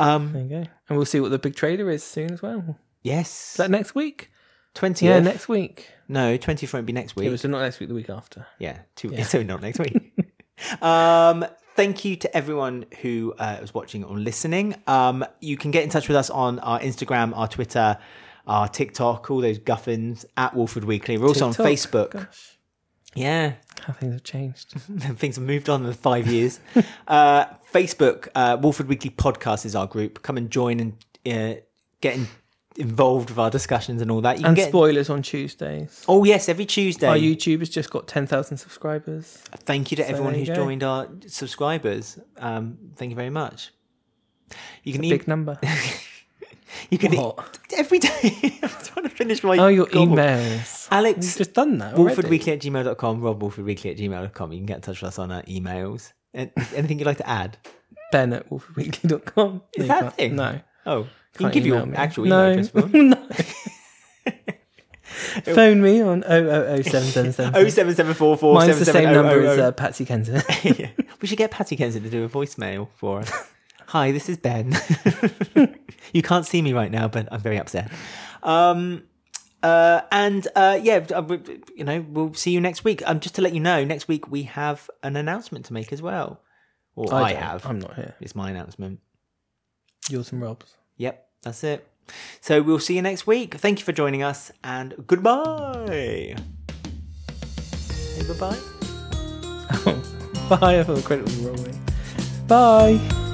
Speaker 1: Um,
Speaker 2: There you go. And we'll see what the big trailer is soon as well.
Speaker 1: yes.
Speaker 2: Is that next week?
Speaker 1: 20th.
Speaker 2: Yeah, next week.
Speaker 1: no, 20th won't be next week.
Speaker 2: It was not next week, the week after.
Speaker 1: Yeah, two weeks. So not next week. um, thank you to everyone who uh, was watching or listening. Um, you can get in touch with us on our Instagram, our Twitter, our TikTok, all those guffins at Wolford Weekly. We're also
Speaker 2: TikTok.
Speaker 1: on Facebook.
Speaker 2: Gosh,
Speaker 1: Yeah,
Speaker 2: how things have changed.
Speaker 1: things have moved on in the five years. uh, Facebook, uh, Wolford Weekly Podcast is our group. Come and join and uh, get in- involved with our discussions and all that. You can
Speaker 2: And
Speaker 1: get.
Speaker 2: spoilers on Tuesdays.
Speaker 1: Oh yes, every Tuesday.
Speaker 2: Our YouTube has just got 10,000 subscribers.
Speaker 1: Thank you to everyone
Speaker 2: there you
Speaker 1: who's
Speaker 2: go.
Speaker 1: joined our subscribers. Um, thank you very much. You can e-
Speaker 2: Big number.
Speaker 1: you can e-
Speaker 2: What?
Speaker 1: every day. I'm trying to finish my
Speaker 2: Oh, your
Speaker 1: gobble.
Speaker 2: emails. You've
Speaker 1: Alex
Speaker 2: just done that.
Speaker 1: Wolford
Speaker 2: already.
Speaker 1: Weekly at gmail.com, Rob Wolford Weekly at gmail.com. You can get in touch with us on our emails. And anything you'd like to add?
Speaker 2: Ben at wolfordweekly.com.
Speaker 1: Is
Speaker 2: No,
Speaker 1: that
Speaker 2: you
Speaker 1: a
Speaker 2: can't.
Speaker 1: thing?
Speaker 2: No.
Speaker 1: Oh, you can
Speaker 2: Can't
Speaker 1: give your
Speaker 2: email me.
Speaker 1: actual email
Speaker 2: no.
Speaker 1: address. Will.
Speaker 2: no. Phone me on
Speaker 1: Oh,
Speaker 2: 0007777.
Speaker 1: 07744
Speaker 2: Mine's the same number as
Speaker 1: 7700.
Speaker 2: uh, Patsy Kenton.
Speaker 1: Yeah. We should get Patty Kenson to do a voicemail for us. Hi, this is Ben. you can't see me right now, but I'm very upset. Um, uh, and uh, yeah, uh, we- you know, we'll see you next week. Um, just to let you know, next week we have an announcement to make as well. Or I,
Speaker 2: don't.
Speaker 1: have.
Speaker 2: I'm not here.
Speaker 1: It's my announcement.
Speaker 2: Yours and Rob's.
Speaker 1: Yep, that's it. So we'll see you next week. Thank you for joining us, and goodbye. Say bye bye.
Speaker 2: Bye. I thought the credit was rolling. Bye.